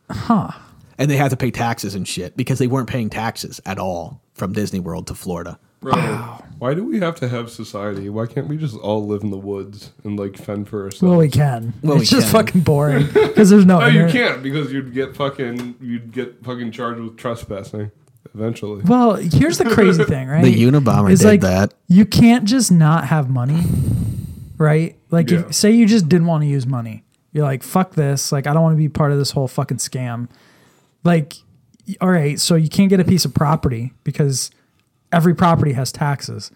Speaker 4: Huh.
Speaker 8: and they have to pay taxes and shit because they weren't paying taxes at all from Disney World to Florida.
Speaker 5: Bro, why do we have to have society? Why can't we just all live in the woods and like fend for ourselves?
Speaker 4: Well, we can.
Speaker 8: Well,
Speaker 4: it's
Speaker 8: we
Speaker 4: just
Speaker 8: can.
Speaker 4: fucking boring because there's no.
Speaker 5: No, you
Speaker 4: internet.
Speaker 5: can't because you'd get fucking you'd get fucking charged with trespassing eventually.
Speaker 4: Well, here's the crazy thing, right?
Speaker 8: The Unabomber
Speaker 4: Is,
Speaker 8: did
Speaker 4: like,
Speaker 8: that.
Speaker 4: You can't just not have money, right? Like,
Speaker 5: Yeah.
Speaker 4: if, say you just didn't want to use money. You're like, fuck this. Like, I don't want to be part of this whole fucking scam. Like, y- all right, so you can't get a piece of property because every property has taxes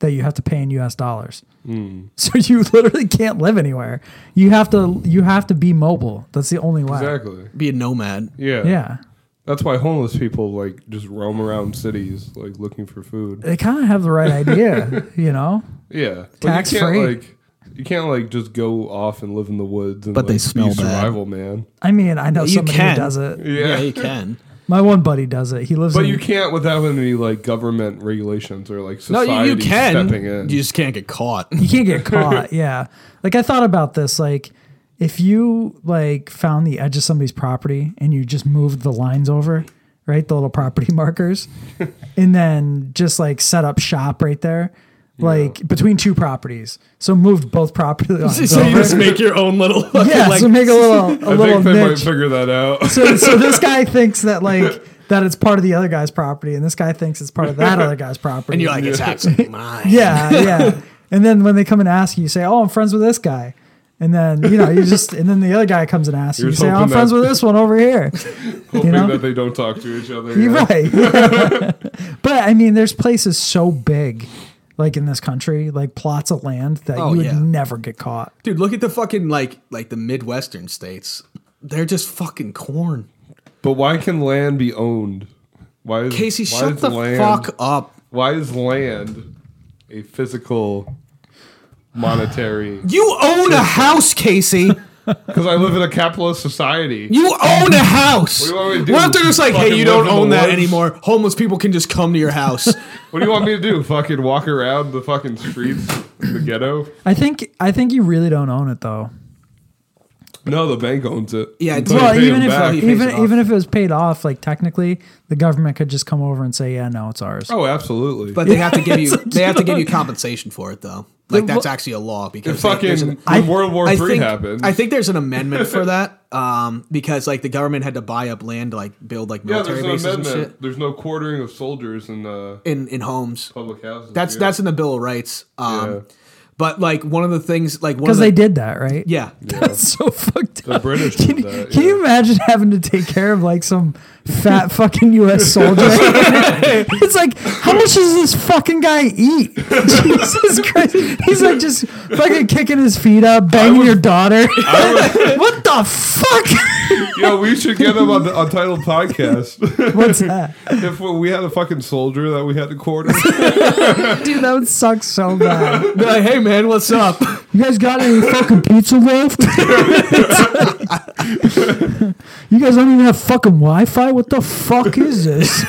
Speaker 4: that you have to pay in US dollars.
Speaker 5: Hmm.
Speaker 4: So you literally can't live anywhere. You have to you have to be mobile. That's the only way.
Speaker 5: Exactly.
Speaker 8: Be a nomad.
Speaker 5: Yeah.
Speaker 4: Yeah.
Speaker 5: That's why homeless people like just roam around cities like looking for food.
Speaker 4: They kind of have the right idea, you know?
Speaker 5: Yeah. But
Speaker 4: Tax
Speaker 5: you can't,
Speaker 4: free.
Speaker 5: Like, you can't like just go off and live in the woods and
Speaker 8: But they
Speaker 5: like,
Speaker 8: smell
Speaker 5: be
Speaker 8: bad.
Speaker 5: survival man.
Speaker 4: I mean, I know
Speaker 8: You
Speaker 4: somebody who
Speaker 8: can.
Speaker 4: does it.
Speaker 5: Yeah.
Speaker 8: you can.
Speaker 4: My one buddy does it. He lives
Speaker 5: But
Speaker 4: in
Speaker 5: you can't without any like government regulations or like
Speaker 4: No, you-
Speaker 5: society
Speaker 4: you can.
Speaker 5: stepping in. You
Speaker 8: just can't get caught.
Speaker 4: you can't get caught. Yeah. Like I thought about this. Like if you like found the edge of somebody's property and you just moved the lines over, right? The little property markers, and then just like set up shop right there. Like between two properties, so moved both property lines.
Speaker 8: so you
Speaker 4: over.
Speaker 8: just make your own little fucking,
Speaker 4: yeah.
Speaker 8: like,
Speaker 4: so make a little a
Speaker 5: I
Speaker 4: little
Speaker 5: think they might
Speaker 4: niche.
Speaker 5: figure that out.
Speaker 4: so, so this guy thinks that like that it's part of the other guy's property, and this guy thinks it's part of that other guy's property.
Speaker 8: And you're like, it's absolutely mine.
Speaker 4: yeah, yeah. And then when they come and ask you, you say, "Oh, I'm friends with this guy," and then you know you just and then the other guy comes and asks you,
Speaker 5: You're
Speaker 4: you say, "Oh, I'm
Speaker 5: hoping
Speaker 4: friends
Speaker 5: that-
Speaker 4: with this one over here."
Speaker 5: Hoping
Speaker 4: know?
Speaker 5: that they don't talk to each other.
Speaker 4: You're
Speaker 5: yeah.
Speaker 4: right. but I mean, there's places so big, like in this country, like plots of land that
Speaker 8: Oh,
Speaker 4: you would
Speaker 8: yeah.
Speaker 4: never get caught.
Speaker 8: Dude, look at the fucking like like the Midwestern states. They're just fucking corn.
Speaker 5: But why can land be owned? Why is
Speaker 8: Casey,
Speaker 5: why
Speaker 8: shut
Speaker 5: is
Speaker 8: the fuck up.
Speaker 5: Why is land a physical, monetary?
Speaker 8: You own a house, Casey.
Speaker 5: Because I live in a capitalist society.
Speaker 8: You own a house.
Speaker 5: What do you
Speaker 8: What
Speaker 5: want me to do?
Speaker 8: if they're just like, hey,
Speaker 5: Fucking
Speaker 8: you
Speaker 5: live
Speaker 8: don't
Speaker 5: in the
Speaker 8: own that
Speaker 5: woods?
Speaker 8: anymore? Homeless people can just come to your house.
Speaker 5: What do you want me to do? Fucking walk around the fucking streets, the ghetto?
Speaker 4: I think I think you really don't own it though.
Speaker 5: No, the bank owns it.
Speaker 8: Yeah,
Speaker 5: it's
Speaker 4: well, even if
Speaker 8: Oh,
Speaker 4: even even if it was paid off, like technically, the government could just come over and say, "Yeah, no, it's ours."
Speaker 5: oh, absolutely.
Speaker 8: But they have to give you
Speaker 4: It's a
Speaker 8: they have to give you
Speaker 4: joke.
Speaker 8: compensation for it though. Like
Speaker 4: The
Speaker 8: that's
Speaker 4: wo-
Speaker 8: actually a law because
Speaker 5: It
Speaker 8: they-
Speaker 5: fucking-
Speaker 8: there's an-
Speaker 5: when World War III
Speaker 8: think,
Speaker 5: happened.
Speaker 8: I think there's an amendment for that um, because like the government had to buy up land to like build like
Speaker 5: yeah,
Speaker 8: military
Speaker 5: there's no
Speaker 8: bases and shit.
Speaker 5: amendment. There's no quartering of soldiers in the
Speaker 8: in in homes,
Speaker 5: public houses.
Speaker 8: That's
Speaker 5: yeah.
Speaker 8: that's in the Bill of Rights. Um,
Speaker 5: Yeah.
Speaker 8: But like one of the things like one of
Speaker 4: Because
Speaker 8: the-
Speaker 4: they did that, right?
Speaker 8: Yeah.
Speaker 4: That's so fucked
Speaker 5: The
Speaker 4: up.
Speaker 5: British
Speaker 4: Can,
Speaker 5: did that,
Speaker 4: can you imagine having to take care of like some fat fucking U.S. soldier? it's like, how much does this fucking guy eat? Jesus Christ! He's like just fucking kicking his feet up, banging your daughter. what the fuck?
Speaker 5: Yo, we should get him on the Untitled podcast.
Speaker 4: What's that?
Speaker 5: if we had a fucking soldier that we had to quarter,
Speaker 4: Dude, that would suck so bad.
Speaker 8: Be like, hey man, what's up?
Speaker 4: You guys got any fucking pizza left? you guys don't even have fucking Wi-Fi. What the fuck is this?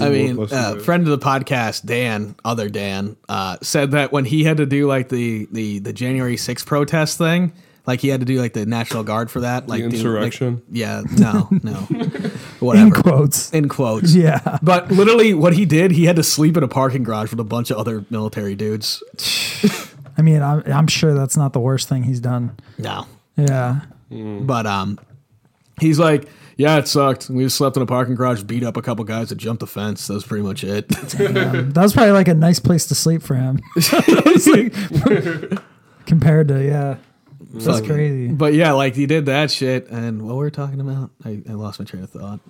Speaker 8: I mean, uh, friend of the podcast, Dan, other Dan, uh, said that when he had to do like the the the January 6th protest thing, like he had to do like the National Guard for that, like do- like-
Speaker 5: insurrection?
Speaker 8: yeah, no, no, whatever. In
Speaker 4: quotes.
Speaker 8: In quotes.
Speaker 4: Yeah.
Speaker 8: But literally, what he did, he had to sleep in a parking garage with a bunch of other military dudes.
Speaker 4: I mean, I'm, I'm sure that's not the worst thing he's done.
Speaker 8: No,
Speaker 4: Yeah.
Speaker 8: But um, he's like, yeah, it sucked. We just slept in a parking garage, beat up a couple guys that jumped the fence. That's pretty much it.
Speaker 4: Damn. that was probably like a nice place to sleep for him. It's like- compared to, yeah. That's
Speaker 8: Fucking-
Speaker 4: crazy.
Speaker 8: But yeah, like he did that shit, and what we were talking about, I, I lost my train of thought.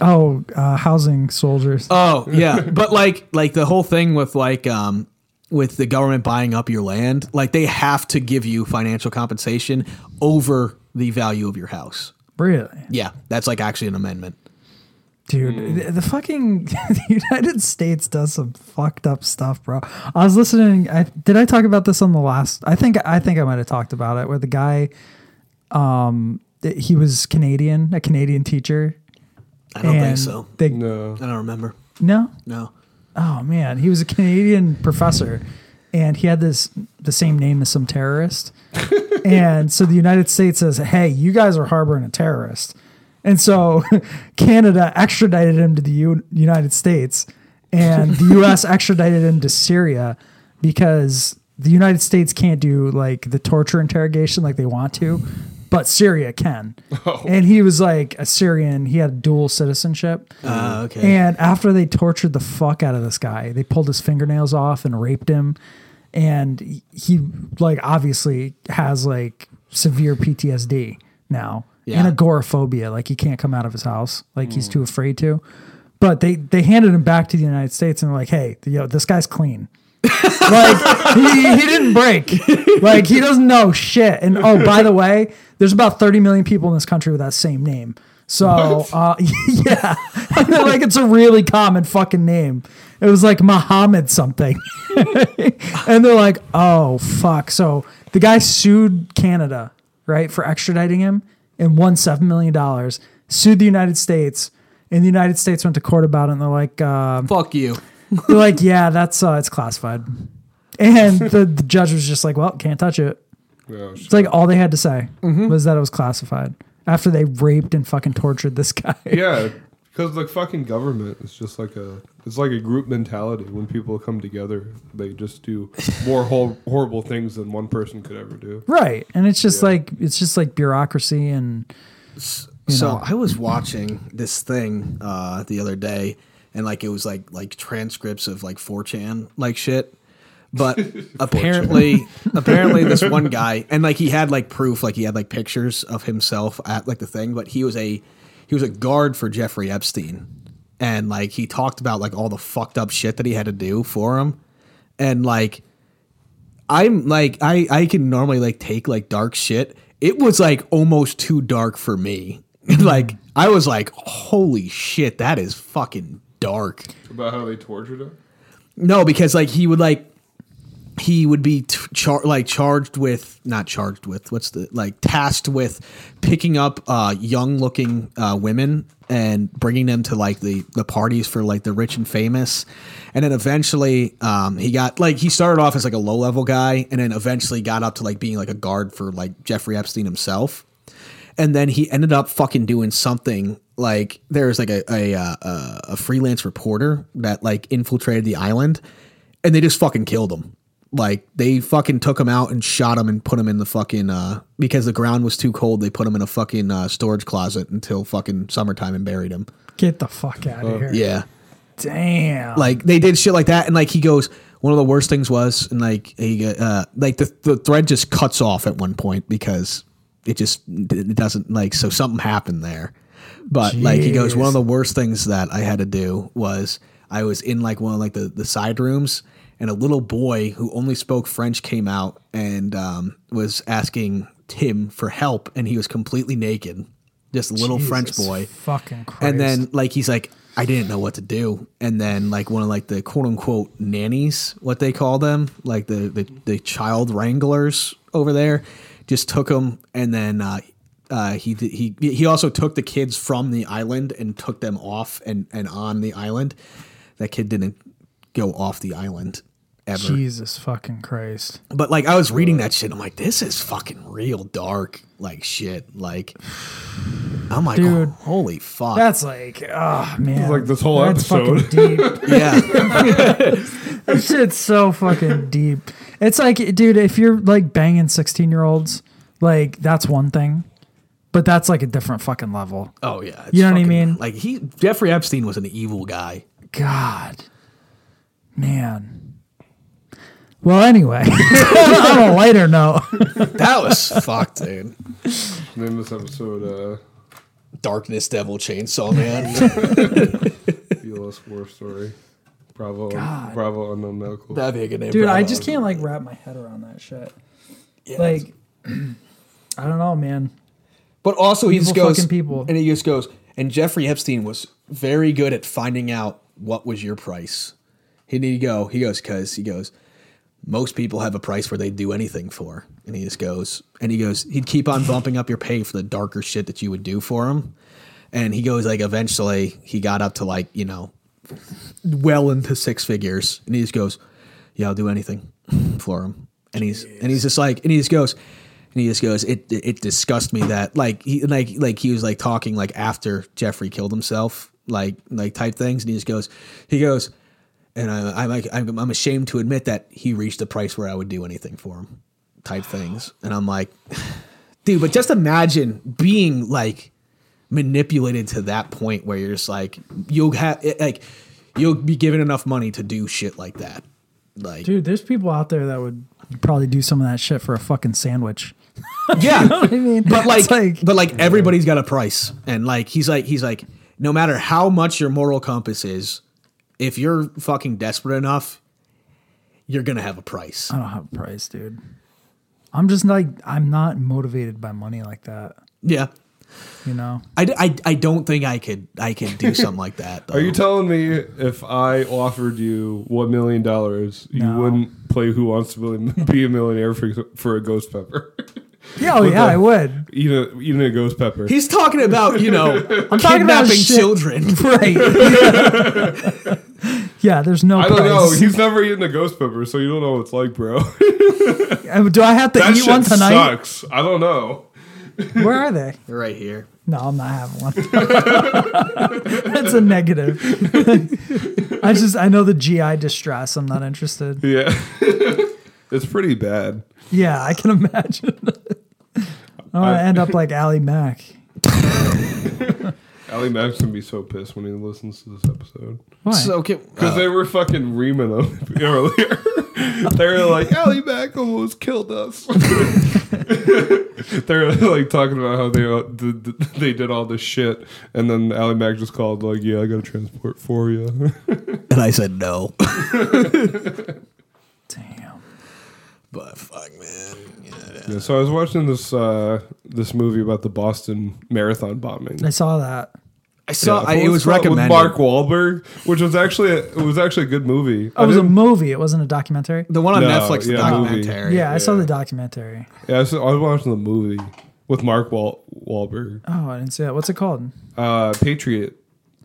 Speaker 4: Oh, uh, housing soldiers.
Speaker 8: Oh yeah, but like like the whole thing with like um with the government buying up your land, like they have to give you financial compensation over the value of your house.
Speaker 4: Really?
Speaker 8: Yeah, that's like actually an amendment.
Speaker 4: Dude,
Speaker 8: Mm.
Speaker 4: the, the fucking the United States does some fucked up stuff, bro. I was listening. I did I talk about this on the last? I think I think I might have talked about it. Where the guy, um, th- he was Canadian, a Canadian teacher.
Speaker 8: I don't think
Speaker 4: and
Speaker 8: so.
Speaker 4: They,
Speaker 5: no.
Speaker 8: I don't remember.
Speaker 4: No.
Speaker 8: No.
Speaker 4: Oh man, he was a Canadian professor, and he had this the same name as some terrorist. and so the United States says, "Hey, you guys are harboring a terrorist," and so Canada extradited him to the U- United States, and the U.S. extradited him to Syria because the United States can't do like the torture interrogation like they want to, but Syria can. And he was like a Syrian; he had dual citizenship.
Speaker 8: Ah, okay.
Speaker 4: And after they tortured the fuck out of this guy, they pulled his fingernails off and raped him. And he, like, obviously has like severe PTSD now and
Speaker 8: Yeah. Hmm.
Speaker 4: agoraphobia. Like, he can't come out of his house. Like, he's too afraid to. But they they handed him back to the United States and were like, hey, yo, this guy's clean. like he, he didn't break. Like he doesn't know shit. And oh, by the way, there's about 30 million people in this country with that same name. So uh, yeah, like it's a really common fucking name. It was like Muhammad something, and they're like, oh fuck. So the guy sued Canada right for extraditing him and won seven million dollars. sued the United States, and the United States went to court about it, and they're like, um,
Speaker 13: "Fuck you."
Speaker 4: They're like, "Yeah, that's uh, it's classified," and the, the judge was just like, "Well, can't touch it."
Speaker 5: Oh,
Speaker 4: It's like all they had to say
Speaker 8: Mm-hmm.
Speaker 4: was that it was classified after they raped and fucking tortured this guy.
Speaker 5: yeah, because the fucking government is just like a it's like a group mentality. When people come together, they just do more hor- horrible things than one person could ever do.
Speaker 4: Right. And it's just like it's just like bureaucracy and you
Speaker 8: so
Speaker 4: know.
Speaker 8: I was watching this thing uh, the other day, and like it was like like transcripts of like 4chan like shit. But apparently, apparently this one guy, and like he had like proof, like he had like pictures of himself at like the thing. But he was a he was a guard for Jeffrey Epstein, and like he talked about like all the fucked up shit that he had to do for him, and like I'm like I I can normally like take like dark shit. It was like almost too dark for me. like I was like, holy shit, that is fucking dark.
Speaker 5: About how they tortured him.
Speaker 8: No, because like he would like he would be t- char- like charged with not charged with what's the like tasked with picking up uh young looking uh women and bringing them to like the the parties for like the rich and famous and then eventually um he got like he started off as like a low level guy and then eventually got up to like being like a guard for like Jeffrey Epstein himself and then he ended up fucking doing something like there's like a a, uh, uh, a freelance reporter that like infiltrated the island and they just fucking killed him like they fucking took him out and shot him and put him in the fucking uh because the ground was too cold they put him in a fucking uh, storage closet until fucking summertime and buried him
Speaker 4: Get the fuck out of here.
Speaker 8: yeah
Speaker 4: Damn.
Speaker 8: like they did shit like that and like he goes one of the worst things was and like he uh like the, the thread just cuts off at one point because it just it doesn't like so something happened there but like he goes
Speaker 14: Jeez.
Speaker 8: one of the worst things that i had to do was i was in like one of like the, the side rooms and a little boy who only spoke french came out and um, was asking tim for help and he was completely naked just a little french
Speaker 4: Jesus
Speaker 8: boy
Speaker 4: Fucking Christ.
Speaker 8: and then like he's like, I didn't know what to do. And then like one of like the quote unquote nannies, what they call them, like the the, the child wranglers over there, just took him. And then uh, uh, he did- he he also took the kids from the island and took them off and and on the island. That kid didn't go off the island ever.
Speaker 4: Jesus fucking Christ.
Speaker 8: But like I was reading that shit, I'm like, this is fucking real dark, like shit. Like I'm like,
Speaker 4: Dude,
Speaker 8: holy fuck,
Speaker 4: That's like, oh man,
Speaker 8: It's like this whole
Speaker 4: that's
Speaker 8: episode.
Speaker 4: Fucking deep.
Speaker 8: Yeah.
Speaker 4: that shit's so fucking deep. It's like, dude, if you're like banging sixteen year olds, like that's one thing, but that's like a different fucking level.
Speaker 8: Oh yeah,
Speaker 4: you know what I
Speaker 8: fucking-
Speaker 4: mean?
Speaker 8: Like he, Jeffrey Epstein was an evil guy.
Speaker 4: God, man. Well, anyway, on a lighter note,
Speaker 8: That was fucked, dude.
Speaker 5: Name of this episode, uh,
Speaker 8: Darkness Devil Chainsaw Man.
Speaker 5: U.S. E War Story. Bravo,
Speaker 4: God.
Speaker 5: Bravo, unknown medical.
Speaker 8: That'd be a good name.
Speaker 4: dude. I just can't like wrap my head around that shit. like, I don't know, man.
Speaker 8: But also, he just
Speaker 4: Evil
Speaker 8: goes
Speaker 4: fucking people.
Speaker 8: and he just goes. And Jeffrey Epstein was very good at finding out what was your price. He need to go. He goes because he goes. Most people have a price where they'd do anything for, and he just goes. And he goes. He'd keep on bumping up your pay for the darker shit that you would do for him. And he goes like eventually he got up to like you know, well into six figures, and he just goes, "Yeah, I'll do anything for him." And he's and he's just like and he just goes, and he just goes, it it, it disgusts me that like he like like he was like talking like after Jeffrey killed himself, like like type things, and he just goes, he goes, and I, I'm like I'm, I'm ashamed to admit that he reached a price where I would do anything for him, type things, and I'm like, dude, but just imagine being like manipulated to that point where you're just like you'll have it- like you'll be given enough money to do shit like that, like
Speaker 4: Dude, there's people out there that would probably do some of that shit for a fucking sandwich.
Speaker 8: Yeah, but
Speaker 4: It's
Speaker 8: like, but like everybody's got a price, and like he's like he's like no matter how much your moral compass is, if you're fucking desperate enough, you're gonna have a price.
Speaker 4: I don't have a price, dude. I'm just like I'm not motivated by money like that.
Speaker 8: Yeah,
Speaker 4: You know?
Speaker 8: I, d- I, I don't think I could I could do something like that. Though.
Speaker 5: Are you telling me if I offered you one million dollars, you wouldn't play Who Wants to Be- Be a Millionaire for, for a ghost pepper?
Speaker 4: Yeah, oh
Speaker 5: What
Speaker 4: yeah,
Speaker 5: the-
Speaker 4: I would.
Speaker 5: Eat a, eating a ghost pepper.
Speaker 8: He's talking about, you know,
Speaker 4: I'm talking about
Speaker 8: kidnapping
Speaker 4: shit.
Speaker 8: children.
Speaker 4: Right. yeah, there's no
Speaker 5: I don't know.
Speaker 4: price.
Speaker 5: He's never eaten a ghost pepper, so you don't know what it's like, bro.
Speaker 4: Uh, Do I have to
Speaker 5: that
Speaker 4: eat
Speaker 5: shit
Speaker 4: one tonight?
Speaker 5: sucks. I don't know.
Speaker 4: Where are they?
Speaker 8: They're right here.
Speaker 4: No, I'm not having one. That's a negative. I just I know the GI distress. I'm not interested.
Speaker 5: Yeah. it's pretty bad.
Speaker 4: Yeah, I can imagine. I want to end up like Ali Mack.
Speaker 5: Ali Max gonna be so pissed when he listens to this episode.
Speaker 4: Why?
Speaker 8: So can-
Speaker 5: Because they were fucking reaming him earlier. they were like, Ali Mack almost killed us. they were like talking about how they all- did, did- they did all this shit, and then Ali Mack just called like, "Yeah, I got a transport for you."
Speaker 8: And I said no. But fuck, man.
Speaker 5: Yeah, so I was watching this uh, this movie about the Boston Marathon bombing.
Speaker 4: I saw that.
Speaker 8: I saw- I-
Speaker 5: what
Speaker 8: it was
Speaker 5: called?
Speaker 8: recommended.
Speaker 5: with Mark Wahlberg, which was actually a, it was actually a good movie.
Speaker 4: Oh,
Speaker 5: I
Speaker 4: it was a
Speaker 5: didn't-
Speaker 4: movie. It wasn't a documentary.
Speaker 8: The one on
Speaker 5: No,
Speaker 8: Netflix, the
Speaker 5: yeah, movie.
Speaker 8: documentary.
Speaker 4: Yeah, I saw the documentary.
Speaker 5: yeah, I, saw, I was watching the movie with Mark Wahl- Wahlberg.
Speaker 4: Oh, I didn't see that. What's it called?
Speaker 5: Uh, Patriot,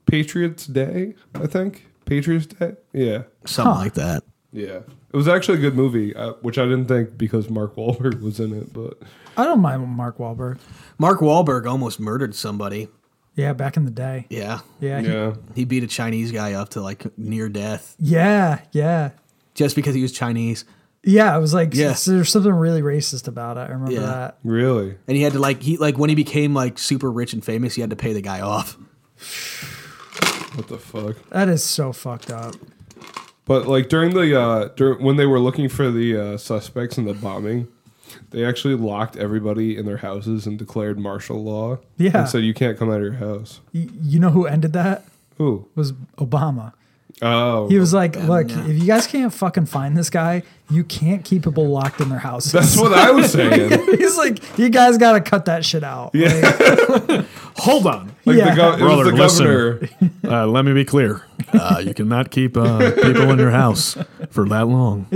Speaker 5: Patriots Day, I think. Patriots Day, yeah,
Speaker 8: Something like that.
Speaker 5: Yeah, it was actually a good movie, uh, which I didn't think because Mark Wahlberg was in it, but
Speaker 4: I don't mind Mark Wahlberg.
Speaker 8: Mark Wahlberg almost murdered somebody.
Speaker 4: Yeah, back in the day.
Speaker 8: Yeah.
Speaker 4: Yeah, he- Yeah.
Speaker 8: He, beat a Chinese guy up to like near death
Speaker 4: Yeah, yeah,
Speaker 8: just because he was Chinese.
Speaker 4: yeah. It was like
Speaker 8: Yeah.
Speaker 4: s- there's something really racist about it. I remember
Speaker 8: Yeah.
Speaker 4: that.
Speaker 5: really.
Speaker 8: And he had to like he like when he became like super rich and famous, he had to pay the guy off.
Speaker 5: What the fuck?
Speaker 4: That is so fucked up.
Speaker 5: But like during the uh, dur- when they were looking for the uh, suspects in the bombing, they actually locked everybody in their houses and declared martial law.
Speaker 4: Yeah.
Speaker 5: and said you can't come out of your house.
Speaker 4: Y- you know who ended that?
Speaker 5: Who
Speaker 4: was Obama?
Speaker 5: Oh,
Speaker 4: He was like, "Look,
Speaker 5: yeah.
Speaker 4: if you guys can't fucking find this guy, you can't keep people locked in their houses."
Speaker 5: That's what I was saying.
Speaker 4: He's like, "You guys got to cut that shit out."
Speaker 5: Yeah.
Speaker 8: Hold on.
Speaker 5: Like the gov- it was the
Speaker 15: listen, uh, let me be clear. Uh, you cannot keep uh, people in your house for that long.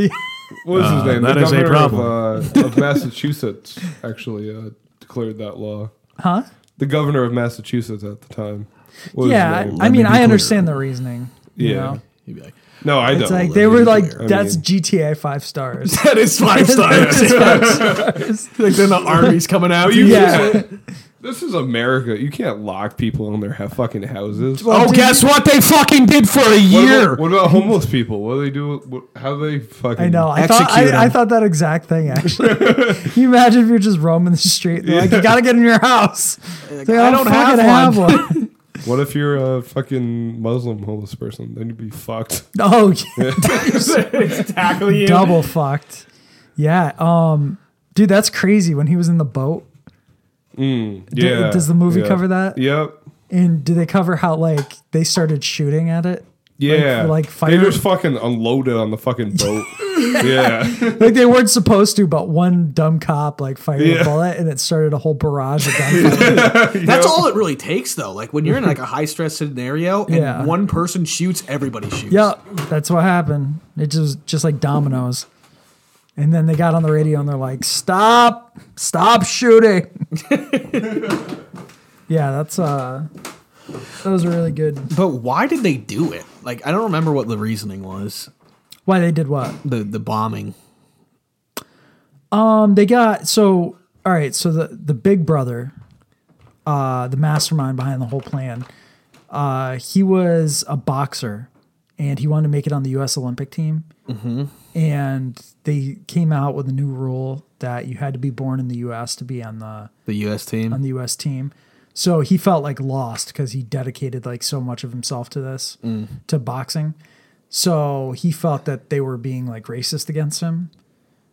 Speaker 5: What was
Speaker 15: Uh,
Speaker 5: his name?
Speaker 15: That
Speaker 5: the
Speaker 15: is a
Speaker 5: governor
Speaker 15: problem.
Speaker 5: Of, uh, of Massachusetts actually uh, declared that law.
Speaker 4: Huh?
Speaker 5: The governor of Massachusetts at the time. What was
Speaker 4: yeah.
Speaker 5: his name?
Speaker 4: I, I mean, I understand the reasoning.
Speaker 5: Yeah.
Speaker 4: You know?
Speaker 5: no, I
Speaker 4: it's
Speaker 5: don't.
Speaker 4: like they were like,
Speaker 5: I
Speaker 4: "That's
Speaker 5: mean,
Speaker 4: GTA five stars."
Speaker 8: That is five stars. Like, then the army's coming out.
Speaker 5: You
Speaker 8: Yeah.
Speaker 5: can't- This is America. You can't lock people in their ha- fucking houses.
Speaker 15: oh, guess what? They fucking did for a
Speaker 5: What about-
Speaker 15: year.
Speaker 5: What about, homeless people? What do they do? What, how do they fucking?
Speaker 4: I know. I thought I, I thought that exact thing actually. Can you imagine if you're just roaming the street? They're like,
Speaker 5: Yeah.
Speaker 4: you gotta get in your house. It's like, "Oh,
Speaker 8: I don't have one."
Speaker 5: What if you're a fucking Muslim homeless person? Then you'd be fucked.
Speaker 4: Oh,
Speaker 5: Yeah.
Speaker 15: tackle you.
Speaker 4: Double fucked. Yeah. Um, dude, that's crazy. When he was in the boat,
Speaker 5: Mm,
Speaker 4: D-
Speaker 5: yeah.
Speaker 4: does the movie
Speaker 5: yeah.
Speaker 4: cover that?
Speaker 5: Yep.
Speaker 4: and do they cover how like they started shooting at it?
Speaker 5: Yeah.
Speaker 4: like
Speaker 5: They
Speaker 4: fire-
Speaker 5: just fucking unloaded on the fucking boat. yeah.
Speaker 4: Like they weren't supposed to, but one dumb cop like fired
Speaker 5: Yeah.
Speaker 4: a bullet and it started a whole barrage of gunfire.
Speaker 8: That's all it really takes, though. Like when you're in like a high stress scenario and
Speaker 4: Yeah.
Speaker 8: one person shoots, everybody shoots.
Speaker 4: Yep, that's what happened. It just just like dominoes. And then they got on the radio and they're like, "Stop! Stop shooting!" yeah, that's uh, that was really good.
Speaker 8: But why did they do it? Like I don't remember what the reasoning was.
Speaker 4: Why they did what?
Speaker 8: The the bombing.
Speaker 4: Um, they got so all right. So the the big brother, uh, the mastermind behind the whole plan, uh, he was a boxer, and he wanted to make it on the U.S. Olympic team.
Speaker 8: Mm-hmm.
Speaker 4: and they came out with a new rule that you had to be born in the U.S. to be on the
Speaker 8: The U.S. team.
Speaker 4: on the U.S. team. So he felt like lost because he dedicated like so much of himself to this
Speaker 8: Mm.
Speaker 4: to boxing. So he felt that they were being like racist against him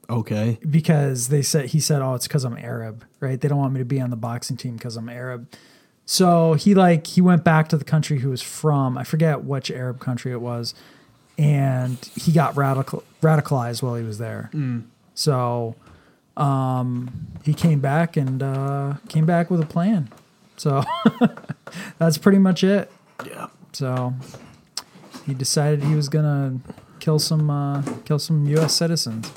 Speaker 8: Okay.
Speaker 4: because they said he said, "Oh, it's because I'm Arab, right? They don't want me to be on the boxing team because I'm Arab." So he like he went back to the country he was from. I forget which Arab country it was, and he got radical radicalized while he was there.
Speaker 8: Mm.
Speaker 4: So um, he came back and uh, came back with a plan. So that's pretty much it.
Speaker 8: Yeah.
Speaker 4: So he decided he was gonna kill some uh, kill some U.S. citizens.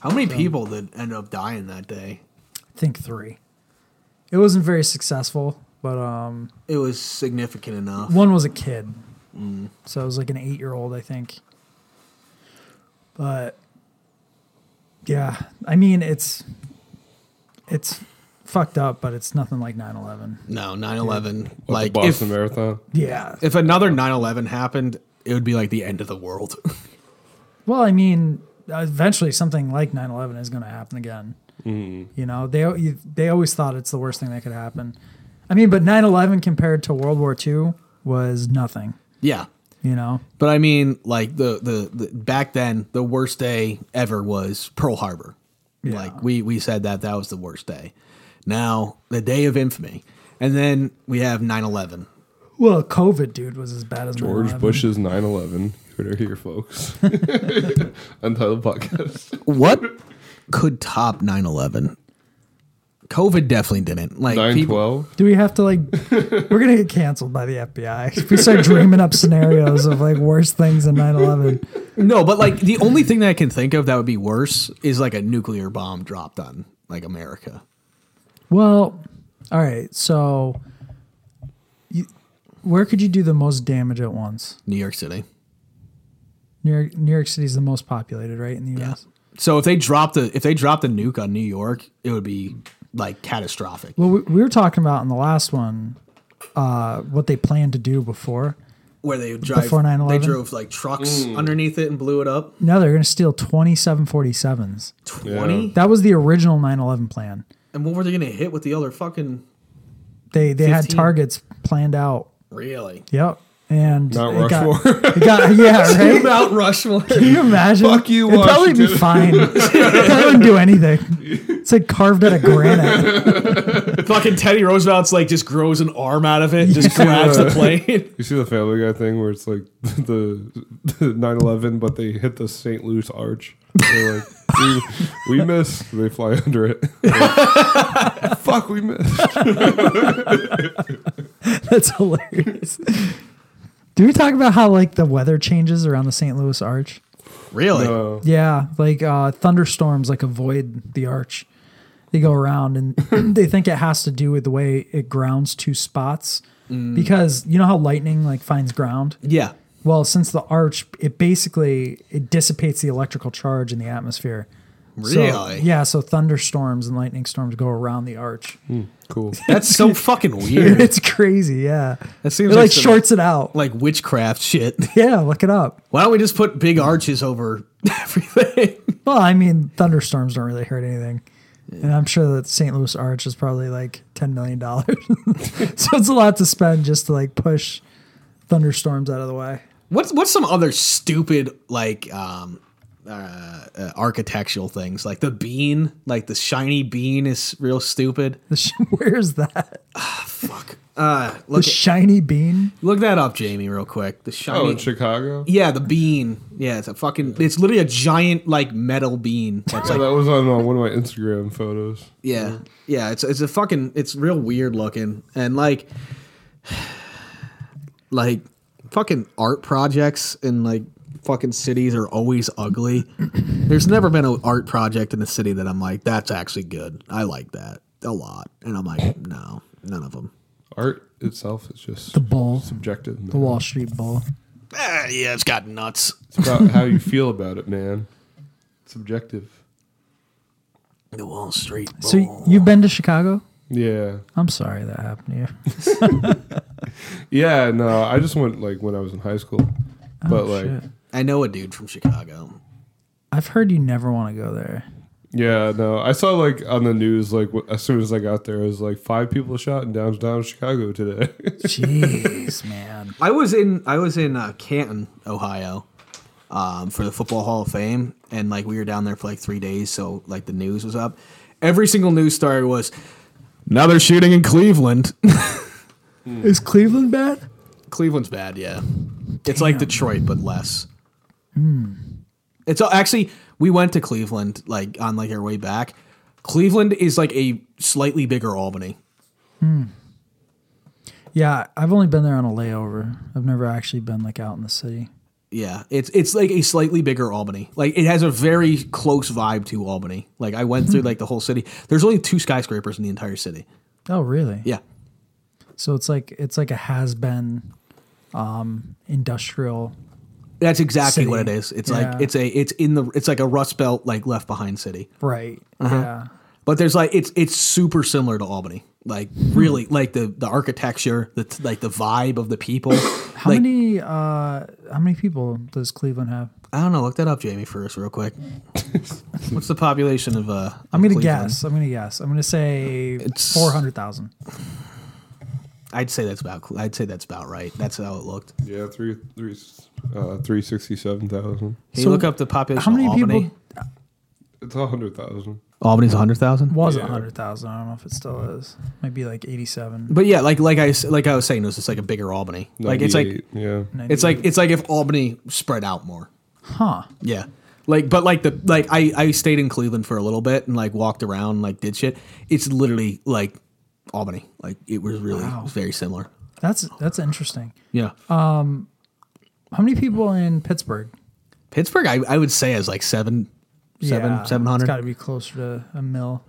Speaker 8: How many
Speaker 4: So-
Speaker 8: people did end up dying that day?
Speaker 4: I think three. It wasn't very successful, but um,
Speaker 8: It was significant enough.
Speaker 4: one was a kid,
Speaker 8: Mm.
Speaker 4: so it was like an eight-year-old, I think. But yeah, I mean it's it's fucked up, but it's nothing like 9/11.
Speaker 8: No, 9/11.
Speaker 5: the
Speaker 8: Like
Speaker 5: Boston
Speaker 8: if,
Speaker 5: Marathon?
Speaker 4: Yeah.
Speaker 8: If another 9/11 happened, it would be like the end of the world.
Speaker 4: Well, I mean, eventually something like 9/11 is going to happen again.
Speaker 5: Mm.
Speaker 4: You know, they you- they always thought it's the worst thing that could happen. I mean, but 9/11 compared to World War II was nothing.
Speaker 8: yeah.
Speaker 4: You know,
Speaker 8: But I mean, like the, the the back then, the worst day ever was Pearl Harbor. Like we we said that that was the worst day. Now the day of infamy, and then we have 9-11.
Speaker 4: well, COVID, dude, was as bad as
Speaker 5: George
Speaker 4: 9/11.
Speaker 5: Bush's 9 11. Heard it here, folks. Untitled podcast.
Speaker 8: What could top 9-11? COVID definitely didn't. Like
Speaker 5: 9/12?
Speaker 4: Do we have to like? we're gonna get canceled by the FBI if we start dreaming up scenarios of like worse things than 9/11.
Speaker 8: No, but like the only thing that I can think of that would be worse is like a nuclear bomb dropped on like America.
Speaker 4: Well, all right. So, you, where could you do the most damage at once?
Speaker 8: New York City.
Speaker 4: New York, New York City is the most populated, right, in the U.S.
Speaker 8: So if they dropped a if they dropped a nuke on New York, it would be like catastrophic.
Speaker 4: Well, we, we were talking about in the last one uh, what they planned to do before.
Speaker 8: Where they would drive
Speaker 4: Before 9/11?
Speaker 8: they drove like trucks
Speaker 4: Mm.
Speaker 8: underneath it and blew it up.
Speaker 4: No, they're going to steal 27 47s.
Speaker 8: 20?
Speaker 4: That was the original 9 11 plan.
Speaker 8: And what were they gonna hit with the other fucking
Speaker 4: They they had
Speaker 8: 15?
Speaker 4: targets planned out.
Speaker 8: Really?
Speaker 4: Yep. And
Speaker 8: Mount
Speaker 4: it got-
Speaker 8: Rushmore.
Speaker 4: it got- yeah, right?
Speaker 8: Mount Rushmore.
Speaker 4: Can you imagine?
Speaker 8: Fuck you,
Speaker 4: It'd probably be
Speaker 8: Washington.
Speaker 4: fine. I wouldn't do anything. It's like carved out of granite.
Speaker 8: fucking Teddy Roosevelt's like just grows an arm out of it, and just grabs the plane.
Speaker 5: You see the Family Guy thing where it's like the 9 11, but they hit the St. Louis Arch. They're like, we, we missed. They fly under it. Fuck, we missed.
Speaker 4: That's hilarious. Do we talk about how like the weather changes around the St. Louis Arch?
Speaker 8: Really?
Speaker 4: Yeah, like uh, thunderstorms like avoid the arch. They go around and they think it has to do with the way it grounds two spots
Speaker 8: Mm.
Speaker 4: because you know how lightning like finds ground.
Speaker 8: Yeah.
Speaker 4: Well, since the arch, it basically it dissipates the electrical charge in the atmosphere. So-
Speaker 8: Really?
Speaker 4: yeah. So thunderstorms and lightning storms go around the arch.
Speaker 5: cool.
Speaker 8: That's so fucking weird.
Speaker 4: it's crazy. Yeah.
Speaker 8: That seems
Speaker 4: it like,
Speaker 8: some-
Speaker 4: shorts it out.
Speaker 8: Like witchcraft shit.
Speaker 4: Yeah, look it up.
Speaker 8: Why don't we just put big arches over
Speaker 4: Well, I mean, thunderstorms don't really hurt anything. And I'm sure that St. Louis Arch is probably like $10 million. so it's a lot to spend just to like push thunderstorms out of the way.
Speaker 8: What's what's some other stupid like um uh, uh, architectural things like the bean, like the shiny bean is real stupid.
Speaker 4: The sh- Where's that?
Speaker 8: Ah, Uh,
Speaker 4: The
Speaker 8: look,
Speaker 4: shiny bean?
Speaker 8: look that up, Jamie, real quick. The shiny.
Speaker 5: Oh, in Chicago?
Speaker 8: Yeah, the bean. Yeah, it's a fucking. It's literally a giant like metal bean. That's
Speaker 5: Yeah,
Speaker 8: like
Speaker 5: that was on uh, one of my Instagram photos.
Speaker 8: Yeah. Yeah, it's it's a fucking it's real weird looking and like like fucking art projects in like fucking cities are always ugly. There's never been an art project in a city that I'm like that's actually good. I like that a lot. And I'm like no, none of them.
Speaker 5: Art itself is just
Speaker 4: the bull,
Speaker 5: subjective.
Speaker 4: The Wall Street Bull.
Speaker 8: Ah, yeah, it's got nuts.
Speaker 5: It's about how you feel about it, man. Subjective.
Speaker 8: The Wall Street.
Speaker 4: So
Speaker 8: Oh.
Speaker 4: y- you've been to Chicago?
Speaker 5: Yeah.
Speaker 4: I'm sorry that happened to you.
Speaker 5: Yeah, no, I just went like when I was in high school. But like,
Speaker 8: I know a dude from Chicago.
Speaker 4: I've heard you never want to go there.
Speaker 5: yeah, no, I saw like on the news, like wh- as soon as I got there, it was like five people shot in downtown Chicago today.
Speaker 4: Jeez, man.
Speaker 8: I was in I was in uh, Canton, Ohio, um, for the Football Hall of Fame, and like we were down there for like three days, so like the news was up. Every single news story was another shooting in Cleveland.
Speaker 4: Is Cleveland bad?
Speaker 8: Cleveland's bad, yeah. It's like Detroit, but less.
Speaker 4: Hmm.
Speaker 8: It's all- actually we went to Cleveland like on like our way back. Cleveland is like a slightly bigger Albany.
Speaker 4: Hmm. Yeah, I've only been there on a layover. I've never actually been like out in the city.
Speaker 8: Yeah, it's it's like a slightly bigger Albany. Like it has a very close vibe to Albany. Like I went through
Speaker 4: Hmm.
Speaker 8: like the whole city. There's only two skyscrapers in the entire city.
Speaker 4: Oh, really?
Speaker 8: Yeah.
Speaker 4: So it's like it's like a has been um industrial.
Speaker 8: That's exactly
Speaker 4: city.
Speaker 8: what it is. It's
Speaker 4: Yeah.
Speaker 8: like it's a it's in the it's like a Rust Belt like left behind city.
Speaker 4: right.
Speaker 8: Uh-huh.
Speaker 4: Yeah.
Speaker 8: But there's like it's it's super similar to Albany. Like
Speaker 4: Hmm.
Speaker 8: really like the the architecture, the like the vibe of the people.
Speaker 4: How
Speaker 8: like
Speaker 4: many uh how many people does Cleveland have?
Speaker 8: I don't know, look that up Jamie first real quick. What's the population of uh
Speaker 4: I'm gonna
Speaker 8: Cleveland?
Speaker 4: guess. I'm gonna guess. I'm gonna say four hundred thousand.
Speaker 8: I'd say that's about I'd say that's about right. That's how it looked.
Speaker 5: Yeah, three three uh, three sixty seven thousand.
Speaker 8: Hey, look up the population of Albany.
Speaker 5: It's a hundred thousand.
Speaker 8: Albany's 100,000?
Speaker 4: Was a hundred thousand. I don't know if it still is. Might be like eighty-seven.
Speaker 8: But yeah, like like I s- like I was saying, it was just like a bigger Albany. Like it's like
Speaker 5: 98, yeah.
Speaker 8: it's like it's like if Albany spread out more.
Speaker 4: Huh.
Speaker 8: Yeah. Like but like the like I I stayed in Cleveland for a little bit and like walked around and, like did shit. It's literally like Albany. Like it was really
Speaker 4: Wow.
Speaker 8: very similar.
Speaker 4: That's that's interesting.
Speaker 8: Yeah.
Speaker 4: Um, how many people in Pittsburgh?
Speaker 8: Pittsburgh I, I would say is like 7
Speaker 4: Yeah,
Speaker 8: 7
Speaker 4: It's
Speaker 8: 700.
Speaker 4: got to be closer to a mil.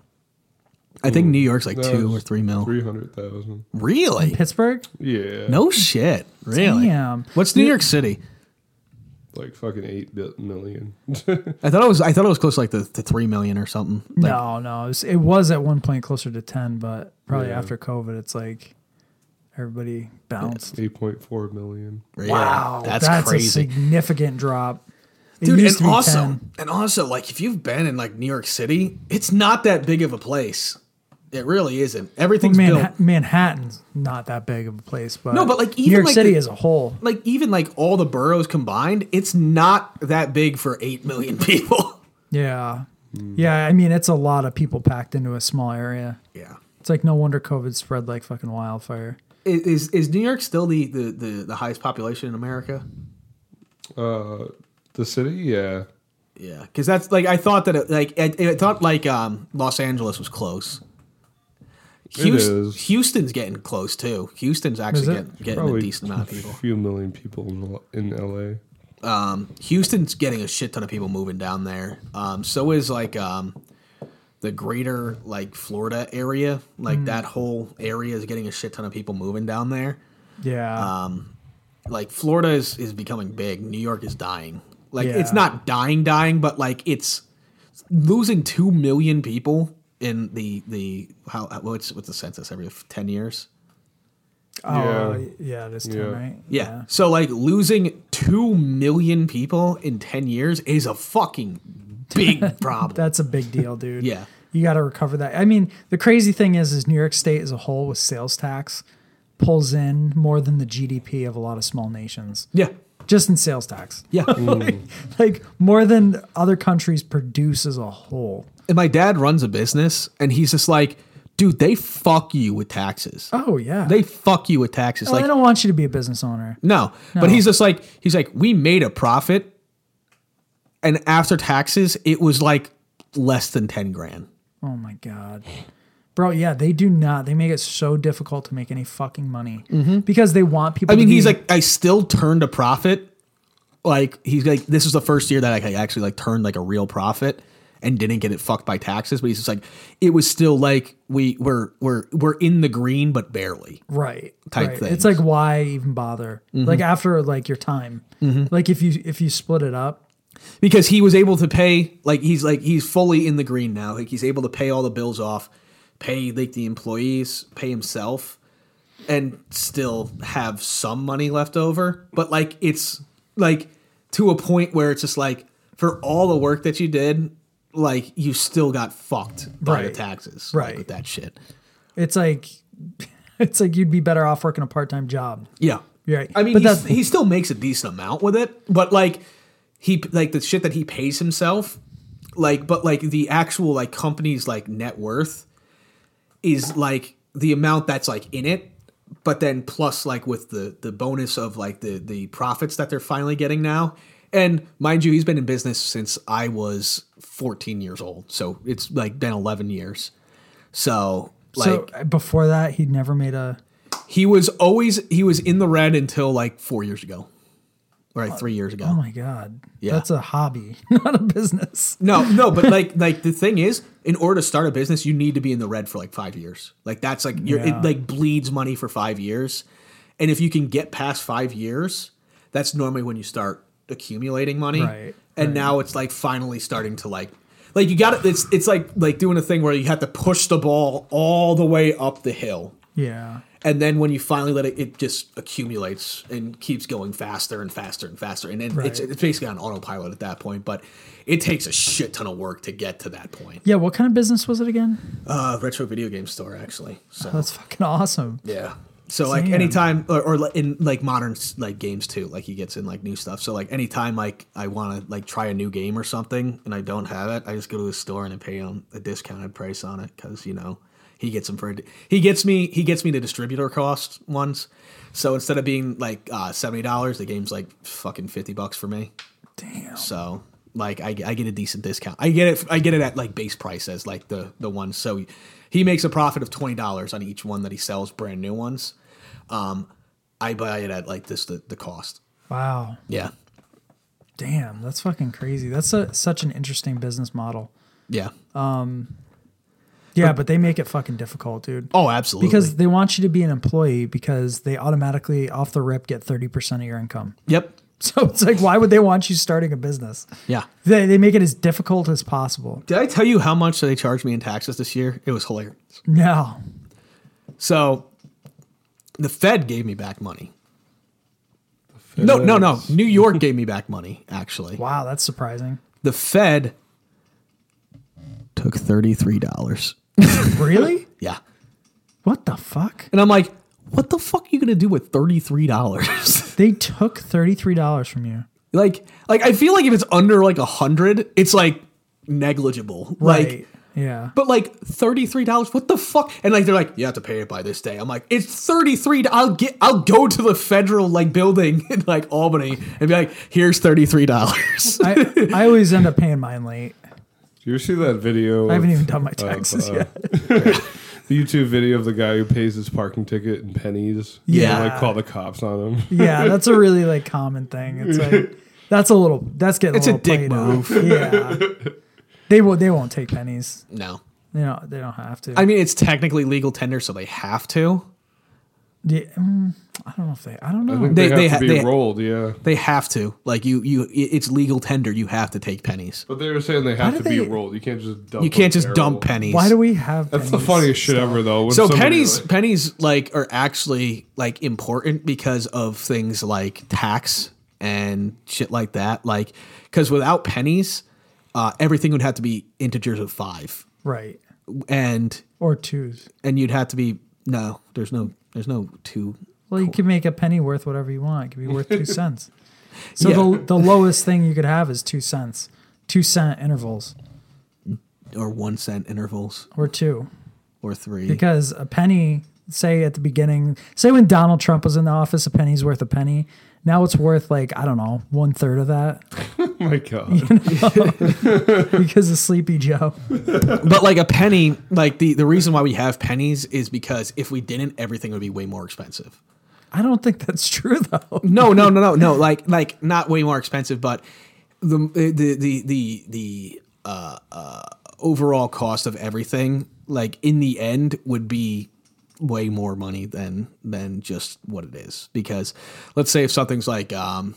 Speaker 8: I think New York's like
Speaker 5: No,
Speaker 8: 2 or
Speaker 5: it's
Speaker 8: 3 mil.
Speaker 5: Three hundred thousand.
Speaker 8: Really?
Speaker 4: In Pittsburgh?
Speaker 5: Yeah.
Speaker 8: No shit. Really?
Speaker 4: Damn.
Speaker 8: What's New
Speaker 5: Yeah.
Speaker 8: York City?
Speaker 5: Like fucking eight bit million.
Speaker 8: I thought it was I thought it was close to like the, the 3 million or something. Like,
Speaker 4: no, no, it was, it was at one point closer to ten, but probably
Speaker 5: Yeah.
Speaker 4: after COVID, it's like everybody bounced.
Speaker 5: Eight point four million.
Speaker 4: Wow, that's, a significant drop. It
Speaker 8: Dude,
Speaker 4: used
Speaker 8: and
Speaker 4: to be
Speaker 8: also,
Speaker 4: 10.
Speaker 8: and also, like if you've been in like New York City, it's not that big of a place. It really isn't. Everything's
Speaker 4: Well,
Speaker 8: built.
Speaker 4: Manha- Manhattan's not that big of a place, but
Speaker 8: No, but like even
Speaker 4: New York
Speaker 8: like
Speaker 4: City
Speaker 8: the-
Speaker 4: as a whole,
Speaker 8: Like even like all the boroughs combined, it's not that big for eight million people.
Speaker 4: yeah,
Speaker 8: Mm.
Speaker 4: yeah. I mean, it's a lot of people packed into a small area.
Speaker 8: Yeah,
Speaker 4: it's like no wonder COVID spread like fucking wildfire.
Speaker 8: I- Is is New York still the the the, the highest population in America?
Speaker 5: Uh, the city, yeah.
Speaker 8: Yeah, because that's like I thought that it, like I, I thought like um Los Angeles was close.
Speaker 5: It
Speaker 8: Houston,
Speaker 5: is.
Speaker 8: Houston's getting close too. Houston's actually
Speaker 5: Is it?
Speaker 8: getting, getting a
Speaker 5: Probably
Speaker 8: decent amount of people.
Speaker 5: A few million people in, L- in
Speaker 8: LA. Um, Houston's getting a shit ton of people moving down there. Um, so is like um, the greater like Florida area. Like
Speaker 4: Mm.
Speaker 8: that whole area is getting a shit ton of people moving down there.
Speaker 4: Yeah,
Speaker 8: Um, like Florida is, is becoming big. New York is dying. Like it's
Speaker 4: Yeah.
Speaker 8: not dying, dying, but like it's losing two million people in the the how what's what's the census every ten years.
Speaker 4: Oh, Yeah. yeah, it is 10, Yeah. right?
Speaker 8: Yeah. So like losing two million people in ten years is a fucking big problem.
Speaker 4: That's a big deal, dude.
Speaker 8: Yeah.
Speaker 4: You got to recover that. I mean, the crazy thing is, is New York State as a whole with sales tax pulls in more than the GDP of a lot of small nations.
Speaker 8: Yeah.
Speaker 4: Just in sales tax.
Speaker 8: Yeah.
Speaker 4: like, like more than other countries produce as a whole.
Speaker 8: And my dad runs a business, and he's just like, dude, they fuck you with taxes.
Speaker 4: Oh yeah.
Speaker 8: They fuck you with taxes.
Speaker 4: Well,
Speaker 8: like
Speaker 4: they Oh, don't want you to be a business owner.
Speaker 8: No,
Speaker 4: No.
Speaker 8: but he's just like he's like we made a profit, and after taxes, it was like less than ten grand.
Speaker 4: Oh my god. Bro, yeah, they do not. They make it so difficult to make any fucking money because they want people.
Speaker 8: Mm-hmm. I mean,
Speaker 4: to
Speaker 8: he's
Speaker 4: be-
Speaker 8: like I still turned a profit. Like he's like this is the first year that I actually like turned like a real profit and didn't get it fucked by taxes. But he's just like it was still like we we're we're we're in the green but barely.
Speaker 4: right
Speaker 8: type
Speaker 4: right.
Speaker 8: things.
Speaker 4: It's like why even bother?
Speaker 8: Mhm.
Speaker 4: Like after like your time,
Speaker 8: Mhm.
Speaker 4: like if you if you split it up,
Speaker 8: because he was able to pay like he's like he's fully in the green now like he's able to pay all the bills off pay like the employees pay himself and still have some money left over but like it's like to a point where it's just like for all the work that you did like you still got fucked by the
Speaker 4: Right.
Speaker 8: taxes
Speaker 4: Right.
Speaker 8: like, with that shit
Speaker 4: it's like it's like you'd be better off working a part time job.
Speaker 8: yeah
Speaker 4: You're right.
Speaker 8: i mean
Speaker 4: But
Speaker 8: he's,
Speaker 4: that's-
Speaker 8: he still makes a decent amount with it but like he like the shit that he pays himself like but like the actual like company's like net worth is like the amount that's like in it but then plus like with the the bonus of like the the profits that they're finally getting now and mind you he's been in business since i was 14 years old so it's like been 11 years so like
Speaker 4: so uh, before that, he'd never made a.
Speaker 8: he was always he was in the red until like four years ago Right, three years ago.
Speaker 4: Oh my god.
Speaker 8: Yeah.
Speaker 4: That's a hobby, not a business.
Speaker 8: No, no, but like like the thing is, in order to start a business, you need to be in the red for like five years. Like that's like you're,
Speaker 4: Yeah.
Speaker 8: it like bleeds money for five years, and if you can get past five years, that's normally when you start accumulating money.
Speaker 4: Right,
Speaker 8: And
Speaker 4: right.
Speaker 8: now it's like finally starting to like like you got to It's it's like like doing a thing where you have to push the ball all the way up the hill.
Speaker 4: Yeah.
Speaker 8: And then when you finally let it, it just accumulates and keeps going faster and faster and faster. And then it's,
Speaker 4: Right.
Speaker 8: it's basically on autopilot at that point. But it takes a shit ton of work to get to that point.
Speaker 4: Yeah, what kind of business was it again?
Speaker 8: Uh, retro video game store, actually. So
Speaker 4: That's fucking awesome.
Speaker 8: yeah. So like
Speaker 4: Damn.
Speaker 8: anytime or, or like, in like modern like games too, like he gets in like new stuff. So like anytime like I want to like try a new game or something and I don't have it, I just go to the store and I pay him a discounted price on it because you know he gets them for a, he gets me he gets me the distributor cost ones. So instead of being like uh, seventy dollars, the game's like fucking fifty bucks for me. Damn. So like I, I get a decent discount. I get it I get it at like base price as like the the one. So he makes a profit of twenty dollars on each one that he sells, brand new ones. Um, I buy it at like this the, the cost.
Speaker 4: Wow.
Speaker 8: Yeah.
Speaker 4: Damn, that's fucking crazy. That's a, such an interesting business model.
Speaker 8: Yeah.
Speaker 4: Um Yeah, but, they make it fucking difficult, dude.
Speaker 8: Oh, absolutely.
Speaker 4: Because they want you to be an employee because they automatically off the rip get 30% of your income.
Speaker 8: Yep.
Speaker 4: So it's like why would they want you starting a business?
Speaker 8: Yeah.
Speaker 4: They they make it as difficult as possible.
Speaker 8: Did I tell you how much they charged me in taxes this year? It was hilarious.
Speaker 4: No.
Speaker 8: So the Fed gave me back money. No, no, no. New York gave me back money, actually.
Speaker 4: Wow, that's surprising.
Speaker 8: The Fed took $33.
Speaker 4: Really?
Speaker 8: Yeah.
Speaker 4: What the fuck?
Speaker 8: And I'm like, what the fuck are you going to do with $33?
Speaker 4: They took $33 from you.
Speaker 8: like like I feel like if it's under like a 100, it's like negligible. Like
Speaker 4: Right. Yeah.
Speaker 8: but like $33, what the fuck? And like they're like, you have to pay it by this day. I'm like, it's 33 I'll get I'll go to the federal like building in like Albany and be like, here's $33.
Speaker 4: I, I always end up paying mine late.
Speaker 5: Do you ever see that video?
Speaker 4: I haven't
Speaker 5: of-
Speaker 4: even done my taxes yet.
Speaker 5: the YouTube video of the guy who pays his parking ticket in pennies. and they,
Speaker 4: Yeah.
Speaker 5: like call the cops on him.
Speaker 4: Yeah, that's a really like common thing. It's like that's a little that's getting
Speaker 8: It's
Speaker 4: a
Speaker 8: a
Speaker 4: little
Speaker 8: dick
Speaker 4: played out.
Speaker 8: move.
Speaker 4: Yeah. They will they won't take pennies.
Speaker 8: No.
Speaker 4: They don't they don't have to.
Speaker 8: I mean, it's technically legal tender, so they have to.
Speaker 4: Yeah, mm, I don't know if they I don't know.
Speaker 8: ha-
Speaker 5: rolled, yeah.
Speaker 8: They have to. Like you, you, i- it's legal tender. You have to take pennies.
Speaker 5: But they were saying they
Speaker 4: Why
Speaker 5: have
Speaker 4: do
Speaker 5: to be
Speaker 4: they-
Speaker 5: rolled. You can't just dump
Speaker 8: You can't
Speaker 5: them
Speaker 8: just
Speaker 5: bare
Speaker 8: dump
Speaker 5: rolled.
Speaker 8: pennies.
Speaker 4: Why do we have
Speaker 5: That's the funniest shit ever, though. when
Speaker 8: so
Speaker 5: somebody,
Speaker 8: pennies,
Speaker 5: like-
Speaker 8: pennies, like are actually like important because of things like tax and shit like that. Like, because without pennies, uh, everything would have to be integers of five,
Speaker 4: right.
Speaker 8: and
Speaker 4: Or twos.
Speaker 8: and you'd have to be no. There's no. There's no two.
Speaker 4: Well, you can make a penny worth whatever you want. It could be worth two cents. So
Speaker 8: Yeah.
Speaker 4: the the lowest thing you could have is two cents. Two cent intervals
Speaker 8: or one cent intervals
Speaker 4: or two.
Speaker 8: or three.
Speaker 4: Because a penny, say at the beginning, say when Donald Trump was in the office, a penny's worth a penny. Now it's worth like, I don't know, one third of that.
Speaker 5: oh my god,
Speaker 4: because of Sleepy Joe.
Speaker 8: but like a penny, like the the reason why we have pennies is because if we didn't, everything would be way more expensive.
Speaker 4: I don't think that's true though.
Speaker 8: No, no, no, no, no. Like like not way more expensive, but the the the the the uh, uh, overall cost of everything, like in the end, would be way more money than than just what it is. Because let's say if something's like um,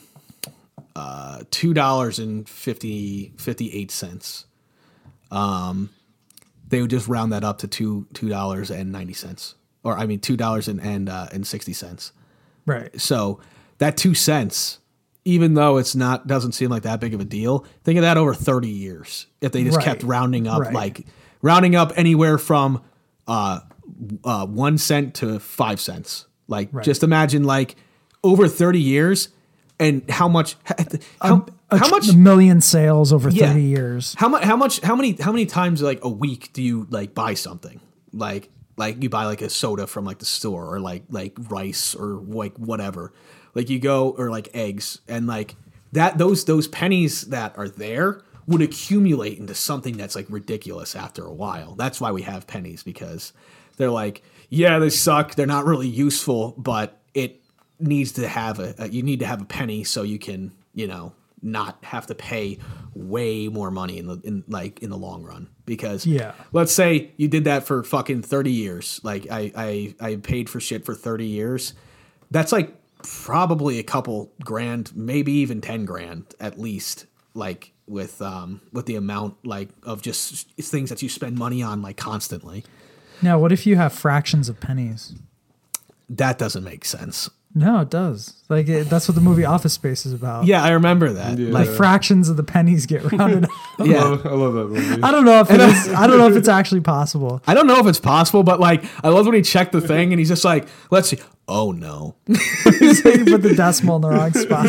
Speaker 8: uh, two dollars and fifty fifty eight cents, um, they would just round that up to two two dollars and ninety cents, or I mean two dollars and and uh, and sixty cents.
Speaker 4: Right.
Speaker 8: So that two cents, even though it's not doesn't seem like that big of a deal, think of that over thirty years. If they just
Speaker 4: Right.
Speaker 8: kept rounding up
Speaker 4: Right.
Speaker 8: like rounding up anywhere from uh, uh one cent to five cents. Like
Speaker 4: Right.
Speaker 8: just imagine like over thirty years and how much how,
Speaker 4: A
Speaker 8: how
Speaker 4: tr-
Speaker 8: much
Speaker 4: a million sales over
Speaker 8: Yeah.
Speaker 4: 30 years.
Speaker 8: how much? How much? How many? How many times like a week do you like buy something? Like like you buy like a soda from like the store or like like rice or like whatever. Like you go or like eggs and like that those those pennies that are there would accumulate into something that's like ridiculous after a while. That's why we have pennies because they're like yeah they suck. They're not really useful, but it needs to have a, a you need to have a penny so you can you know not have to pay way more money in the in like in the long run because
Speaker 4: Yeah.
Speaker 8: let's say you did that for fucking 30 years like I I I paid for shit for 30 years that's like probably a couple grand maybe even 10 grand at least like with um with the amount like of just s- things that you spend money on like constantly
Speaker 4: Now, what if you have fractions of pennies?
Speaker 8: that doesn't make sense
Speaker 4: No, it does. Like it, that's what the movie Office Space is about.
Speaker 8: yeah i remember that
Speaker 4: Like fractions of the pennies get rounded. up.
Speaker 8: Yeah.
Speaker 5: I love that movie.
Speaker 4: I don't know if it
Speaker 8: And I-
Speaker 4: is, I don't know if it's actually possible.
Speaker 8: I don't know if it's possible, but like I love when he checked the thing and he's just like, let's see. Oh no.
Speaker 4: So you put the decimal in the wrong spot.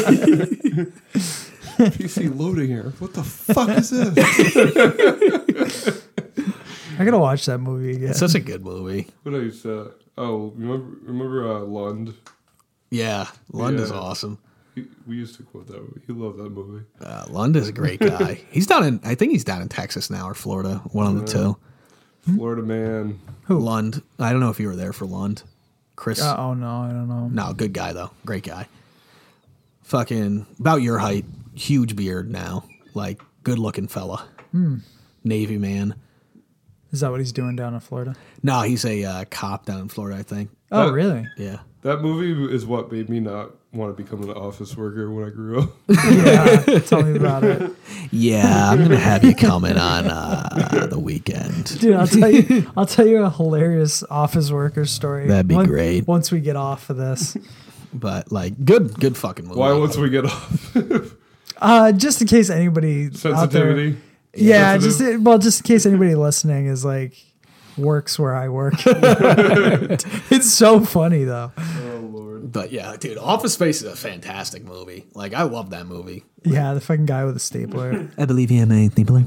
Speaker 5: PC loading error. What the fuck is this?
Speaker 4: I gotta watch that movie again.
Speaker 8: It's such a good movie.
Speaker 5: what I used to. Oh, remember remember uh, Lund?
Speaker 8: Yeah. Lund is
Speaker 5: Yeah.
Speaker 8: awesome.
Speaker 5: He- We used to quote that movie. He loved that movie.
Speaker 8: Uh, Lund is a great guy. he's down in I think he's down in Texas now or Florida. One of the
Speaker 5: Yeah.
Speaker 8: two.
Speaker 5: Florida man.
Speaker 8: Lund. I don't know if you were there for Lund. Chris.
Speaker 4: Uh, oh no, I don't know.
Speaker 8: No, good guy though. Great guy. Fucking about your height. Huge beard now. Like good looking fella.
Speaker 4: Hmm.
Speaker 8: Navy man.
Speaker 4: Is that what he's doing down in Florida?
Speaker 8: No, he's a uh, cop down in Florida, I think.
Speaker 4: Oh, really?
Speaker 8: Yeah.
Speaker 5: That movie is what made me not want to become an office worker when I grew up.
Speaker 4: Yeah, tell me about it.
Speaker 8: Yeah, I'm gonna have you comment on uh, the weekend.
Speaker 4: Dude, I'll tell you. I'll tell you a hilarious office worker story.
Speaker 8: That'd be
Speaker 4: Once-
Speaker 8: great.
Speaker 4: Once we get off of this,
Speaker 8: But like, good, good fucking movie.
Speaker 5: Why once we get off?
Speaker 4: uh, just in case anybody out there,
Speaker 5: Sensitivity.
Speaker 4: yeah,
Speaker 5: Sensitive.
Speaker 4: just well, just in case anybody listening is like works where I work. it's so funny though.
Speaker 8: But yeah, dude, Office Space is a fantastic movie. Like, I love that movie.
Speaker 4: Yeah, the fucking guy with the stapler.
Speaker 8: I believe he had a stapler.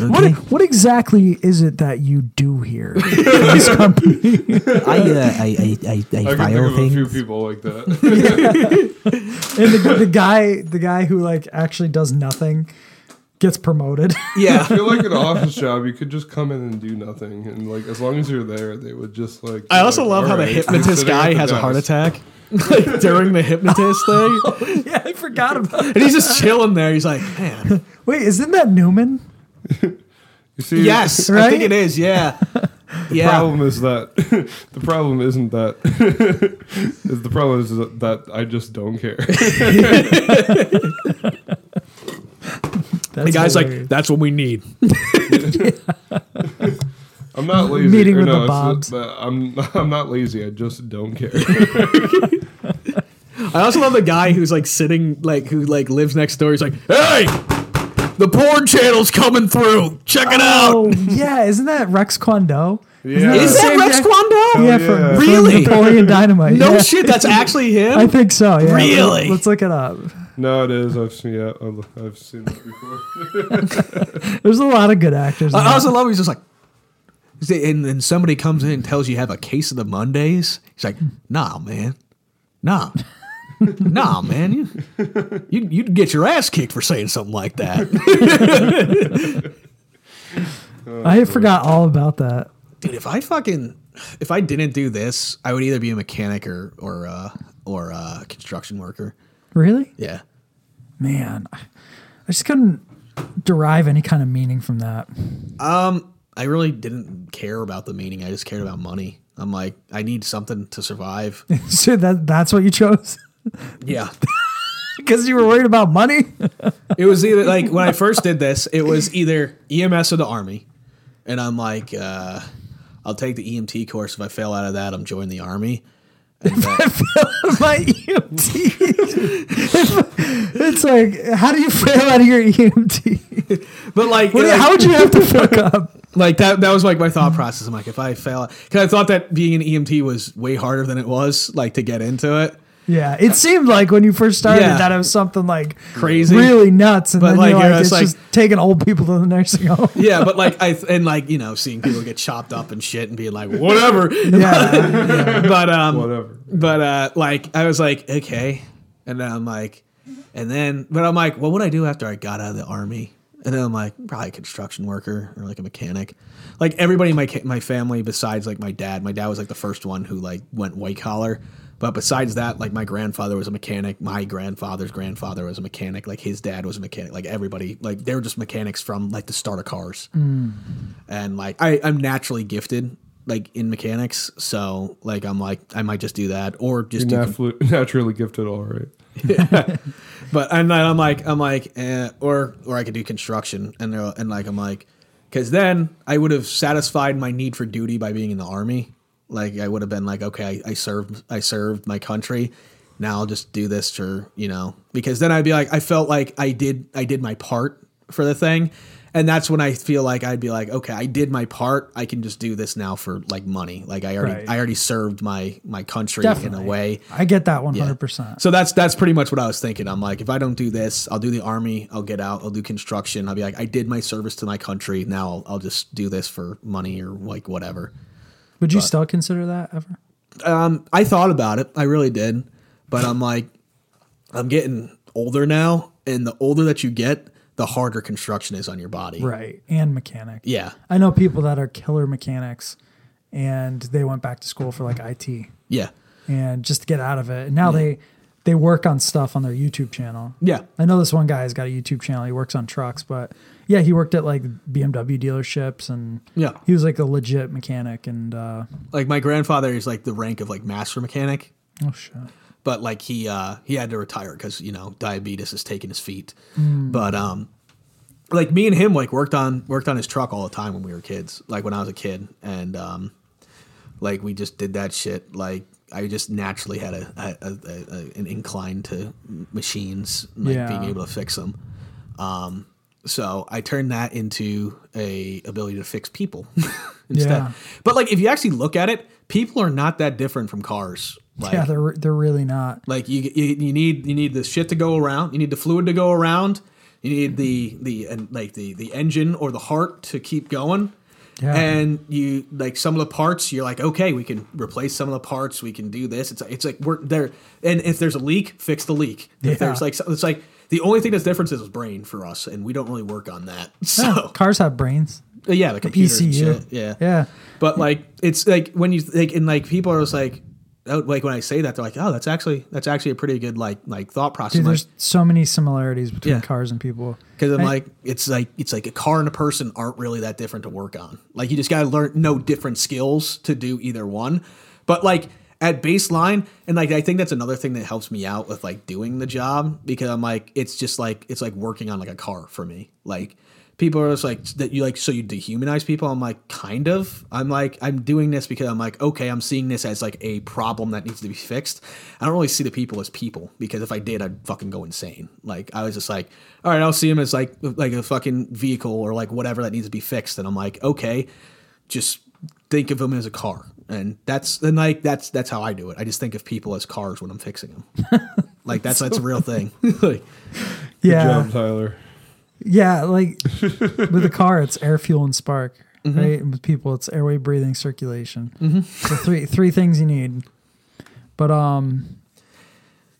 Speaker 4: What what exactly is it that you do here? in this company?
Speaker 8: I, uh, I, I, I,
Speaker 5: I can think of a few people like that.
Speaker 4: And the, the guy, the guy who like actually does nothing, gets promoted.
Speaker 5: I feel like an office job, you could just come in and do nothing, and like as long as you're there, they would just like.
Speaker 8: I also
Speaker 5: like,
Speaker 8: love how the
Speaker 5: "Alright, you're
Speaker 8: hypnotist
Speaker 5: sitting at
Speaker 8: guy
Speaker 5: the
Speaker 8: has a heart
Speaker 5: desk."
Speaker 8: attack like, during the hypnotist thing,
Speaker 4: yeah, I forgot about.
Speaker 8: and he's just chilling there. He's like, man,
Speaker 4: Wait, isn't that Newman?
Speaker 5: You see,
Speaker 8: yes, I think it is. Yeah,
Speaker 5: The
Speaker 8: yeah.
Speaker 5: problem is that the problem isn't that is the problem is that I just don't care.
Speaker 4: That's
Speaker 8: the guy's
Speaker 4: hilarious.
Speaker 8: like, that's what we need.
Speaker 5: I'm not lazy.
Speaker 4: Meeting
Speaker 5: or
Speaker 4: with the
Speaker 5: it's
Speaker 4: Bobs.
Speaker 5: that I'm I'm not lazy. I just don't care.
Speaker 8: I also love the guy who's like sitting, like who like lives next door. He's like, "Hey, the porn channel's coming through. Check it
Speaker 4: Oh,
Speaker 8: out."
Speaker 4: yeah, isn't that Rex Kwando? Isn't
Speaker 5: Yeah.
Speaker 4: the
Speaker 8: Is that
Speaker 4: same
Speaker 8: Rex
Speaker 4: guy-
Speaker 8: Kwando?
Speaker 4: Yeah, from,
Speaker 5: Yeah.
Speaker 4: from
Speaker 8: Really?
Speaker 4: Napoleon Dynamite.
Speaker 8: No
Speaker 4: yeah.
Speaker 8: shit, that's actually him.
Speaker 4: I think so. Yeah.
Speaker 8: Really?
Speaker 4: Let's look it up.
Speaker 5: no, it is. I've seen yeah, I've- I've seen that before.
Speaker 4: There's a lot of good actors. in
Speaker 8: I
Speaker 4: that.
Speaker 8: also love. He's just like, is it- and then somebody comes in and tells you you have a case of the Mondays. He's like, "Nah, man, nah." nah, man, you you you'd get your ass kicked for saying something like that.
Speaker 4: I forgot all about that.
Speaker 8: dude if i fucking if i didn't do this i would either be a mechanic or or uh or a construction worker
Speaker 4: Really?
Speaker 8: yeah
Speaker 4: Man, I I just couldn't derive any kind of meaning from that.
Speaker 8: um i really didn't care about the meaning i just cared about money i'm like i need something to survive
Speaker 4: so that that's what you chose
Speaker 8: yeah
Speaker 4: because you were worried about money.
Speaker 8: it was either like when i first did this it was either ems or the army and i'm like uh i'll take the emt course if i fail out of that i'm joining the army
Speaker 4: My EMT. it's like, how do you fail out of your E EMT?
Speaker 8: but like,
Speaker 4: What do you-
Speaker 8: like-
Speaker 4: how would you have to fuck up?
Speaker 8: Like that that was like my thought process. I'm like, if I fail because I thought that being an EMT was way harder than it was, like to get into it.
Speaker 4: Yeah, it seemed like when you first started
Speaker 8: Yeah.
Speaker 4: that it was something like
Speaker 8: Crazy.
Speaker 4: really nuts, and
Speaker 8: But
Speaker 4: then
Speaker 8: like,
Speaker 4: you're
Speaker 8: you know,
Speaker 4: like, it's
Speaker 8: it's like-
Speaker 4: just taking old people to the nursing home.
Speaker 8: Yeah, but like I and like, you know, seeing people get chopped up and shit and being like, whatever.
Speaker 4: yeah,
Speaker 8: But um
Speaker 5: Whatever.
Speaker 8: but uh like I was like, okay. And then I'm like and then but I'm like, what would I do after I got out of the army? And then I'm like, probably a construction worker or like a mechanic. Like everybody in my ca- my family besides like my dad. My dad was like the first one who like went white collar. But besides that, like my grandfather was a mechanic, my grandfather's grandfather was a mechanic, like his dad was a mechanic, like everybody, like they were just mechanics from like the start of cars.
Speaker 3: Mm.
Speaker 8: And like I, I'm naturally gifted like in mechanics, so like I'm like I might just do that or just
Speaker 5: You're
Speaker 8: do com-
Speaker 5: natu- naturally gifted, all right.
Speaker 8: but and then I'm like I'm like eh, or or I could do construction and they're and like I'm like because then I would have satisfied my need for duty by being in the army. Like I would have been like okay I, I served I served my country. Now I'll just do this for you know because then I'd be like I felt like I did I did my part for the thing. And that's when I feel like I'd be like, okay, I did my part. I can just do this now for like money. Like I already,
Speaker 4: Right.
Speaker 8: I already served my my country in
Speaker 4: Definitely.
Speaker 8: a way.
Speaker 4: I get that 100%.
Speaker 8: So that's that's pretty much what I was thinking. I'm like, if I don't do this, I'll do the army, I'll get out, I'll do construction. I'll be like, I did my service to my country. Now I'll, I'll just do this for money or like whatever.
Speaker 4: Would you
Speaker 8: But-
Speaker 4: still consider that ever?
Speaker 8: Um, I thought about it, I really did, but I'm like, I'm getting older now, and the older that you get, the harder construction is on your body.
Speaker 4: Right. And mechanic.
Speaker 8: Yeah.
Speaker 4: I know people that are killer mechanics and they went back to school for like IT
Speaker 8: Yeah.
Speaker 4: and just to get out of it. And now they they work on stuff on their YouTube channel.
Speaker 8: Yeah.
Speaker 4: I know this one guy has got a YouTube channel. He works on trucks, but yeah, he worked at like BMW dealerships and
Speaker 8: Yeah.
Speaker 4: he was like a legit mechanic and uh
Speaker 8: Like my grandfather is like the rank of like master mechanic.
Speaker 4: oh shit.
Speaker 8: but like he uh he had to retire because you know diabetes is taking his feet
Speaker 4: Mm.
Speaker 8: but um like me and him like worked on worked on his truck all the time when we were kids like when i was a kid and um like we just did that shit like i just naturally had a, a, a, a an incline to machines like
Speaker 4: Yeah.
Speaker 8: being able to fix them um so i turned that into a ability to fix people instead
Speaker 4: Yeah.
Speaker 8: but like if you actually look at it people are not that different from cars like
Speaker 4: yeah, they're they're really not.
Speaker 8: like you, you, you need you need the shit to go around. You need the fluid to go around. You need the the and like the the engine or the heart to keep going.
Speaker 4: Yeah.
Speaker 8: And you like some of the parts. You're like, okay, we can replace some of the parts. We can do this. It's it's like we're there. And if there's a leak, fix the leak. If
Speaker 4: Yeah.
Speaker 8: there's like so- it's like the only thing that's different is brain for us, and we don't really work on that. So
Speaker 4: Yeah, cars have brains.
Speaker 8: yeah, the
Speaker 4: Like a
Speaker 8: computer and
Speaker 4: PCU.
Speaker 8: shit, Yeah.
Speaker 4: Yeah.
Speaker 8: But like it's like when you like and like people are just like oh, like when I say that they're like oh that's actually that's actually a pretty good like like thought process
Speaker 4: Dude,
Speaker 8: I'm like,
Speaker 4: there's so many similarities between
Speaker 8: Yeah.
Speaker 4: cars and people.
Speaker 8: Because I'm
Speaker 4: I-
Speaker 8: like, it's like it's like a car and a person aren't really that different to work on. Like you just gotta learn know different skills to do either one. But like at baseline, and like I think that's another thing that helps me out with like doing the job because I'm like, it's just like it's like working on like a car for me. Like people are just like that you like so you dehumanize people. I'm like, kind of. I'm like, I'm doing this because I'm like, okay, I'm seeing this as like a problem that needs to be fixed. I don't really see the people as people because if I did, I'd fucking go insane. Like I was just like, all right, I'll see him as like like a fucking vehicle or like whatever that needs to be fixed. And I'm like, okay, just think of him as a car. And that's and like that's that's how I do it. I just think of people as cars when I'm fixing them. like that's that's a real thing. like,
Speaker 4: Yeah.
Speaker 5: Good job, Tyler.
Speaker 4: Yeah, like with a car, it's air, fuel, and spark,
Speaker 8: Mm-hmm.
Speaker 4: right? And with people, it's airway, breathing, circulation. The three three things you need. But um,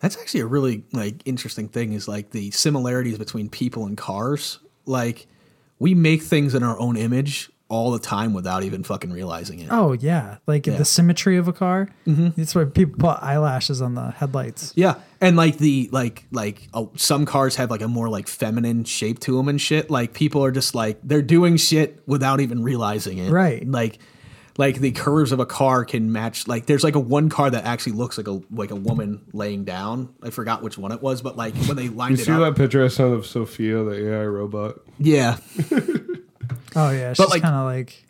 Speaker 8: That's actually a really like interesting thing is like the similarities between people and cars. Like we make things in our own image all the time without even fucking realizing it.
Speaker 4: oh yeah, like
Speaker 8: Yeah. Mm-hmm.
Speaker 4: the symmetry of a car. That's why people put eyelashes on the headlights.
Speaker 8: Yeah, and like the like like uh, some cars have like a more like feminine shape to them and shit. Like people are just like they're doing shit without even realizing it.
Speaker 4: Right.
Speaker 8: Like like the curves of a car can match. Like there's like a one car that actually looks like a like a woman laying down. I forgot which one it was, but like when they
Speaker 5: You
Speaker 8: lined it
Speaker 5: see
Speaker 8: up.
Speaker 5: that picture I sent of Sophia, the AI robot?
Speaker 8: Yeah.
Speaker 4: Oh yeah,
Speaker 8: But,
Speaker 4: she's
Speaker 8: like-
Speaker 4: kind of like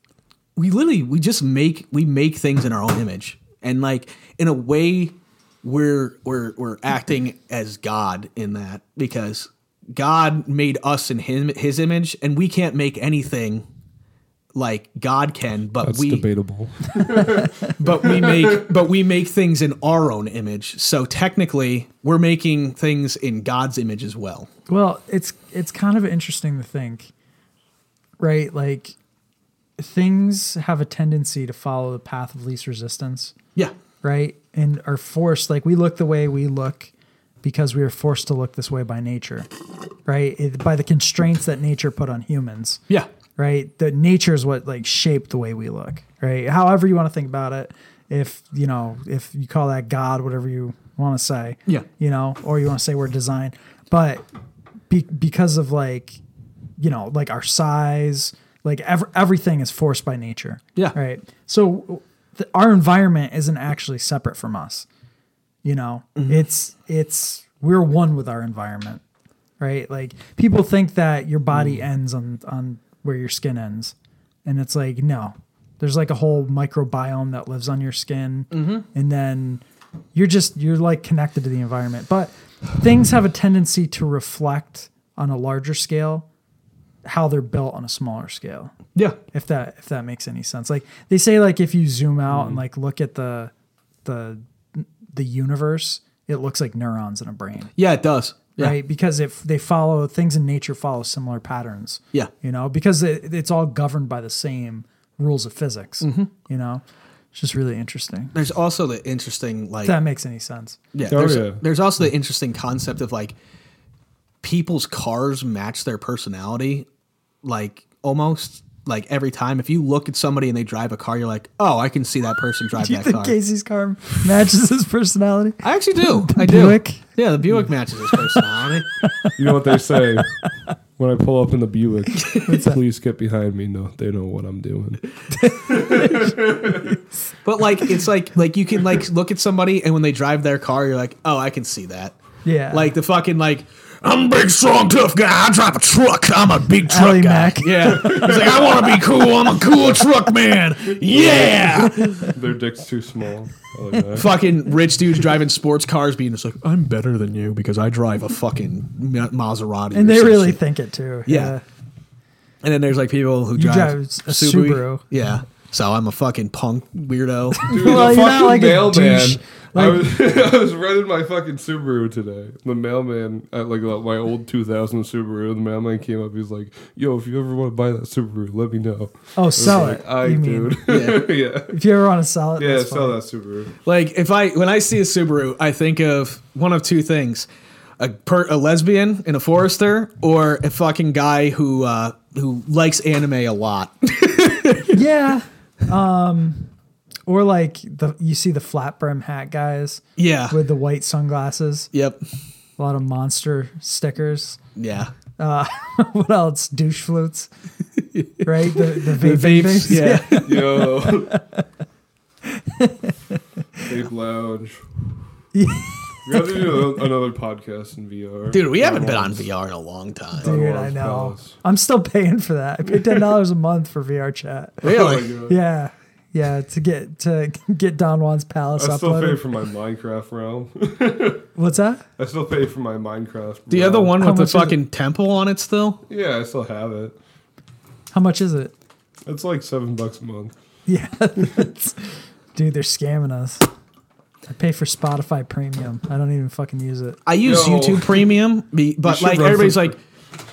Speaker 8: we literally we just make we make things in our own image and like in a way we're we're we're acting as god in that because god made us in him his image and we can't make anything like god can but
Speaker 5: That's
Speaker 8: we
Speaker 5: debatable.
Speaker 8: but we make but we make things in our own image so technically we're making things in god's image as well
Speaker 4: Well, it's it's kind of interesting to think, right? Like things have a tendency to follow the path of least resistance.
Speaker 8: Yeah.
Speaker 4: Right? And are forced like we look the way we look because we are forced to look this way by nature. Right? It, by the constraints that nature put on humans.
Speaker 8: Yeah.
Speaker 4: Right? The nature is what like shaped the way we look, right? However you want to think about it if you know if you call that God, whatever you want to say.
Speaker 8: Yeah.
Speaker 4: You know, or you want to say we're design, but be- because of like, you know, like our size, like ev- everything is forced by nature.
Speaker 8: Yeah.
Speaker 4: Right. So th- our environment isn't actually separate from us. You know, it's it's we're one with our environment, right? Like people think that your body ends on on where your skin ends, and it's like no, there's like a whole microbiome that lives on your skin,
Speaker 8: Mhm.
Speaker 4: and then you're just you're like connected to the environment. But things have a tendency to reflect on a larger scale how they're built on a smaller scale.
Speaker 8: Yeah.
Speaker 4: If that if that makes any sense. Like they say like if you zoom out
Speaker 8: Mm-hmm.
Speaker 4: and like look at the the the universe, it looks like neurons in a brain.
Speaker 8: Yeah, it does. Yeah.
Speaker 4: Right? Because if they follow things in nature follow similar patterns.
Speaker 8: Yeah.
Speaker 4: You know, because it, it's all governed by the same rules of physics.
Speaker 8: Mhm.
Speaker 4: You know? It's just really interesting.
Speaker 8: There's also the interesting like
Speaker 4: if that makes any sense.
Speaker 8: Yeah,
Speaker 4: Oh,
Speaker 8: there's,
Speaker 4: yeah.
Speaker 8: there's also the interesting concept of like people's cars match their personality, like almost like every time. If you look at somebody and they drive a car, you're like, oh, I can see that person drive
Speaker 4: Do you
Speaker 8: that
Speaker 4: think
Speaker 8: car.
Speaker 4: Casey's car matches his personality?
Speaker 8: I actually do.
Speaker 4: The
Speaker 8: I do.
Speaker 4: Buick?
Speaker 8: Yeah, the Buick matches his personality.
Speaker 5: You know what they say when I pull up in the Buick? Please get behind me. No, they know what I'm doing.
Speaker 8: but like, it's like like you can like look at somebody and when they drive their car, you're like, oh, I can see that.
Speaker 4: Yeah.
Speaker 8: Like the fucking like.
Speaker 10: I'm a big, strong, tough guy. I drive a truck. I'm a big truck
Speaker 8: Ally
Speaker 10: guy.
Speaker 8: Mac.
Speaker 10: Yeah. He's like, I want to be cool. I'm a cool truck man. Yeah.
Speaker 5: Their dick's too small. I like that.
Speaker 8: fucking rich dudes driving sports cars being just like, I'm better than you because I drive a fucking Ma- Maserati.
Speaker 4: And
Speaker 8: or
Speaker 4: they
Speaker 8: some
Speaker 4: really
Speaker 8: shit."
Speaker 4: think it too.
Speaker 8: Yeah. And then there's like people who
Speaker 4: You
Speaker 8: drive,
Speaker 4: drive a Subaru.
Speaker 8: Yeah. So I'm a fucking punk weirdo.
Speaker 5: Dude, the fucking mailman. I, was, I was running my fucking Subaru today. The mailman, at like my old 2000 Subaru, the mailman came up. He's like, "Yo, if you ever want to buy that Subaru, let me know." I
Speaker 4: Oh,
Speaker 5: was
Speaker 4: sell
Speaker 5: like,
Speaker 4: it.
Speaker 5: "Aye,
Speaker 4: you mean?
Speaker 5: dude. yeah.
Speaker 4: If you ever want to sell it,
Speaker 5: Yeah,
Speaker 4: that's
Speaker 5: sell
Speaker 4: fine.
Speaker 5: that Subaru.
Speaker 8: Like if I when I see a Subaru, I think of one of two things: a per, a lesbian in a Forester, or a fucking guy who uh, who likes anime a lot.
Speaker 4: yeah. Um, or like the you see the flat brim hat guys.
Speaker 8: Yeah.
Speaker 4: With the white sunglasses.
Speaker 8: Yep.
Speaker 4: A lot of monster stickers.
Speaker 8: Yeah.
Speaker 4: Uh, what else? Douche flutes. right. The the,
Speaker 8: The
Speaker 4: vaping
Speaker 8: vapes,
Speaker 4: things.
Speaker 8: yeah.
Speaker 5: Yo. Vape lounge. we have to do a- another podcast in VR,
Speaker 8: Dude, we haven't been on
Speaker 5: Otherwise-
Speaker 8: VR in a long time.
Speaker 4: Dude, I
Speaker 5: Otherwise,
Speaker 4: know. I'm still paying for that. I pay ten dollars a month for VR chat.
Speaker 5: Really? Oh my God.
Speaker 4: yeah, yeah. To get to get Don Juan's
Speaker 5: I
Speaker 4: palace
Speaker 5: still pay
Speaker 4: uploaded.
Speaker 5: for my Minecraft realm.
Speaker 4: What's that?
Speaker 5: I still pay for my Minecraft.
Speaker 8: Do you have the
Speaker 5: realm.
Speaker 8: one with the fucking temple on it still?
Speaker 5: Yeah, I still have it.
Speaker 4: How much is it?
Speaker 5: It's like seven bucks a month.
Speaker 4: Yeah, that's- dude, they're scamming us. I pay for Spotify Premium. I don't even fucking use it.
Speaker 8: I use
Speaker 4: Yo.
Speaker 8: YouTube Premium, be-
Speaker 4: You
Speaker 8: but
Speaker 4: should
Speaker 8: like
Speaker 4: run
Speaker 8: everybody's
Speaker 4: for-
Speaker 8: like,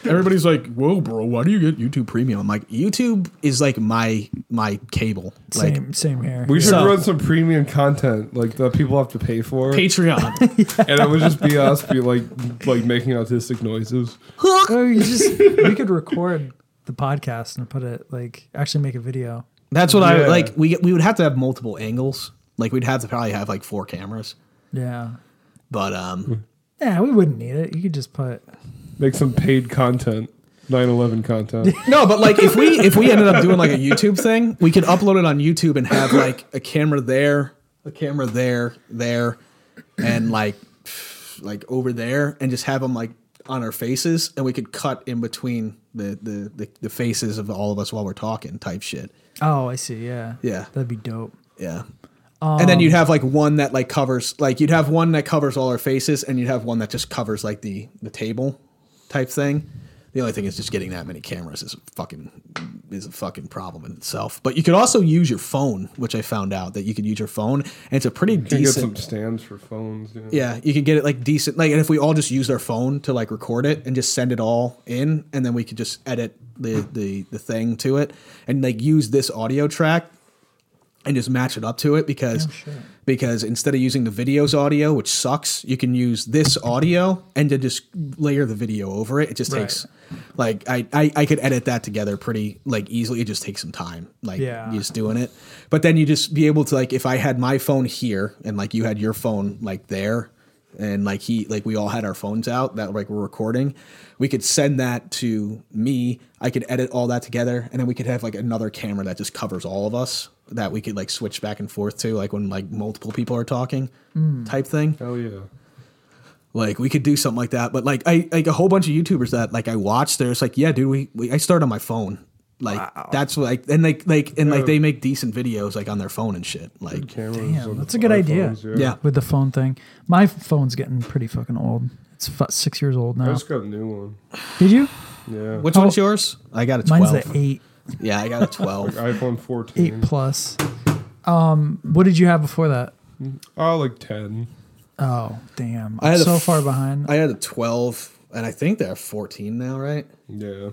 Speaker 8: everybody's like, "Whoa, bro, why do you get YouTube Premium?" I'm like, YouTube is like my my cable. Like,
Speaker 4: Same, same here.
Speaker 5: We should
Speaker 8: So-
Speaker 5: run some premium content like that people have to pay for.
Speaker 8: Patreon.
Speaker 5: and it would just be us be like like making autistic noises.
Speaker 4: Oh, you just we could record the podcast and put it like actually make a video.
Speaker 8: That's what I
Speaker 4: Yeah.
Speaker 8: like. We we would have to have multiple angles. Like we'd have to probably have like four cameras.
Speaker 4: Yeah.
Speaker 8: But um,
Speaker 4: Yeah, we wouldn't need it. You could just put
Speaker 5: Make some paid content. 9-11 content.
Speaker 8: no, but like if we if we ended up doing like a YouTube thing, we could upload it on YouTube and have like a camera there, a camera there, there, and like like over there, and just have them like on our faces, and we could cut in between the the the, the faces of all of us while we're talking type shit.
Speaker 4: Oh, I see. Yeah.
Speaker 8: Yeah.
Speaker 4: That'd be dope.
Speaker 8: Yeah. and then
Speaker 4: Um,
Speaker 8: you'd have like one that like covers like you'd have one that covers all our faces, and you'd have one that just covers like the the table type thing. The only thing is just getting that many cameras is a fucking is a fucking problem in itself. But you could also use your phone, which I found out that you could use your phone, and it's a pretty
Speaker 5: Can you get some
Speaker 8: decent.
Speaker 5: stands for phones. Yeah.
Speaker 8: yeah, you could get it like decent. Like, and if we all just used our phone to like record it and just send it all in, and then we could just edit the the the thing to it and like use this audio track and just match it up to it because because instead of using the video's audio, which sucks, you can use this audio and to just layer the video over it. It just
Speaker 4: Right.
Speaker 8: takes like I, I I could edit that together pretty like easily. It just takes some time. Like
Speaker 4: Yeah.
Speaker 8: just doing it. But then you just be able to like if I had my phone here and like you had your phone like there and like he like we all had our phones out that like we're recording we could send that to me i could edit all that together and then we could have like another camera that just covers all of us that we could like switch back and forth to like when like multiple people are talking
Speaker 5: Mm.
Speaker 8: type thing
Speaker 5: oh yeah
Speaker 8: like we could do something like that but like i like a whole bunch of youtubers that like i watch they're just like yeah dude we, we i start on my phone like that's what like and like like and like
Speaker 4: Yeah.
Speaker 8: they make decent videos like on their phone and shit like
Speaker 4: Damn, that's a good idea.
Speaker 8: yeah, yeah.
Speaker 4: With the phone thing. My phone's getting pretty fucking old. It's fu- six years old
Speaker 5: I
Speaker 4: now.
Speaker 5: just got a new one.
Speaker 4: Did you?
Speaker 5: Yeah.
Speaker 8: Which
Speaker 4: How-
Speaker 8: one's yours? I got a 12.
Speaker 4: Mine's the eight.
Speaker 8: Yeah, I got a 12.
Speaker 5: Like iPhone 14.
Speaker 8: Mm-hmm.
Speaker 4: Eight plus. Um, what did you have before that?
Speaker 5: Oh, like 10.
Speaker 4: Oh, damn.
Speaker 8: I had a
Speaker 4: so
Speaker 8: f-
Speaker 4: far behind.
Speaker 8: I had a 12, and I think they're 14 now, right?
Speaker 5: Yeah.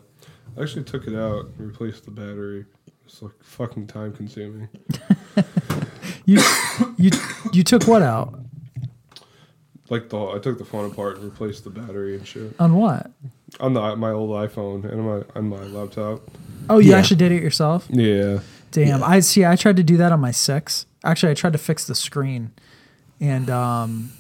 Speaker 5: I actually took it out and replaced the battery. It's like fucking time consuming.
Speaker 4: You, you, you took what out?
Speaker 5: Like the I took the phone apart and replaced the battery and shit.
Speaker 4: On what?
Speaker 5: On the my old iPhone and my on my laptop.
Speaker 4: Oh, you actually did it yourself?
Speaker 5: Yeah.
Speaker 4: Damn. I see. I tried to do that on my six. Actually, I tried to fix the screen, and um,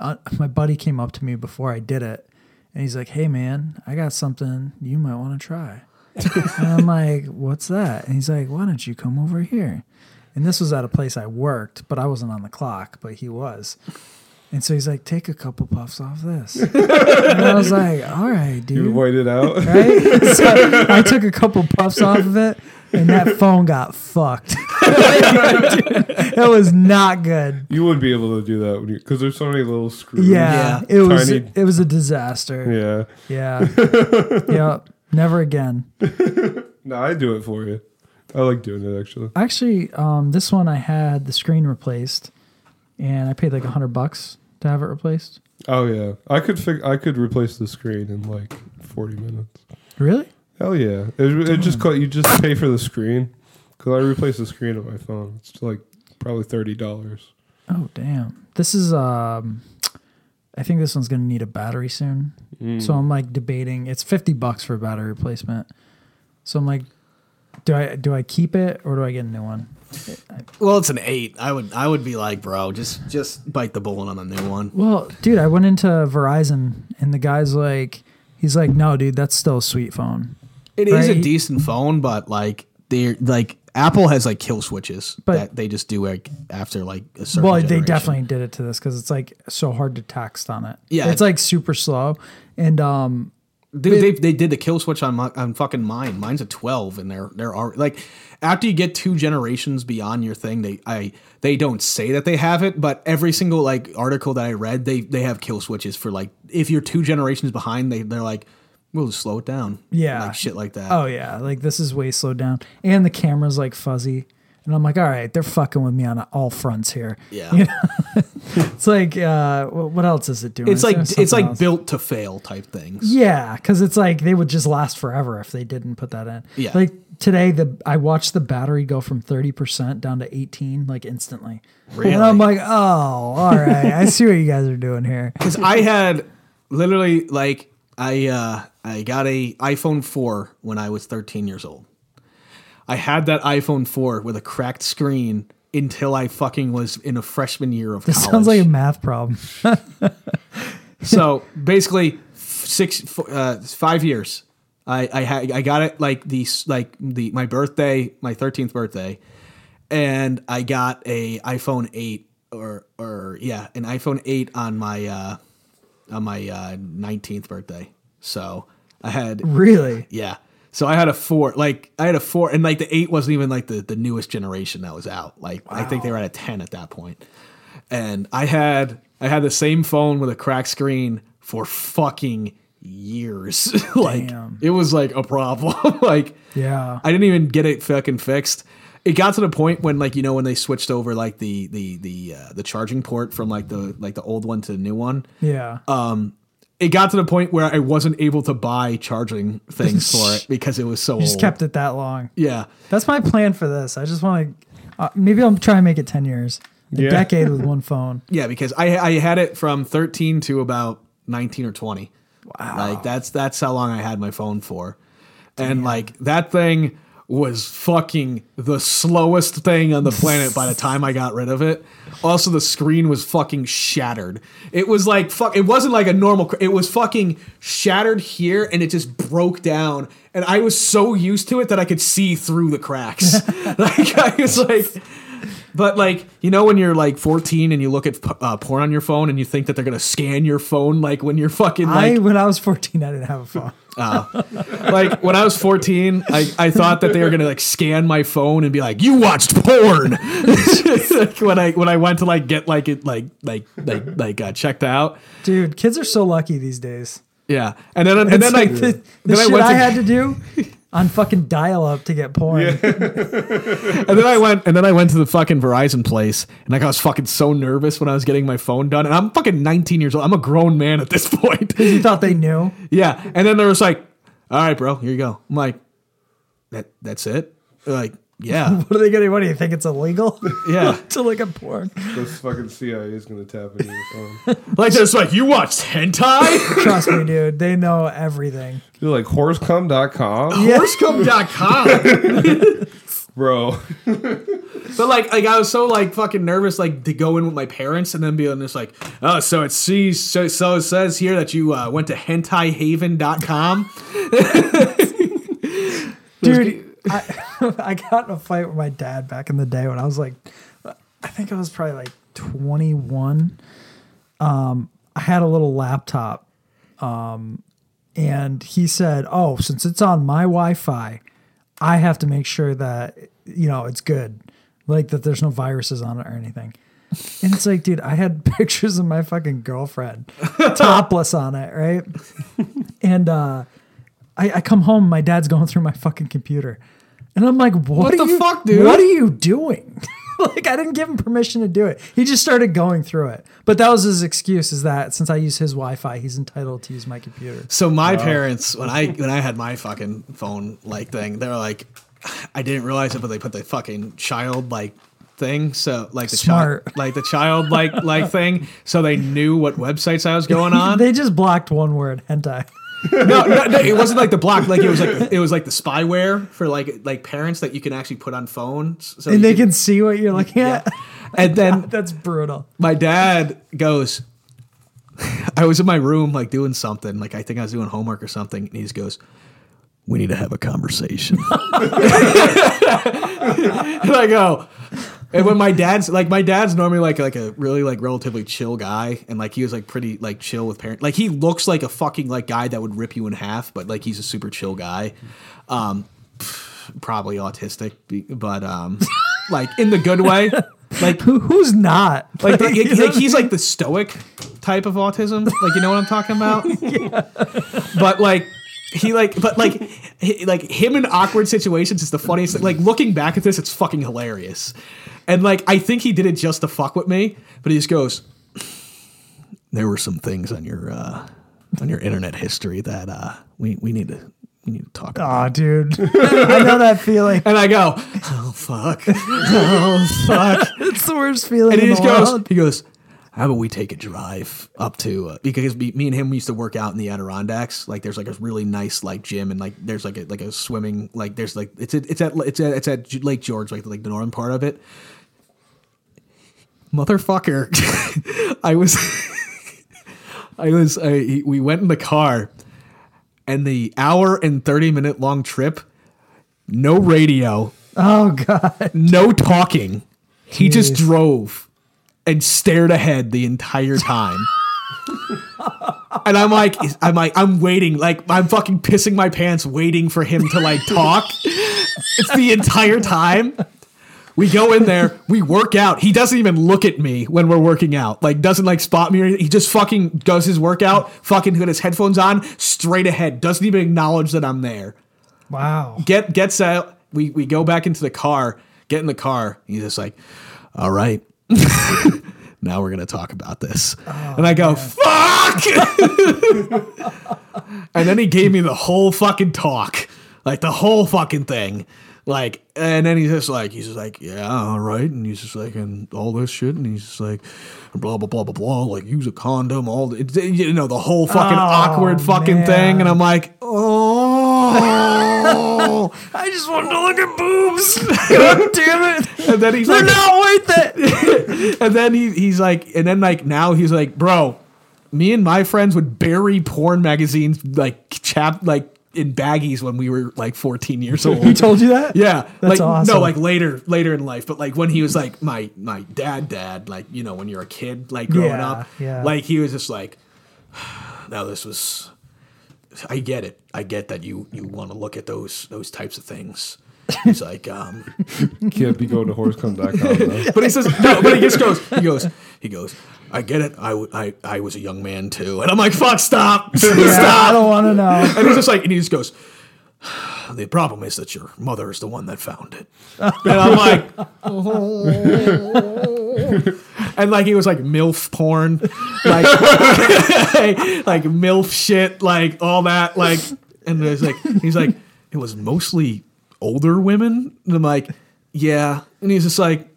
Speaker 4: uh, my buddy came up to me before I did it, and he's like, "Hey, man, I got something you might want to try." and I'm like, "What's that?" And he's like, "Why don't you come over here?" And this was at a place I worked, but I wasn't on the clock, but he was. And so he's like, "Take a couple puffs off this." and I was like, "All right, dude."
Speaker 5: You waited out.
Speaker 4: right? So I took a couple puffs off of it, and that phone got fucked. that was not good.
Speaker 5: You wouldn't be able to do that when you because there's so many little screws.
Speaker 4: Yeah, it was.
Speaker 5: Tiny-
Speaker 4: It was a disaster.
Speaker 5: Yeah.
Speaker 4: Yeah. yep. Never again.
Speaker 5: no, I do it for you. I like doing it actually.
Speaker 4: Actually, um, this one I had the screen replaced, and I paid like a hundred bucks to have it replaced.
Speaker 5: Oh yeah, I could fig- I could replace the screen in like 40 minutes.
Speaker 4: Really?
Speaker 5: Hell yeah! It, it just cost, you just pay for the screen because I replaced the screen on my phone. It's like probably thirty dollars.
Speaker 4: Oh damn! This is um, I think this one's gonna need a battery soon.
Speaker 5: Mm.
Speaker 4: So I'm like debating. It's fifty bucks for a battery replacement. So I'm like, do I do I keep it or do I get a new one?
Speaker 8: Well, it's an 8. I would I would be like, bro, just just bite the bullet on a new one.
Speaker 4: Well, dude, I went into Verizon and the guy's like, he's like, no, dude, that's still a sweet phone.
Speaker 8: It is
Speaker 4: Right?
Speaker 8: a decent phone, but like they're like Apple has like kill switches
Speaker 4: But-
Speaker 8: that they just do like after like a certain
Speaker 4: well,
Speaker 8: generation.
Speaker 4: they definitely did it to this because it's like so hard to text on it.
Speaker 8: Yeah.
Speaker 4: it's like super slow, and um,
Speaker 8: Dude, they, they did the kill switch on my, on fucking mine. Mine's a twelve, and they're they're already, like after you get two generations beyond your thing, they I they don't say that they have it, but every single like article that I read, they they have kill switches for like if you're two generations behind, they they're like we'll just slow it down,
Speaker 4: Yeah.
Speaker 8: like shit like that.
Speaker 4: Oh yeah, like this is way slowed down, and the camera's like fuzzy, and I'm like, all right, they're fucking with me on all fronts here.
Speaker 8: Yeah.
Speaker 4: You know? it's like, uh, wh- what else is it doing?
Speaker 8: it's like
Speaker 4: there
Speaker 8: it's
Speaker 4: something
Speaker 8: like
Speaker 4: else?
Speaker 8: built to fail type things.
Speaker 4: Yeah, because it's like they would just last forever if they didn't put that in.
Speaker 8: Yeah.
Speaker 4: Like today, the I watched the battery go from thirty percent down to eighteen, like instantly. And I'm like, oh, all right, I see what you guys are doing here.
Speaker 8: Because I had literally like I uh, I got a iPhone four when I was 13 years old. I had that iPhone four with a cracked screen until I fucking was in a freshman year of
Speaker 4: This
Speaker 8: college.
Speaker 4: sounds like a math problem.
Speaker 8: so basically, f- six f- uh, five years. I I, ha- I got it like the s- like the my birthday, my 13th birthday, and I got a iPhone 8 or or yeah, an iPhone 8 on my uh on my uh 19th birthday. So I had
Speaker 4: Really?
Speaker 8: yeah. So I had a four, like I had a four, and like the eight wasn't even like the the newest generation that was out. Like I think they were at a ten at that point. And I had I had the same phone with a cracked screen for fucking years. like it was like a problem. like
Speaker 4: Yeah.
Speaker 8: I didn't even get it fucking fixed. It got to the point when like you know when they switched over like the the the uh, the charging port from like the like the old one to the new one.
Speaker 4: Yeah.
Speaker 8: Um, it got to the point where I wasn't able to buy charging things for it because it was so
Speaker 4: You just
Speaker 8: old.
Speaker 4: kept it that long.
Speaker 8: Yeah.
Speaker 4: That's my plan for this. I just want to. Uh, maybe I'll try and make it ten years. A
Speaker 8: Yeah.
Speaker 4: decade with one phone.
Speaker 8: Yeah, because I I had it from 13 to about 19 or 20. Wow. Like that's that's how long I had my phone for. And like that thing was fucking the slowest thing on the planet by the time I got rid of it. Also the screen was fucking shattered. It was like fuck it wasn't like a normal cr- it was fucking shattered here and it just broke down and I was so used to it that I could see through the cracks. like I was like but like you know when you're like 14 and you look at p- uh, porn on your phone and you think that they're gonna scan your phone like when you're fucking
Speaker 4: I
Speaker 8: like
Speaker 4: when I was fourteen, I didn't have a phone.
Speaker 8: uh, like when I was 14 I, I thought that they were gonna like scan my phone and be like you watched porn like when I when I went to like get like it like like like like uh, checked out
Speaker 4: Dude, kids are so lucky these days.
Speaker 8: yeah and then and
Speaker 4: It's
Speaker 8: then I
Speaker 4: like the,
Speaker 8: then
Speaker 4: the shit I,
Speaker 8: went to-
Speaker 4: had to do on fucking dial up to get porn.
Speaker 8: and then I went and then I went to the fucking Verizon place and like I was fucking so nervous when I was getting my phone done and I'm fucking 19 years old. I'm a grown man at this point.
Speaker 4: you thought they knew?
Speaker 8: Yeah. And then there was like, all right, bro, here you go. I'm like, that that's it? They're like, yeah.
Speaker 4: what are they gonna? What do you think? It's illegal?
Speaker 8: Yeah.
Speaker 4: to look at porn.
Speaker 5: This fucking CIA is gonna tap into your phone.
Speaker 8: Like just like you watched hentai?
Speaker 4: Trust me, dude. They know everything.
Speaker 5: You're like horsecom.com?
Speaker 4: Yeah.
Speaker 8: Horsecom.com.
Speaker 5: Bro.
Speaker 8: but like like I was so like fucking nervous like to go in with my parents and then be on this like, oh, so it sees so, so it says here that you uh, went to hentaihaven.com.
Speaker 4: dude. I, I got in a fight with my dad back in the day when I was like, I think I was probably like 21. Um, I had a little laptop, um, and he said, "Oh, since it's on my Wi-Fi, I have to make sure that you know it's good, like that there's no viruses on it or anything." And it's like, dude, I had pictures of my fucking girlfriend topless on it, right? And uh, I, I come home, my dad's going through my fucking computer. And I'm like, what,
Speaker 8: What
Speaker 4: are
Speaker 8: the
Speaker 4: you-
Speaker 8: fuck, dude?
Speaker 4: What are you doing? like, I didn't give him permission to do it. He just started going through it. But that was his excuse is that since I use his Wi Fi, he's entitled to use my computer.
Speaker 8: So my parents, when I when I had my fucking phone like thing, they were like, I didn't realize it, but they put the fucking child like thing. So like the child,
Speaker 4: Smart.
Speaker 8: like the child like like thing. So they knew what websites I was going on.
Speaker 4: they just blocked one word, hentai.
Speaker 8: no, no, no, it wasn't like the block. Like it was like it was like the spyware for like like parents that you can actually put on phones. So
Speaker 4: and
Speaker 8: you
Speaker 4: they
Speaker 8: can-
Speaker 4: can see what you're looking at.
Speaker 8: and then
Speaker 4: that's brutal.
Speaker 8: my dad goes i was in my room like doing something like i think i was doing homework or something and he just goes we need to have a conversation and i go and when my dad's like my dad's normally like like a really like relatively chill guy and like he was like pretty like chill with parents like he looks like a fucking like guy that would rip you in half but like he's a super chill guy um probably autistic be- but um like in the good way like
Speaker 4: who's not
Speaker 8: like, like, like, he's like the stoic type of autism like you know what i'm talking about but like he like but like he, like him in awkward situations is the funniest thing like looking back at this it's fucking hilarious and like i think he did it just to fuck with me but he just goes there were some things on your uh on your internet history that uh we we need to we need to talk
Speaker 4: Aw, dude. I know that feeling.
Speaker 8: And I go, oh, fuck. Oh, fuck.
Speaker 4: it's the worst feeling
Speaker 8: and he
Speaker 4: in
Speaker 8: just
Speaker 4: the
Speaker 8: goes,
Speaker 4: world.
Speaker 8: he goes, how about we take a drive up to uh, because me, me and him we used to work out in the Adirondacks. Like there's like a really nice like gym and like there's like a like a swimming like there's like it's at it's at it's at, it's at Lake George like like the northern part of it. Motherfucker, I was I was I, he- we went in the car, and the hour and thirty minute long trip, no radio.
Speaker 4: Oh god,
Speaker 8: no talking. He just drove and stared ahead the entire time. And I'm like, is- I'm like, I'm waiting, like I'm fucking pissing my pants, waiting for him to like talk. it's the entire time. We go in there, we work out. He doesn't even look at me when we're working out. Like doesn't like spot me or anything. He just fucking does his workout, fucking put his headphones on, straight ahead. Doesn't even acknowledge that I'm there.
Speaker 4: Wow.
Speaker 8: Get gets out. We we go back into the car. Get in the car. He's just like, all right. now we're gonna talk about this. and I go, fuck. and then he gave me the whole fucking talk, like the whole fucking thing. Like, and then he's just like, he's just like, yeah, all right. And he's just like, and all this shit. And he's just like, blah, blah, blah, blah, blah. Like, use a condom, all the, it- you know, the whole fucking
Speaker 12: Oh,
Speaker 8: awkward fucking thing. And I'm like, oh.
Speaker 12: I just wanted to look at boobs. God damn it.
Speaker 8: And then he's
Speaker 12: They're
Speaker 8: like-
Speaker 12: not worth it.
Speaker 8: and then he, he's like, and then like now he's like, bro, me and my friends would bury porn magazines like chap like in baggies when we were like 14 years old.
Speaker 4: He told you that?
Speaker 8: Yeah.
Speaker 4: That's
Speaker 8: like
Speaker 4: awesome.
Speaker 8: no, like later later in life, but like when he was like my my dad dad, like you know, when you're a kid, like growing
Speaker 4: Yeah,
Speaker 8: up.
Speaker 4: yeah.
Speaker 8: Like he was just like now this was I get it. I get that you you want to look at those those types of things. He's like, um,
Speaker 5: Can't be going to horsecum.com, though.
Speaker 8: but he says no. But he just goes. He goes. He goes. I get it. I, w- I, I was a young man too, and I'm like, fuck, stop,
Speaker 4: I
Speaker 8: stop.
Speaker 4: don't want to know.
Speaker 8: And he's just like, and he just goes. The problem is that your mother is the one that found it, and I'm like, and like he was like milf porn, like like milf shit, like all that, like, and it's like he's like it was mostly older women, and I'm like, yeah, and he's just like,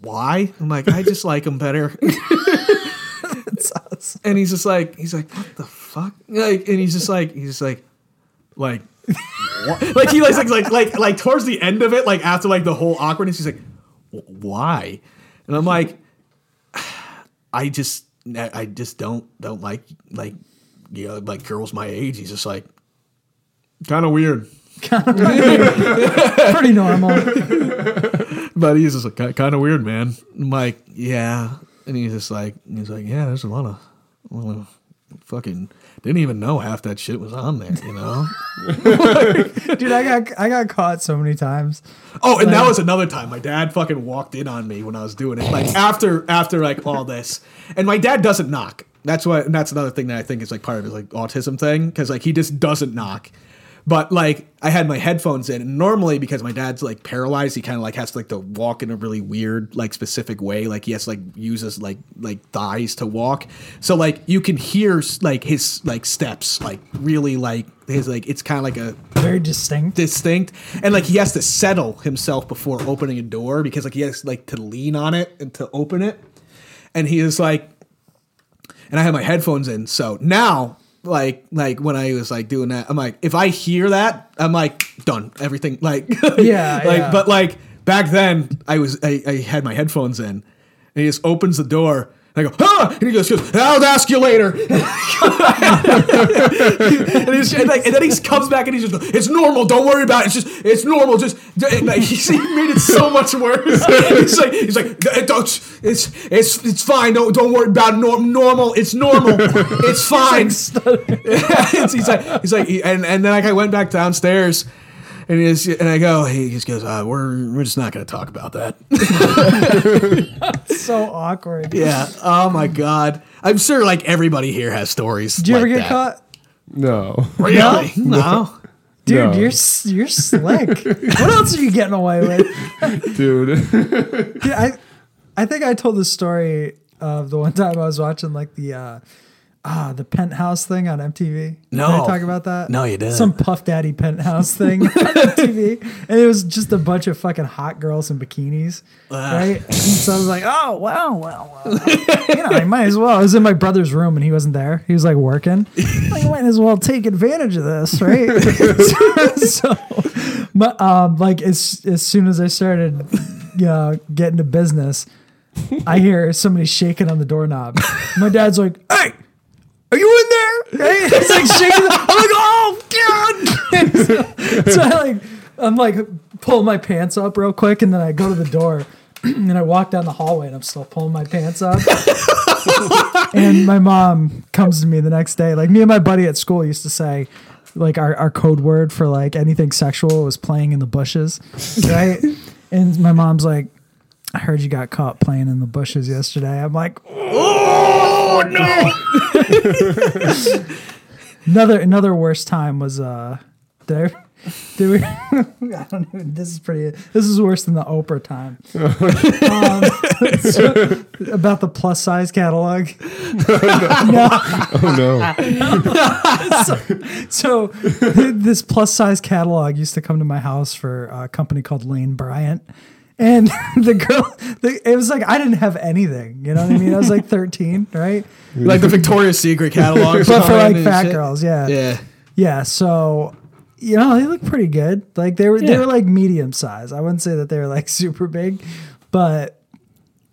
Speaker 8: why? I'm like, I just like him better. And he's just like, he's like, what the fuck? Like, and he's just like, he's just like, like, what? like he like, like like like like towards the end of it, like after like the whole awkwardness, he's like, "Wh- why? And I'm like, I just I I just don't don't like like you know like girls my age. He's just like, kind of weird.
Speaker 4: Pretty normal.
Speaker 8: but he's just like, kind of weird, man. I'm like, yeah. And he's just like, he's like, yeah, there's a lot of, a lot of fucking, didn't even know half that shit was on there, you know?
Speaker 4: Dude, I got I got caught so many times.
Speaker 8: oh, and that
Speaker 4: Like-
Speaker 8: was another time. My dad fucking walked in on me when I was doing it, like after, after like all this. And my dad doesn't knock. That's why, and that's another thing that I think is like part of his like autism thing, because like he just doesn't knock. But like I had my headphones in, and normally because my dad's like paralyzed, he kind of like has to like to walk in a really weird like specific way. Like he has to like use his like like thighs to walk. So like you can hear like his like steps like really like his like it's kind of like a
Speaker 4: very distinct
Speaker 8: distinct and like he has to settle himself before opening a door because like he has like to lean on it and to open it. And he is like and I had my headphones in. So now, like, like when I was like doing that, I'm like, if I hear that, I'm like done. Everything, like,
Speaker 4: Yeah,
Speaker 8: like,
Speaker 4: yeah.
Speaker 8: but like back then, I was, I, I had my headphones in, and he just opens the door. And I go, huh? And he just goes, I'll ask you later. and, he's, and, like, and then he comes back and he's just, it's normal. Don't worry about it. It's just, it's normal. Just, and, like, he made it so much worse. he's like, he's like, don't, it's, it's, it's fine. Don't, don't worry about it. Norm, normal. It's normal. It's fine. It's- he's like, he's like, he- and, and then like, I went back downstairs. And, he's, and I go, he just goes, uh, we're, we're just not going to talk about that.
Speaker 4: so awkward.
Speaker 8: Yeah. Oh my god. I'm sure like everybody here has stories.
Speaker 4: Do you ever
Speaker 8: like
Speaker 4: get
Speaker 8: that.
Speaker 4: caught?
Speaker 5: No.
Speaker 8: Really? No.
Speaker 4: Dude,
Speaker 5: No.
Speaker 4: you're s- you're slick. what else are you getting away with?
Speaker 5: Dude.
Speaker 4: Dude, I I think I told the story of the one time I was watching like the uh ah the penthouse thing on MTV.
Speaker 8: No.
Speaker 4: Did I talk about that?
Speaker 8: No, you didn't.
Speaker 4: Some Puff Daddy penthouse thing on MTV. And it was just a bunch of fucking hot girls in bikinis.
Speaker 6: Ah.
Speaker 4: Right? And so I was like, oh wow, well, well. you know, I might as well. I was in my brother's room and he wasn't there. He was like working. I might as well take advantage of this, right? so, my, um, like as as soon as I started, you know, getting to uh, business, I hear somebody shaking on the doorknob. My dad's like, "Hey, are you in there?" Right? He's like shaking. The, I'm like, "Oh god!" so, so I like, I'm like, pull my pants up real quick, and then I go to the door. And I walk down the hallway and I'm still pulling my pants up. and my mom comes to me the next day. Like me and my buddy at school used to say, like our, our code word for like anything sexual was playing in the bushes, right? and my mom's like, I heard you got caught playing in the bushes yesterday. I'm like,
Speaker 6: Oh no!
Speaker 4: another another worst time was uh, there. Did we? I don't even. This is pretty. This is worse than the Oprah time. um, so- about the plus size catalog.
Speaker 5: Oh, no.
Speaker 4: so, so this plus size catalog used to come to my house for a company called Lane Bryant. And the girl, the, it was like I didn't have anything. You know what I mean? I was like 13, right?
Speaker 8: Like the Victoria's Secret catalog,
Speaker 4: but for like
Speaker 8: and
Speaker 4: fat
Speaker 8: shit.
Speaker 4: girls, yeah.
Speaker 8: Yeah.
Speaker 4: Yeah, so you know, they look pretty good. Like they were they
Speaker 8: Yeah.
Speaker 4: were like medium size. I wouldn't say that they were like super big, but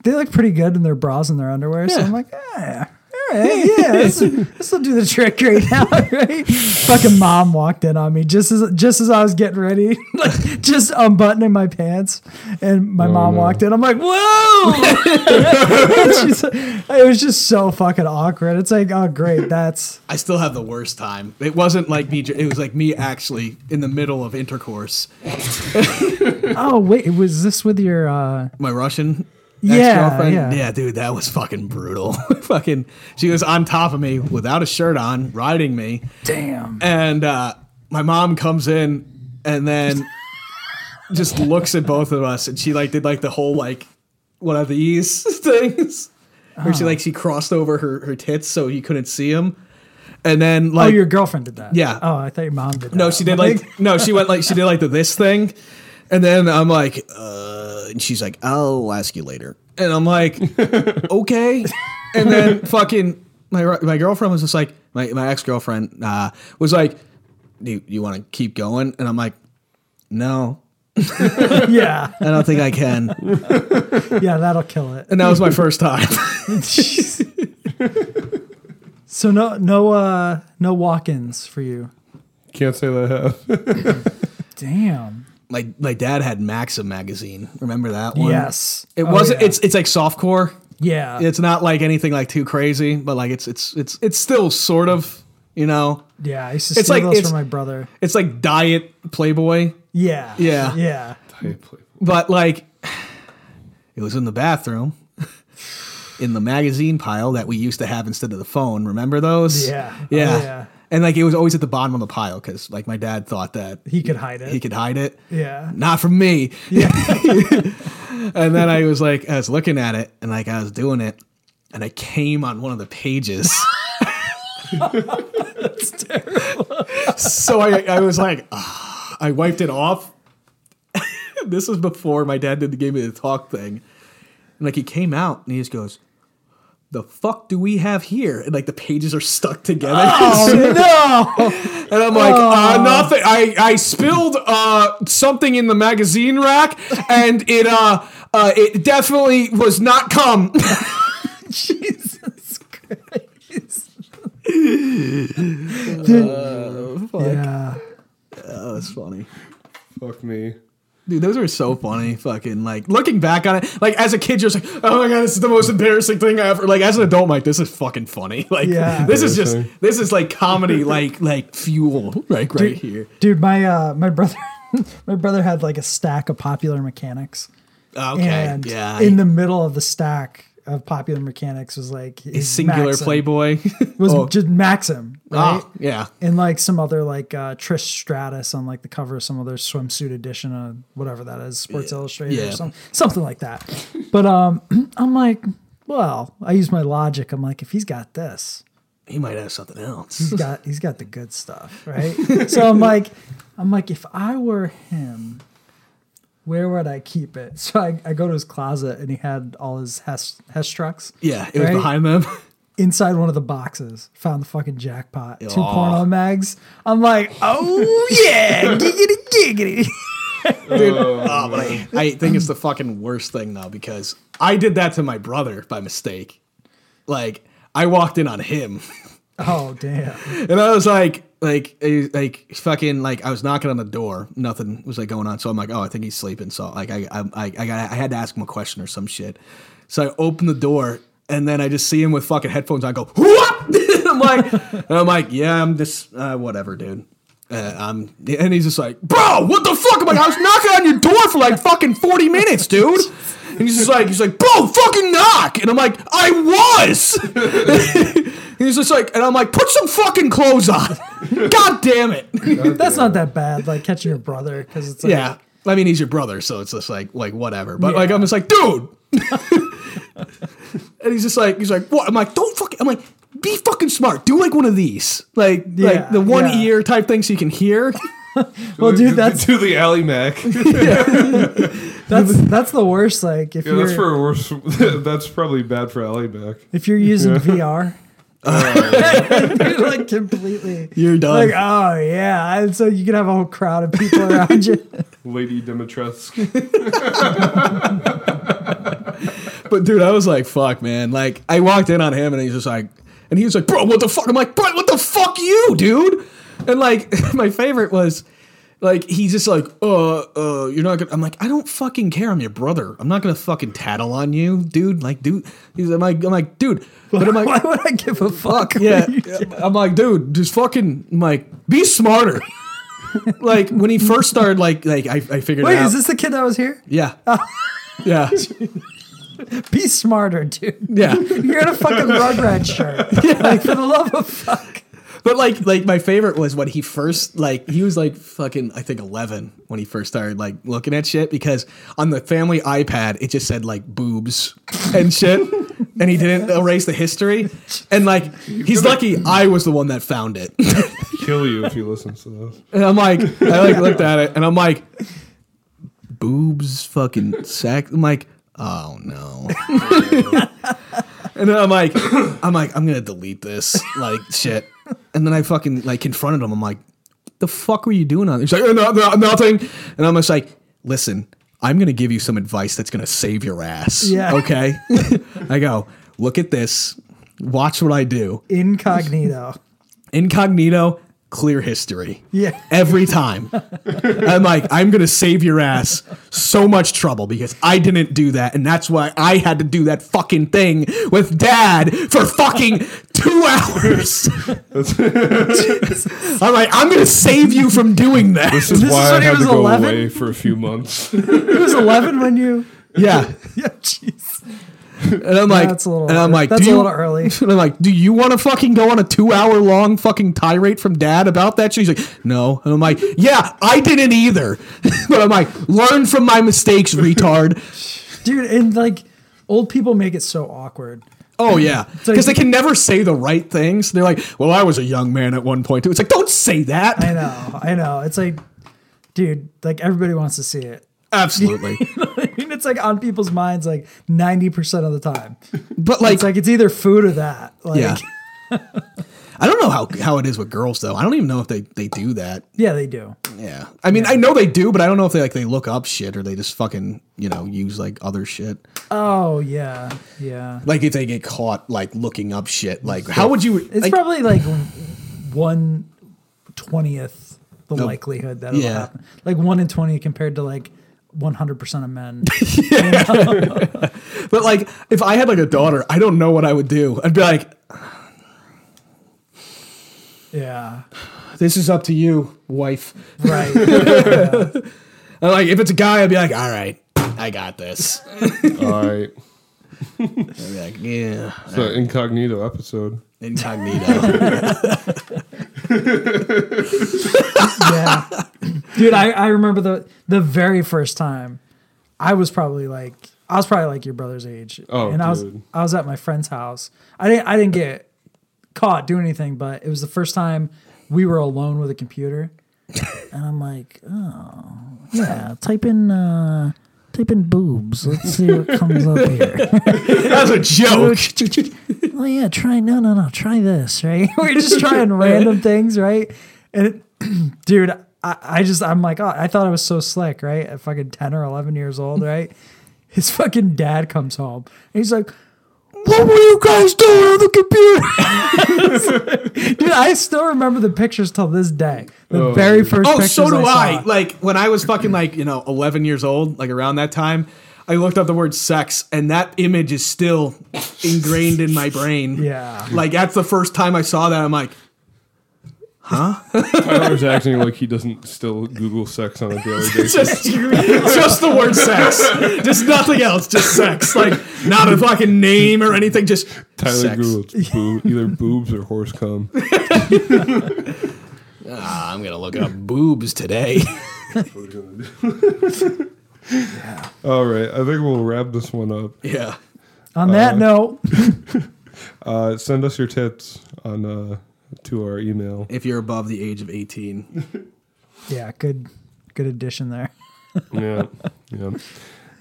Speaker 4: they look pretty good in their bras and their underwear. So
Speaker 6: Yeah.
Speaker 4: I'm like, ah, all right, yeah, this, this will do the trick right now, right? Fucking mom walked in on me just as just as I was getting ready, like just unbuttoning my pants, and my mom walked in. I'm like, whoa! And she's like- it was just so fucking awkward. It's like, oh great, that's
Speaker 8: I still have the worst time. It wasn't like me. It was like me actually in the middle of intercourse.
Speaker 4: oh wait, was this with your uh
Speaker 8: My Russian
Speaker 4: Yeah,
Speaker 8: ex-girlfriend.
Speaker 4: yeah.
Speaker 8: dude, that was fucking brutal. fucking, she was on top of me without a shirt on, riding me.
Speaker 4: Damn.
Speaker 8: And uh, my mom comes in and then just looks at both of us, and she like did like the whole like one of these things where she
Speaker 4: Oh.
Speaker 8: like she crossed over her her tits so you couldn't see them, and then like
Speaker 4: oh, your girlfriend did that.
Speaker 8: Yeah.
Speaker 4: Oh, I thought your mom did. that.
Speaker 8: No, she did like no, she went like she did like the this thing, and then I'm like, uh, and she's like, I'll ask you later, and I'm like, okay, and then fucking my my girlfriend was just like my my ex girlfriend uh, was like, do you want to keep going? And I'm like, no,
Speaker 4: yeah,
Speaker 8: I don't think I can,
Speaker 4: yeah, that'll kill it.
Speaker 8: and that was my first time.
Speaker 4: so no, no, uh, no walk-ins for you.
Speaker 5: Can't say that I have.
Speaker 4: Damn.
Speaker 8: My my dad had Maxim magazine. Remember that one?
Speaker 4: Yes.
Speaker 8: It
Speaker 4: Oh,
Speaker 8: wasn't.
Speaker 4: yeah.
Speaker 8: It's it's like softcore.
Speaker 4: Yeah.
Speaker 8: It's not like anything like too crazy, but like it's it's it's it's still sort of you know.
Speaker 4: Yeah, I used to
Speaker 8: It's
Speaker 4: steal
Speaker 8: like-
Speaker 4: those
Speaker 8: it's-
Speaker 4: from my brother.
Speaker 8: It's like diet Playboy.
Speaker 4: Yeah.
Speaker 8: Yeah.
Speaker 4: Yeah.
Speaker 8: But like, it was in the bathroom, in the magazine pile that we used to have instead of the phone. Remember those?
Speaker 4: Yeah. Oh,
Speaker 8: Yeah.
Speaker 4: yeah.
Speaker 8: And like it was always at the bottom of the pile because like my dad thought that
Speaker 4: He could hide it.
Speaker 8: He could hide it.
Speaker 4: Yeah.
Speaker 8: Not from me. and then I was like, I was looking at it and like I was doing it and I came on one of the pages.
Speaker 6: That's terrible.
Speaker 8: so I, I was like, "Ah." I wiped it off. this was before my dad did the gave me the talk thing. And like he came out and he just goes, the fuck do we have here? And like the pages are stuck together.
Speaker 6: Oh,
Speaker 8: no! And I'm like,
Speaker 6: Oh.
Speaker 8: uh, nothing. I, I spilled uh, something in the magazine rack, and it uh, uh it definitely was not cum.
Speaker 4: Jesus Christ.
Speaker 8: Uh, fuck.
Speaker 4: Yeah.
Speaker 8: Oh, that's funny.
Speaker 5: Fuck me.
Speaker 8: Dude, those are so funny. Fucking like looking back on it, like as a kid, you're just like, oh my god, this is the most embarrassing thing I ever. Like as an adult, I'm like this is fucking funny. Like
Speaker 4: Yeah.
Speaker 8: this is just
Speaker 4: Embarrassing.
Speaker 8: this is like comedy, like like fuel, like right here.
Speaker 4: Dude, my uh, my brother, my brother had like a stack of Popular Mechanics.
Speaker 8: Okay,
Speaker 4: And
Speaker 8: yeah.
Speaker 4: In the middle of the stack of Popular Mechanics was like
Speaker 8: A singular
Speaker 4: Maxim.
Speaker 8: playboy
Speaker 4: was
Speaker 8: Oh,
Speaker 4: just Maxim, right?
Speaker 8: Ah, yeah.
Speaker 4: And like some other like uh, Trish Stratus on like the cover of some other swimsuit edition of whatever that is, Sports Illustrated
Speaker 6: Yeah.
Speaker 4: or something, something like that. But um, I'm like, well, I use my logic. I'm like, if he's got this,
Speaker 8: he might have something else.
Speaker 4: He's got he's got the good stuff, right? so I'm like, I'm like, if I were him, where would I keep it? So I, I go to his closet and he had all his Hess, Hess trucks.
Speaker 8: Yeah, it was
Speaker 4: right?
Speaker 8: behind them.
Speaker 4: inside one of the boxes. Found the fucking jackpot. Two
Speaker 8: Aw.
Speaker 4: porno mags. I'm like, oh yeah, giggity giggity.
Speaker 8: Dude, oh, but I, I think it's the fucking worst thing now because I did that to my brother by mistake. Like I walked in on him.
Speaker 4: Oh damn.
Speaker 8: and I was like, like, eh, like fucking, like I was knocking on the door. Nothing was like going on, so I'm like, oh, I think he's sleeping. So like, I, I, I, I got, I had to ask him a question or some shit. So I opened the door, and then I just see him with fucking headphones. on. I go, what? And I'm like, and I'm like, yeah, I'm just uh, whatever, dude. Uh, I'm, and he's just like, bro, what the fuck? I'm like, I was knocking on your door for like fucking 40 minutes, dude. And he's just like, he's like, bro, fucking knock. And I'm like, I was. he's just like, and I'm like, put some fucking clothes on. God damn it.
Speaker 4: That's not that bad. Like catching your brother because it's like,
Speaker 8: yeah. I mean, he's your brother, so it's just like, like whatever. But like, I'm just like, dude. and he's just like, he's like, what? I'm like, don't fucking. I'm like, be fucking smart. Do like one of these, like,
Speaker 4: Yeah,
Speaker 8: like the one
Speaker 4: yeah.
Speaker 8: ear type thing, so you can hear.
Speaker 4: well, dude, that's
Speaker 5: to the alley Mac.
Speaker 4: that's that's the worst. Like if
Speaker 5: yeah,
Speaker 4: you're
Speaker 5: that's for worse. that's probably bad for alley Mac.
Speaker 4: if you're using
Speaker 5: Yeah. Oh.
Speaker 4: VR. You're, like completely.
Speaker 5: You're done.
Speaker 4: Like,
Speaker 8: Um,
Speaker 4: oh yeah, and so you can have a whole crowd of people around you.
Speaker 5: Lady Dimitrescu.
Speaker 8: But dude, I was like, fuck, man. Like, I walked in on him and he's just like, and he was like, bro, what the fuck? I'm like, bro, what the fuck, you, dude? And like, my favorite was, like, he's just like, uh, uh, you're not gonna. I'm like, I don't fucking care. I'm your brother. I'm not gonna fucking tattle on you, dude. Like, dude, he's I'm like, I'm like, dude. But I'm like,
Speaker 4: why would I give a fuck?
Speaker 8: Yeah, I'm like, dude, just fucking, I'm like, be smarter. like when he first started, like, like I, I figured.
Speaker 4: Wait,
Speaker 8: it out.
Speaker 4: is this the kid that was here?
Speaker 8: Yeah. yeah.
Speaker 4: Be smarter, dude.
Speaker 8: Yeah.
Speaker 4: You're in a fucking Rugrat shirt. Like, for the love of fuck.
Speaker 8: But like, like my favorite was when he first like he was like fucking I think eleven when he first started like looking at shit because on the family iPad it just said like boobs and shit, and he didn't erase the history, and like he's lucky I was the one that found it,
Speaker 5: Kill you if he listens to this.
Speaker 8: and I'm like I like looked at it and I'm like boobs fucking sack I'm like oh no. And then I'm like, I'm like, I'm gonna delete this, like shit. And then I fucking like confronted him. I'm like, the fuck were you doing on? He's like, "Oh, no, no, nothing. And I'm just like, listen, I'm gonna give you some advice that's gonna save your ass.
Speaker 4: Yeah.
Speaker 8: Okay. I go, look at this, watch what I do.
Speaker 4: Incognito.
Speaker 8: Incognito, clear history.
Speaker 4: Yeah.
Speaker 8: Every time. I'm like, I'm gonna save your ass so much trouble because I didn't do that, and that's why I had to do that fucking thing with dad for fucking two hours. I'm like, I'm gonna save you from doing that.
Speaker 5: This is why I had to go away for a few months.
Speaker 4: He was 11 when you.
Speaker 8: Yeah.
Speaker 4: Yeah, jeez.
Speaker 8: And I'm like,
Speaker 4: That's a little
Speaker 8: and
Speaker 4: early.
Speaker 8: I'm like,
Speaker 4: That's
Speaker 8: do
Speaker 4: a
Speaker 8: you,
Speaker 4: little early.
Speaker 8: And I'm like, do you want to fucking go on a two hour long fucking tirade from dad about that shit? He's like, no. And I'm like, yeah, I didn't either. but I'm like, learn from my mistakes, retard.
Speaker 4: Dude, and like, old people make it so awkward.
Speaker 8: Oh yeah,
Speaker 4: It's like-
Speaker 8: because they can never say the right things. They're like, well, I was a young man at one point too. It's like, don't say that.
Speaker 4: I know, I know. It's like, dude, like everybody wants to see it.
Speaker 8: Absolutely.
Speaker 4: and it's like on people's minds like 90% of the time.
Speaker 8: But like-
Speaker 4: it's like it's either food or that. Like
Speaker 8: yeah. I don't know how how it is with girls though. I don't even know if they they do that.
Speaker 4: yeah, they do.
Speaker 8: Yeah. I mean, I know they do, but I don't know if they like they look up shit or they just fucking you know use like other shit.
Speaker 4: Oh yeah. Yeah.
Speaker 8: Like if they get caught like looking up shit, like how would you?
Speaker 4: It's
Speaker 8: like,
Speaker 4: probably like one twentieth the
Speaker 8: No.
Speaker 4: likelihood that it'll
Speaker 8: Yeah.
Speaker 4: happen. Like one in twenty compared to like one hundred percent of men.
Speaker 8: but like if I had like a daughter, I don't know what I would do. I'd be like,
Speaker 4: yeah.
Speaker 8: this is up to you, wife.
Speaker 4: Right.
Speaker 8: And, like if it's a guy, I'd be like, all right, I got this.
Speaker 5: All right.
Speaker 8: I'd be like, yeah.
Speaker 5: It's an incognito episode.
Speaker 4: yeah. Dude, I, I remember the the very first time I was probably like I was probably like your brother's age.
Speaker 5: Oh,
Speaker 4: and I was
Speaker 5: dude.
Speaker 4: I was at my friend's house. I didn't I didn't get caught doing anything, but it was the first time we were alone with a computer. And I'm like, oh yeah, type in uh type in boobs. Let's see what comes up here.
Speaker 8: That's a joke.
Speaker 4: oh yeah, try no no no, try this, right? We're just trying random things, right? And it, dude, I, I just I'm like, oh, I thought I was so slick, right? At fucking 10 or 11 years old, right? His fucking dad comes home and he's like, What were you guys doing on the computer? dude, I still remember the pictures till this day. The very first
Speaker 8: Oh,
Speaker 4: pictures
Speaker 8: so do
Speaker 4: I.
Speaker 8: I.
Speaker 4: saw.
Speaker 8: Like when I was fucking like you know eleven years old, like around that time, I looked up the word sex, and that image is still ingrained in my brain.
Speaker 4: Yeah.
Speaker 8: Like that's the first time I saw that, I'm like, Huh?
Speaker 5: Tyler's acting like he doesn't still Google sex on a daily basis.
Speaker 8: just, just the word sex. Just nothing else. Just sex. Like not a fucking name or anything. Just
Speaker 5: Tyler
Speaker 8: sex.
Speaker 5: Googles boob, either boobs or horse cum.
Speaker 8: Ah, I'm gonna look up boobs today.
Speaker 5: All right, I think we'll wrap this one up.
Speaker 8: Yeah.
Speaker 4: On that note,
Speaker 5: uh, send us your tips on uh, to our email.
Speaker 8: If you're above the age of 18.
Speaker 4: yeah, good, good addition there.
Speaker 5: yeah, yeah.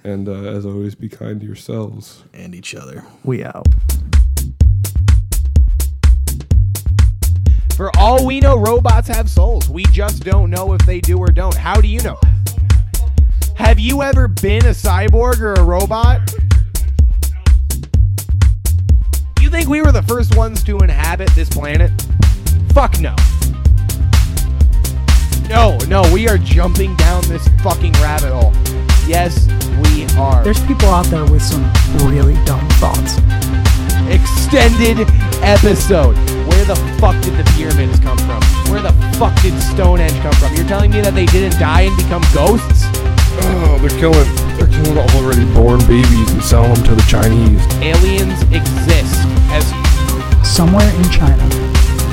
Speaker 5: And uh, as always, be kind to yourselves
Speaker 8: and each other.
Speaker 4: We out.
Speaker 2: For all we know, robots have souls. We just don't know if they do or don't. How do you know? Have you ever been a cyborg or a robot? You think we were the first ones to inhabit this planet? Fuck no. No, no, we are jumping down this fucking rabbit hole. Yes, we are.
Speaker 4: There's people out there with some really dumb thoughts.
Speaker 2: extended episode. Where the fuck did the pyramids come from? Where the fuck did Stonehenge come from? You're telling me that they didn't die and become ghosts?
Speaker 5: Oh, they're killing, they're killing already born babies and selling them to the Chinese.
Speaker 2: Aliens exist as
Speaker 4: Somewhere in China,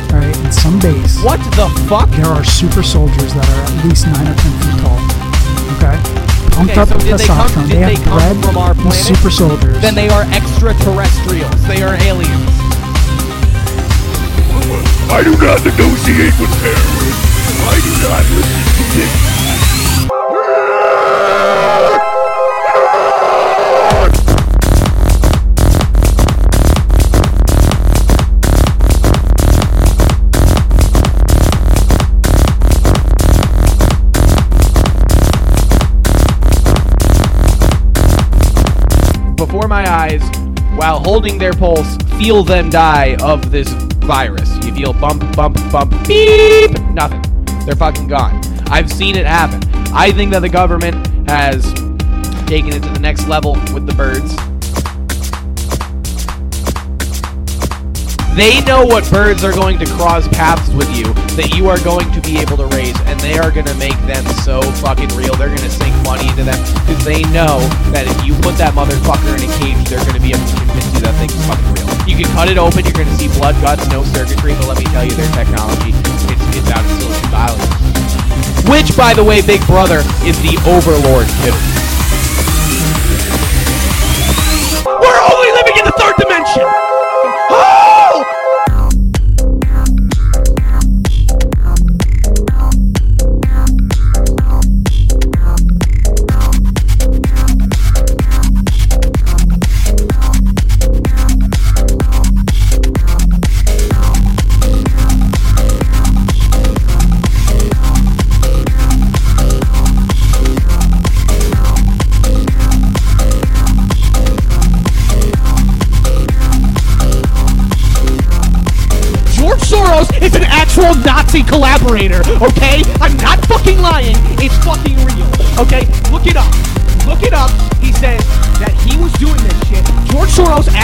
Speaker 4: all right, in some base.
Speaker 2: What the fuck?
Speaker 4: There are super soldiers that are at least nine or ten feet tall. Okay, pumped
Speaker 2: Okay,
Speaker 4: up
Speaker 2: so
Speaker 4: with
Speaker 2: did they come-
Speaker 4: testosterone.
Speaker 2: did they
Speaker 4: have
Speaker 2: come
Speaker 4: bred
Speaker 2: from our
Speaker 4: these
Speaker 2: planet?
Speaker 4: super soldiers.
Speaker 2: then they are extraterrestrials. They are aliens.
Speaker 10: I do not negotiate with terrorists. I do not listen to this.
Speaker 2: before my eyes while holding their pulse feel them die of this virus you feel bump bump bump beep nothing they're fucking gone i've seen it happen i think that the government has taken it to the next level with the birds They know what birds are going to cross paths with you that you are going to be able to raise, and they are going to make them so fucking real. They're going to sink money into them because they know that if you put that motherfucker in a cage, they're going to be able to convince you that thing's fucking real. You can cut it open, you're going to see blood, guts, no circuitry, but let me tell you, their technology it's, it's out of Silicon Valley. Which, by the way, Big Brother is the overlord too. We're only living in the third dimension. Oh!
Speaker 16: George Soros is an actual Nazi collaborator, okay? I'm not fucking lying. It's fucking real, okay? Look it up. Look it up. He says that he was doing this shit. George Soros